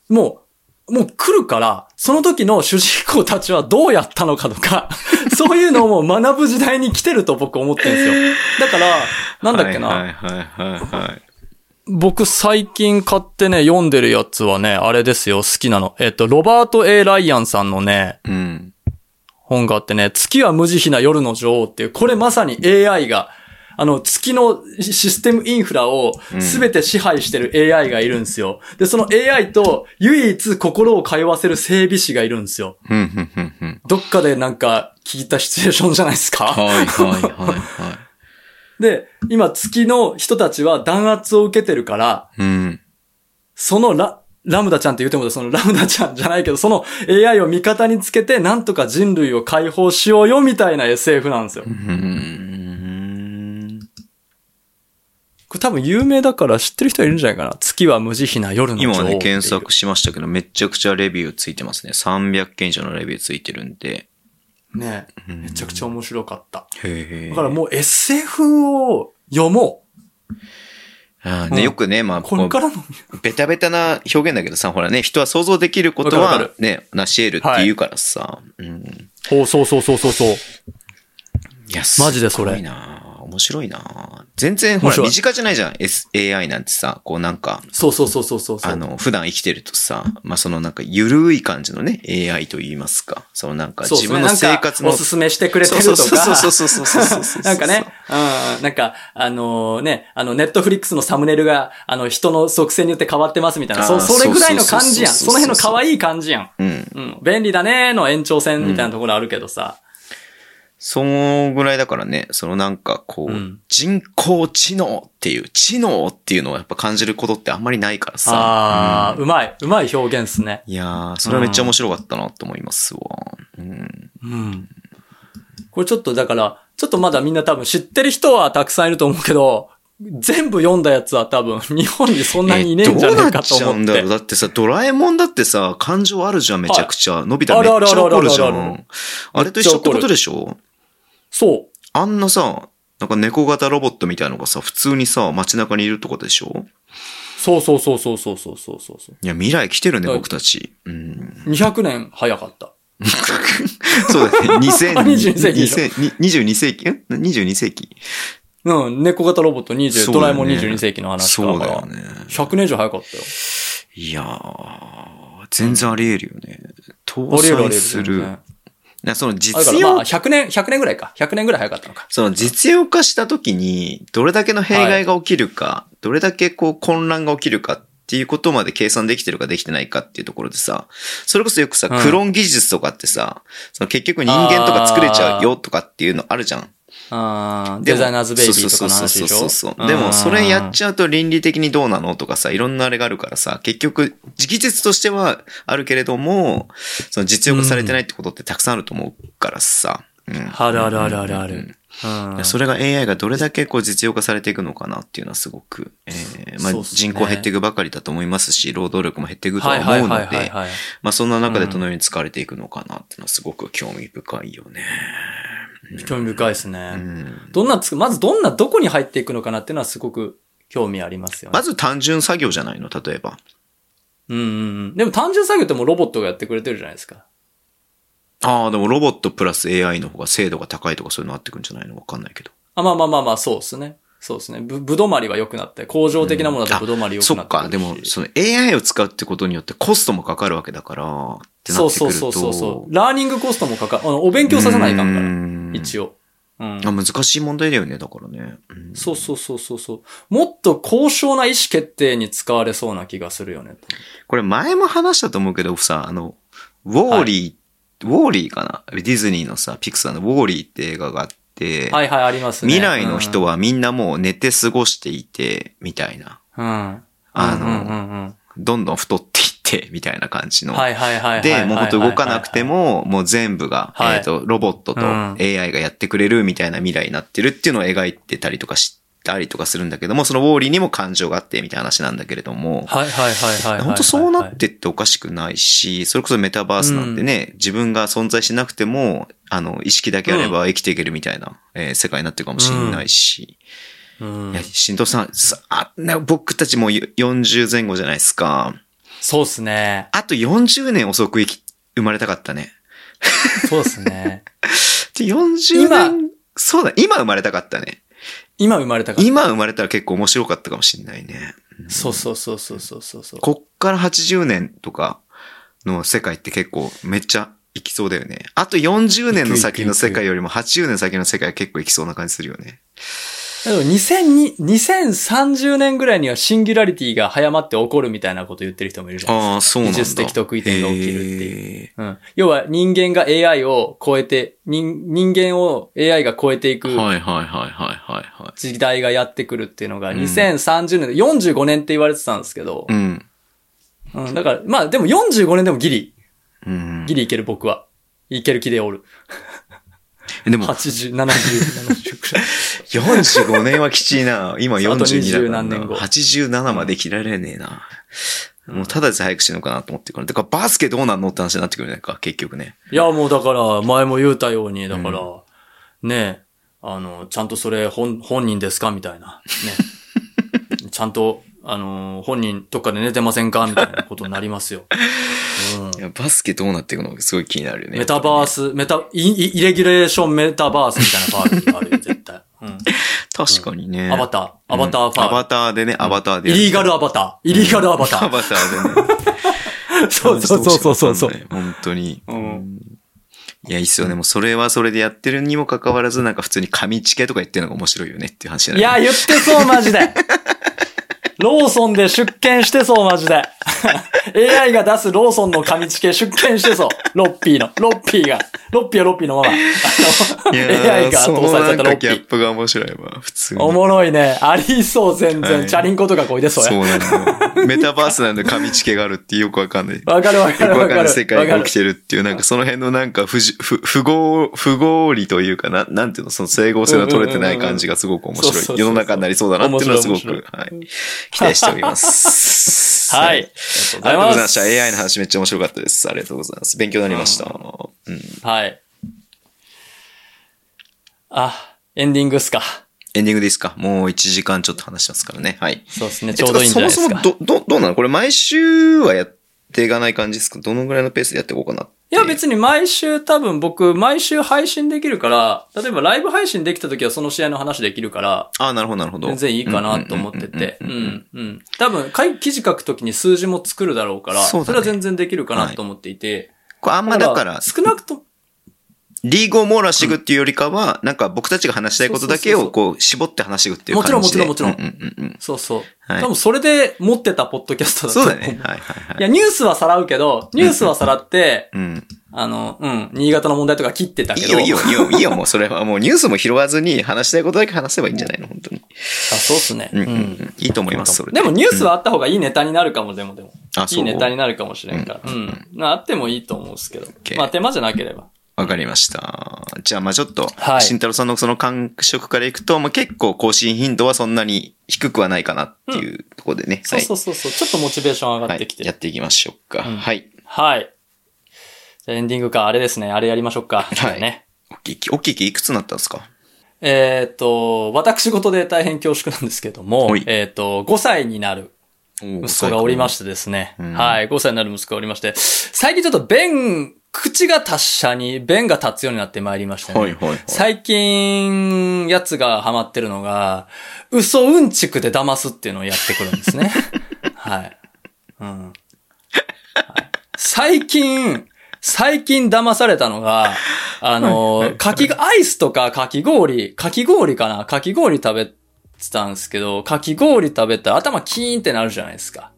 [SPEAKER 2] もう、もう来るから、その時の主人公たちはどうやったのか とか、そういうのをもう学ぶ時代に来てると僕思ってるんですよ。だから、なんだっけな、
[SPEAKER 1] はいはいはいはいはい。
[SPEAKER 2] 僕最近買ってね、読んでるやつはね、あれですよ、好きなの。えっと、ロバート・ A ・ライアンさんのね、
[SPEAKER 1] うん。
[SPEAKER 2] 本があってね、月は無慈悲な夜の女王っていう、これまさに AI が、あの、月のシステムインフラを全て支配してる AI がいるんですよ。で、その AI と唯一心を通わせる整備士がいるんですよ。
[SPEAKER 1] ふんふんふんふん。
[SPEAKER 2] どっかでなんか聞いたシチュエーションじゃないですか。
[SPEAKER 1] はいはいはいは
[SPEAKER 2] で、今月の人たちは弾圧を受けてるから、
[SPEAKER 1] い。うん。
[SPEAKER 2] そのラ、ラムダちゃんって言ってもそのラムダちゃんじゃないけど、その AI を味方につけて、なんとか人類を解放しようよみたいな SF なんですよ。
[SPEAKER 1] うーん
[SPEAKER 2] これ多分有名だから知ってる人いるんじゃないかな。月は無慈悲な夜の女
[SPEAKER 1] 今
[SPEAKER 2] 王ってい
[SPEAKER 1] ね、
[SPEAKER 2] う
[SPEAKER 1] 検。索しましたけど、めちゃくちゃレビューついてますね。300件以上のレビューついてるんで。
[SPEAKER 2] ねえ
[SPEAKER 1] うん
[SPEAKER 2] めちゃくちゃ面白かった。
[SPEAKER 1] へ
[SPEAKER 2] だからもう SF を読もう。
[SPEAKER 1] あー
[SPEAKER 2] うん
[SPEAKER 1] ね、よくね、まあ、
[SPEAKER 2] これ
[SPEAKER 1] こ
[SPEAKER 2] からの。
[SPEAKER 1] うベタベタな表現だけどさ、ほらね、人は想像できること
[SPEAKER 2] わかるわ
[SPEAKER 1] は
[SPEAKER 2] か
[SPEAKER 1] ね、成し得るって言うからさ。うん。
[SPEAKER 2] おそうそうそうそうそう。
[SPEAKER 1] いや、
[SPEAKER 2] マジでそれ
[SPEAKER 1] すごいな面白いな全然、ほら、
[SPEAKER 2] 面白い
[SPEAKER 1] 身近じゃないじゃん。S、AI なんてさ、こうなんか、
[SPEAKER 2] そうそうそうそうそうそう。
[SPEAKER 1] あの、普段生きてるとさ、まあ、そのなんか、ゆるい感じのね、AI と言いますか。そのなんか、
[SPEAKER 2] そうそう、
[SPEAKER 1] 自分の生活の。
[SPEAKER 2] なんかおすすめしてくれて
[SPEAKER 1] そうそ
[SPEAKER 2] ると
[SPEAKER 1] う
[SPEAKER 2] か。
[SPEAKER 1] そうそうそうそうそうそう。
[SPEAKER 2] なんかね、うん、なんか、あのね、あの、ネットフリックスのサムネイルが、あの、人の属性によって変わってますみたいな、
[SPEAKER 1] あー
[SPEAKER 2] そ、それぐらいの感じやん。
[SPEAKER 1] そ
[SPEAKER 2] そ
[SPEAKER 1] そ
[SPEAKER 2] う
[SPEAKER 1] う
[SPEAKER 2] の
[SPEAKER 1] そうそう
[SPEAKER 2] 辺の可愛い感じやん。
[SPEAKER 1] うん。
[SPEAKER 2] うん、便利だねーの延長線みたいなところあるけどさ。
[SPEAKER 1] そのぐらいだからね、そのなんかこう、
[SPEAKER 2] うん
[SPEAKER 1] 人工知能っていう、知能っていうのをやっぱ感じることってあんまりないからさ。
[SPEAKER 2] ああ、
[SPEAKER 1] うん
[SPEAKER 2] うまい、うまい表現っすね。
[SPEAKER 1] いやー、それはめっちゃ面白かったなと思いますわ。うん。
[SPEAKER 2] うん。これちょっとだから、ちょっとまだみんな多分知ってる人はたくさんいると思うけど、全部読んだやつは多分日本にそんなにいねえんじゃねえかと
[SPEAKER 1] どうなっちゃう
[SPEAKER 2] 思
[SPEAKER 1] ん
[SPEAKER 2] っ
[SPEAKER 1] だ
[SPEAKER 2] て
[SPEAKER 1] ろう。だってさ、ドラえもんだってさ、感情あるじゃん、めちゃくちゃ。のび太
[SPEAKER 2] あ
[SPEAKER 1] め
[SPEAKER 2] る
[SPEAKER 1] っ
[SPEAKER 2] ある
[SPEAKER 1] ちゃ怒るじゃ
[SPEAKER 2] あるあるあるあ
[SPEAKER 1] ん。あれと一緒ってことでしょ
[SPEAKER 2] そう。
[SPEAKER 1] あんなさ、なんか猫型ロボットみたいなのがさ、普通にさ、街中にいるとことでしょ
[SPEAKER 2] そうそうそうそうそうそうそうそうそう。
[SPEAKER 1] いや、未来来てるね、
[SPEAKER 2] はい
[SPEAKER 1] 僕たち。うん。
[SPEAKER 2] 200年早かった。
[SPEAKER 1] そうだ ね。2000
[SPEAKER 2] 22世紀でしょ
[SPEAKER 1] 2000 22世紀ん ?22 世紀
[SPEAKER 2] うん、猫型ロボット20、
[SPEAKER 1] そう
[SPEAKER 2] ド
[SPEAKER 1] だ
[SPEAKER 2] ラえ
[SPEAKER 1] よね
[SPEAKER 2] もん22世紀の話だか
[SPEAKER 1] そ
[SPEAKER 2] ら。
[SPEAKER 1] うだよね。
[SPEAKER 2] 100年以上早かったよ。
[SPEAKER 1] いやー、全然あり得るよね。搭
[SPEAKER 2] ありえるあり
[SPEAKER 1] 載
[SPEAKER 2] える
[SPEAKER 1] す
[SPEAKER 2] 全
[SPEAKER 1] る。
[SPEAKER 2] 然
[SPEAKER 1] なその
[SPEAKER 2] あだか
[SPEAKER 1] 実
[SPEAKER 2] らま
[SPEAKER 1] 用
[SPEAKER 2] あ、100年、100年ぐらいか。100年ぐらい早かったのか。
[SPEAKER 1] その実用化した時に、どれだけの弊害が起きるか、どれだけこう混乱が起きるかっていうことまで計算できてるかできてないかっていうところでさ、それこそよくさ、
[SPEAKER 2] うん
[SPEAKER 1] クローン技術とかってさ、その結局人間とか作れちゃうよとかっていうのあるじゃん。
[SPEAKER 2] あー
[SPEAKER 1] で
[SPEAKER 2] デ
[SPEAKER 1] も
[SPEAKER 2] ザイナーズベイビーとかの話でしょ
[SPEAKER 1] そうそうそうそう。でもそれやっちゃうと倫理的にどうなのとかさ、いろんなあれがあるからさ、結局、技術としてはあるけれども、その実用化されてないってことってたくさんあると思うからさ。うん
[SPEAKER 2] あるあるあるあるあ
[SPEAKER 1] うんうんうん
[SPEAKER 2] る。うん
[SPEAKER 1] いやそれが AI がどれだけこう実用化されていくのかなっていうのはすごく、えーまあ
[SPEAKER 2] そうっすね
[SPEAKER 1] 人口減っていくばかりだと思いますし、労働力も減っていくとは
[SPEAKER 2] はい
[SPEAKER 1] 思
[SPEAKER 2] はいうは
[SPEAKER 1] の
[SPEAKER 2] いはい
[SPEAKER 1] で、
[SPEAKER 2] はい。
[SPEAKER 1] まあそんな中でどのように使われていくのかなっていうのはすごく興味深いよね。
[SPEAKER 2] 興味深いです
[SPEAKER 1] う
[SPEAKER 2] ね。
[SPEAKER 1] ん、
[SPEAKER 2] どんなつく、まずどんな、どこに入っていくのかなっていうのはすごく興味ありますよね
[SPEAKER 1] ま。ず単純作業じゃないの例えば。
[SPEAKER 2] うんうんうん。でも単純作業ってもうロボットがやってくれてるじゃないですか。
[SPEAKER 1] ああ、でもロボットプラス AI の方が精度が高いとかそういうのあってくんじゃないのわかんないけど。
[SPEAKER 2] あ、まあまあまあまあ、そうですね。そうですね。ぶ、ぶどまりは良くなって、工場的なものだとぶどまり良く
[SPEAKER 1] そ
[SPEAKER 2] なっ
[SPEAKER 1] って
[SPEAKER 2] くるし、
[SPEAKER 1] か、でもその AI を使うってことによってコストもかかるわけだから、ってな
[SPEAKER 2] そう
[SPEAKER 1] ってく
[SPEAKER 2] そう
[SPEAKER 1] ると。
[SPEAKER 2] そうそうそう。ラーニングコストもかかる。あの、お勉強させないかんから、
[SPEAKER 1] ら
[SPEAKER 2] 一応。うん。
[SPEAKER 1] あ難しい問題だよね、だからね。うん
[SPEAKER 2] そうそうそうそうそう。もっと高尚な意思決定に使われそうな気がするよね。
[SPEAKER 1] これ前も話したと思うけどさ、あの、ウォーリー、ウォーリーかなディズニーのさ、ピクサーのウォーリーって映画があって、
[SPEAKER 2] はいはい、ありますね。
[SPEAKER 1] 未来の人
[SPEAKER 2] は、
[SPEAKER 1] はみんなもう寝て過ごしていて、みたいな。
[SPEAKER 2] うん。あ
[SPEAKER 1] あの
[SPEAKER 2] うんうんうん
[SPEAKER 1] どんどん太っていって、みたいな感じの。
[SPEAKER 2] はいはいはいはいはいはいはい。
[SPEAKER 1] で、もうほんと動かなくても、もう全部が、
[SPEAKER 2] はい
[SPEAKER 1] えっと、ロボットと
[SPEAKER 2] うん
[SPEAKER 1] AI がやってくれるみたいな未来になってるっていうのを描いてたりとかしたりとかするんだけども、そのウォーリーにも感情があってみたいな話なんだけれども、
[SPEAKER 2] はいはいはいはいはいはいはい。
[SPEAKER 1] 本当そうなってっておかしくないし、それこそメタバースなんてね、自分が存在しなくても、あの、意識だけあれば生きていけるみたいな、えー世界になってるかもしれないし。
[SPEAKER 2] うん。
[SPEAKER 1] いや、しんどさん、さあな僕たちもう40前後じゃないですか。
[SPEAKER 2] そうですね。
[SPEAKER 1] あと40年遅く生き、生まれたかったね。
[SPEAKER 2] そうです ね。
[SPEAKER 1] で40年、そうだ、今生まれたかったね。
[SPEAKER 2] 今生まれたから。
[SPEAKER 1] 今生まれたら結構面白かったかもしんないね。
[SPEAKER 2] そうそうそうそうそうそうそう。
[SPEAKER 1] こっから80年とかの世界って結構めっちゃいきそうだよね。あと40年の先の世界よりも80年先の世界結構いきそうな感じするよね。
[SPEAKER 2] でも2002 2030年ぐらいにはシンギュラリティが早まって起こるみたいなこと言ってる人もいるじゃないですか。
[SPEAKER 1] ああ、そうなんだ。
[SPEAKER 2] 技術的得意点が起きるって
[SPEAKER 1] いう。
[SPEAKER 2] うん、要は人間が AI を超えて、人人間を AI が超えていく
[SPEAKER 1] はいはいはいはいはいは
[SPEAKER 2] 時代がやってくるっていうのが
[SPEAKER 1] うん
[SPEAKER 2] 2030年、45年って言われてたんですけど
[SPEAKER 1] い。う、ん。
[SPEAKER 2] うん、だから、まあでも45年でもギリ、
[SPEAKER 1] うん
[SPEAKER 2] ギ。リいける僕は。いける気でおる。
[SPEAKER 1] でも、
[SPEAKER 2] 80、70、70くらい。
[SPEAKER 1] 45年はきちい な。今
[SPEAKER 2] そうあと
[SPEAKER 1] 42だからな。
[SPEAKER 2] 20何年後
[SPEAKER 1] 87まで生きられねえな。もうただでさえ早く死ぬかなと思ってるから。だからバスケどうなんのって話になってくるじゃないか、結局ね。
[SPEAKER 2] いや、もうだから、前も言うたように、だから、ねえ、あの、ちゃんとそれ本、本人ですかみたいな。 ね。ちゃんと、あの、本人どっかで寝てませんかみたいなことになりますよ。 うん
[SPEAKER 1] い。やバスケどうなっていくのがすごい気になるよね。
[SPEAKER 2] メタバース、メタ、イイイレギュレーションメタバースみたいなファール があるよ、絶対。う
[SPEAKER 1] 確かにね。
[SPEAKER 2] ん。アバター、アバターフ
[SPEAKER 1] うんア
[SPEAKER 2] ァー
[SPEAKER 1] バターでね、アバター
[SPEAKER 2] ル。
[SPEAKER 1] で
[SPEAKER 2] イ
[SPEAKER 1] やる。
[SPEAKER 2] リーガルアバター。イリーガルアバタ
[SPEAKER 1] ア
[SPEAKER 2] ー。
[SPEAKER 1] バターでね。
[SPEAKER 2] そうそうそうそうそう。
[SPEAKER 1] 本当に。
[SPEAKER 2] うん
[SPEAKER 1] いや、いいっすよね。もうそれはそれでやってるにもかかわらず、なんか普通に紙チケとか言ってるのが面白いよねっていう話だね
[SPEAKER 2] いや、言ってそう、マジで。ローソンで出店してそう、マジで。AI が出すローソンの紙チケ出店してそう。ロッピーの。ロッピーが。ロッピーはロッピーのまま。あの
[SPEAKER 1] いや
[SPEAKER 2] AI が搭載された
[SPEAKER 1] そのな
[SPEAKER 2] ロ
[SPEAKER 1] んか
[SPEAKER 2] ッ
[SPEAKER 1] ギ
[SPEAKER 2] ピ
[SPEAKER 1] ャ
[SPEAKER 2] ー
[SPEAKER 1] ッ。プが面白いわ、普通に。
[SPEAKER 2] おもろいね。ありそう、全然。
[SPEAKER 1] はい
[SPEAKER 2] チャリンコとかこいでそう
[SPEAKER 1] そうな
[SPEAKER 2] や。
[SPEAKER 1] んだよ。メタバースなんで紙チケがあるってよくわかんない。よくわ
[SPEAKER 2] わかるわかる
[SPEAKER 1] か
[SPEAKER 2] わ
[SPEAKER 1] ん
[SPEAKER 2] か
[SPEAKER 1] ない
[SPEAKER 2] る。
[SPEAKER 1] 世界
[SPEAKER 2] わか
[SPEAKER 1] が
[SPEAKER 2] る
[SPEAKER 1] 起きてるっていう、なんかその辺のなんか不じ 不不合、不合理というかな、なんていうの、その整合性の取れてない感じがすごく面
[SPEAKER 2] うんうんうんうんそうそ
[SPEAKER 1] 白
[SPEAKER 2] うそう
[SPEAKER 1] い。世の中になりそうだなっていうのはすご
[SPEAKER 2] 面白い
[SPEAKER 1] く、はい。期待しております。
[SPEAKER 2] はい。
[SPEAKER 1] あ
[SPEAKER 2] あり
[SPEAKER 1] りが
[SPEAKER 2] が
[SPEAKER 1] とう
[SPEAKER 2] とう
[SPEAKER 1] ござ
[SPEAKER 2] ござ
[SPEAKER 1] い
[SPEAKER 2] い
[SPEAKER 1] ました。
[SPEAKER 2] ます。
[SPEAKER 1] AI の話めっちゃ面白かったです。ありがとうございます。勉強になりました。うん。
[SPEAKER 2] はい。あ、エンディングっすか。
[SPEAKER 1] エンディングですかもう1時間ちょっと話してますからね。はい。
[SPEAKER 2] そうですね。ちょうどいいんじゃないです
[SPEAKER 1] え
[SPEAKER 2] か
[SPEAKER 1] ち。ょっとそもそもど、ど、どうなのこれ毎週はやっていかない感じですかどのぐらいのペースでやっていこうかなって
[SPEAKER 2] いや別に毎週多分僕、毎週配信できるから、例えばライブ配信できた時はその試合の話できるから、
[SPEAKER 1] ああ、なるほど、なるほど。
[SPEAKER 2] 全然いいかなと思ってて。う
[SPEAKER 1] うんうんうんうん
[SPEAKER 2] ん、うん。多分、かい記事書くときに数字も作るだろうから、そ
[SPEAKER 1] そうだね
[SPEAKER 2] れは全然できるかなと思っていて。
[SPEAKER 1] これあんまだから、
[SPEAKER 2] 少なくとも、
[SPEAKER 1] リーグを網羅していくっていうよりかは、なんか僕たちが話したいことだけ
[SPEAKER 2] そうそ
[SPEAKER 1] を
[SPEAKER 2] う
[SPEAKER 1] こう、絞って話していくっていう感じで。
[SPEAKER 2] もちろんもち
[SPEAKER 1] ろん。うんうんうん。
[SPEAKER 2] そうそう。
[SPEAKER 1] はい
[SPEAKER 2] 多分それで持ってたポッドキャストだ
[SPEAKER 1] そう
[SPEAKER 2] と
[SPEAKER 1] だ
[SPEAKER 2] 思
[SPEAKER 1] ね。はいはい
[SPEAKER 2] い
[SPEAKER 1] はい。
[SPEAKER 2] や、ニュースはさらうけど、ニュースはさらって、
[SPEAKER 1] うん。
[SPEAKER 2] あの、うん、新潟の問題とか切ってた
[SPEAKER 1] い
[SPEAKER 2] け
[SPEAKER 1] い
[SPEAKER 2] ど。
[SPEAKER 1] よいいよいいよいいよ、もうそれはもうニュースも拾わずに話したいことだけ話せばいいんじゃないの本当に。
[SPEAKER 2] あ、そうっすね。
[SPEAKER 1] う
[SPEAKER 2] うん。
[SPEAKER 1] うんうんん。いいと思います、それ
[SPEAKER 2] でもニュース
[SPEAKER 1] は、
[SPEAKER 2] はあった方がいいネタになるかも、でもでも。
[SPEAKER 1] あ
[SPEAKER 2] いいネタに
[SPEAKER 1] そう
[SPEAKER 2] なるかもしれんから。うん。まああってもいいと思うんですけど
[SPEAKER 1] OK。
[SPEAKER 2] まあ手間じゃなければ。
[SPEAKER 1] わかりました。じゃあまあちょっと、
[SPEAKER 2] はい
[SPEAKER 1] 慎太郎さんのその感触からいくと、まあ結構更新頻度はそんなに低くはないかなっていうところでね。
[SPEAKER 2] そうそうそうそう。ちょっとモチベーション上が
[SPEAKER 1] は
[SPEAKER 2] っ
[SPEAKER 1] い
[SPEAKER 2] てきて
[SPEAKER 1] や
[SPEAKER 2] る。
[SPEAKER 1] っていきましょうか。
[SPEAKER 2] うん
[SPEAKER 1] はい。
[SPEAKER 2] はい。じゃあエンディングか、あれですね。あれやりましょうか。
[SPEAKER 1] はい
[SPEAKER 2] ね。
[SPEAKER 1] 大きい木、大きい木いくつになったんですか
[SPEAKER 2] えっと、私事で大変恐縮なんですけども
[SPEAKER 1] ほい、
[SPEAKER 2] えっと、5歳になる息子がおりましてですね。
[SPEAKER 1] うん
[SPEAKER 2] はい。5歳になる息子がおりまして、最近ちょっと便、口が達者に、便が立つようになってまいりましたね。
[SPEAKER 1] はいはいはい。
[SPEAKER 2] 最近、やつがハマってるのが、嘘うんちくで騙すっていうのをやってくるんですね。はい。うん。はい最近、最近騙されたのが、あの、かき、アイスとかかき氷、かき氷かなかき氷食べてたんですけど、かき氷食べたら頭キーンってなるじゃないですか。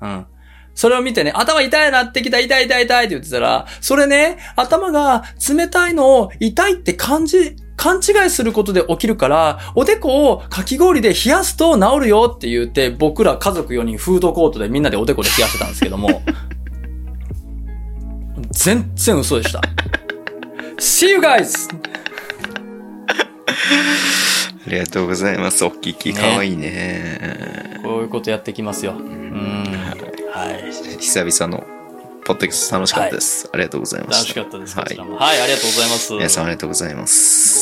[SPEAKER 2] うん。それを見てね、頭痛いなってきた、痛い痛い痛いって言ってたら、それね、頭が冷たいのを痛いって感じ、勘違いすることで起きるから、おでこをかき氷で冷やすと治るよって言って、僕ら家族4人フードコートでみんなでおでこで冷やしてたんですけども、 全然嘘でした。See you guys!
[SPEAKER 1] ありがとうございます。大きい木、
[SPEAKER 2] ね
[SPEAKER 1] かわいいね。
[SPEAKER 2] こういうことやってきますよ。うん。はい。
[SPEAKER 1] 久々のポッドキャスト楽しかったです。ありがとうございま
[SPEAKER 2] 楽
[SPEAKER 1] し。
[SPEAKER 2] したかったです、
[SPEAKER 1] は
[SPEAKER 2] こち
[SPEAKER 1] い
[SPEAKER 2] ら。も。はい、ありがとうございます。
[SPEAKER 1] 皆さんありがとうございます。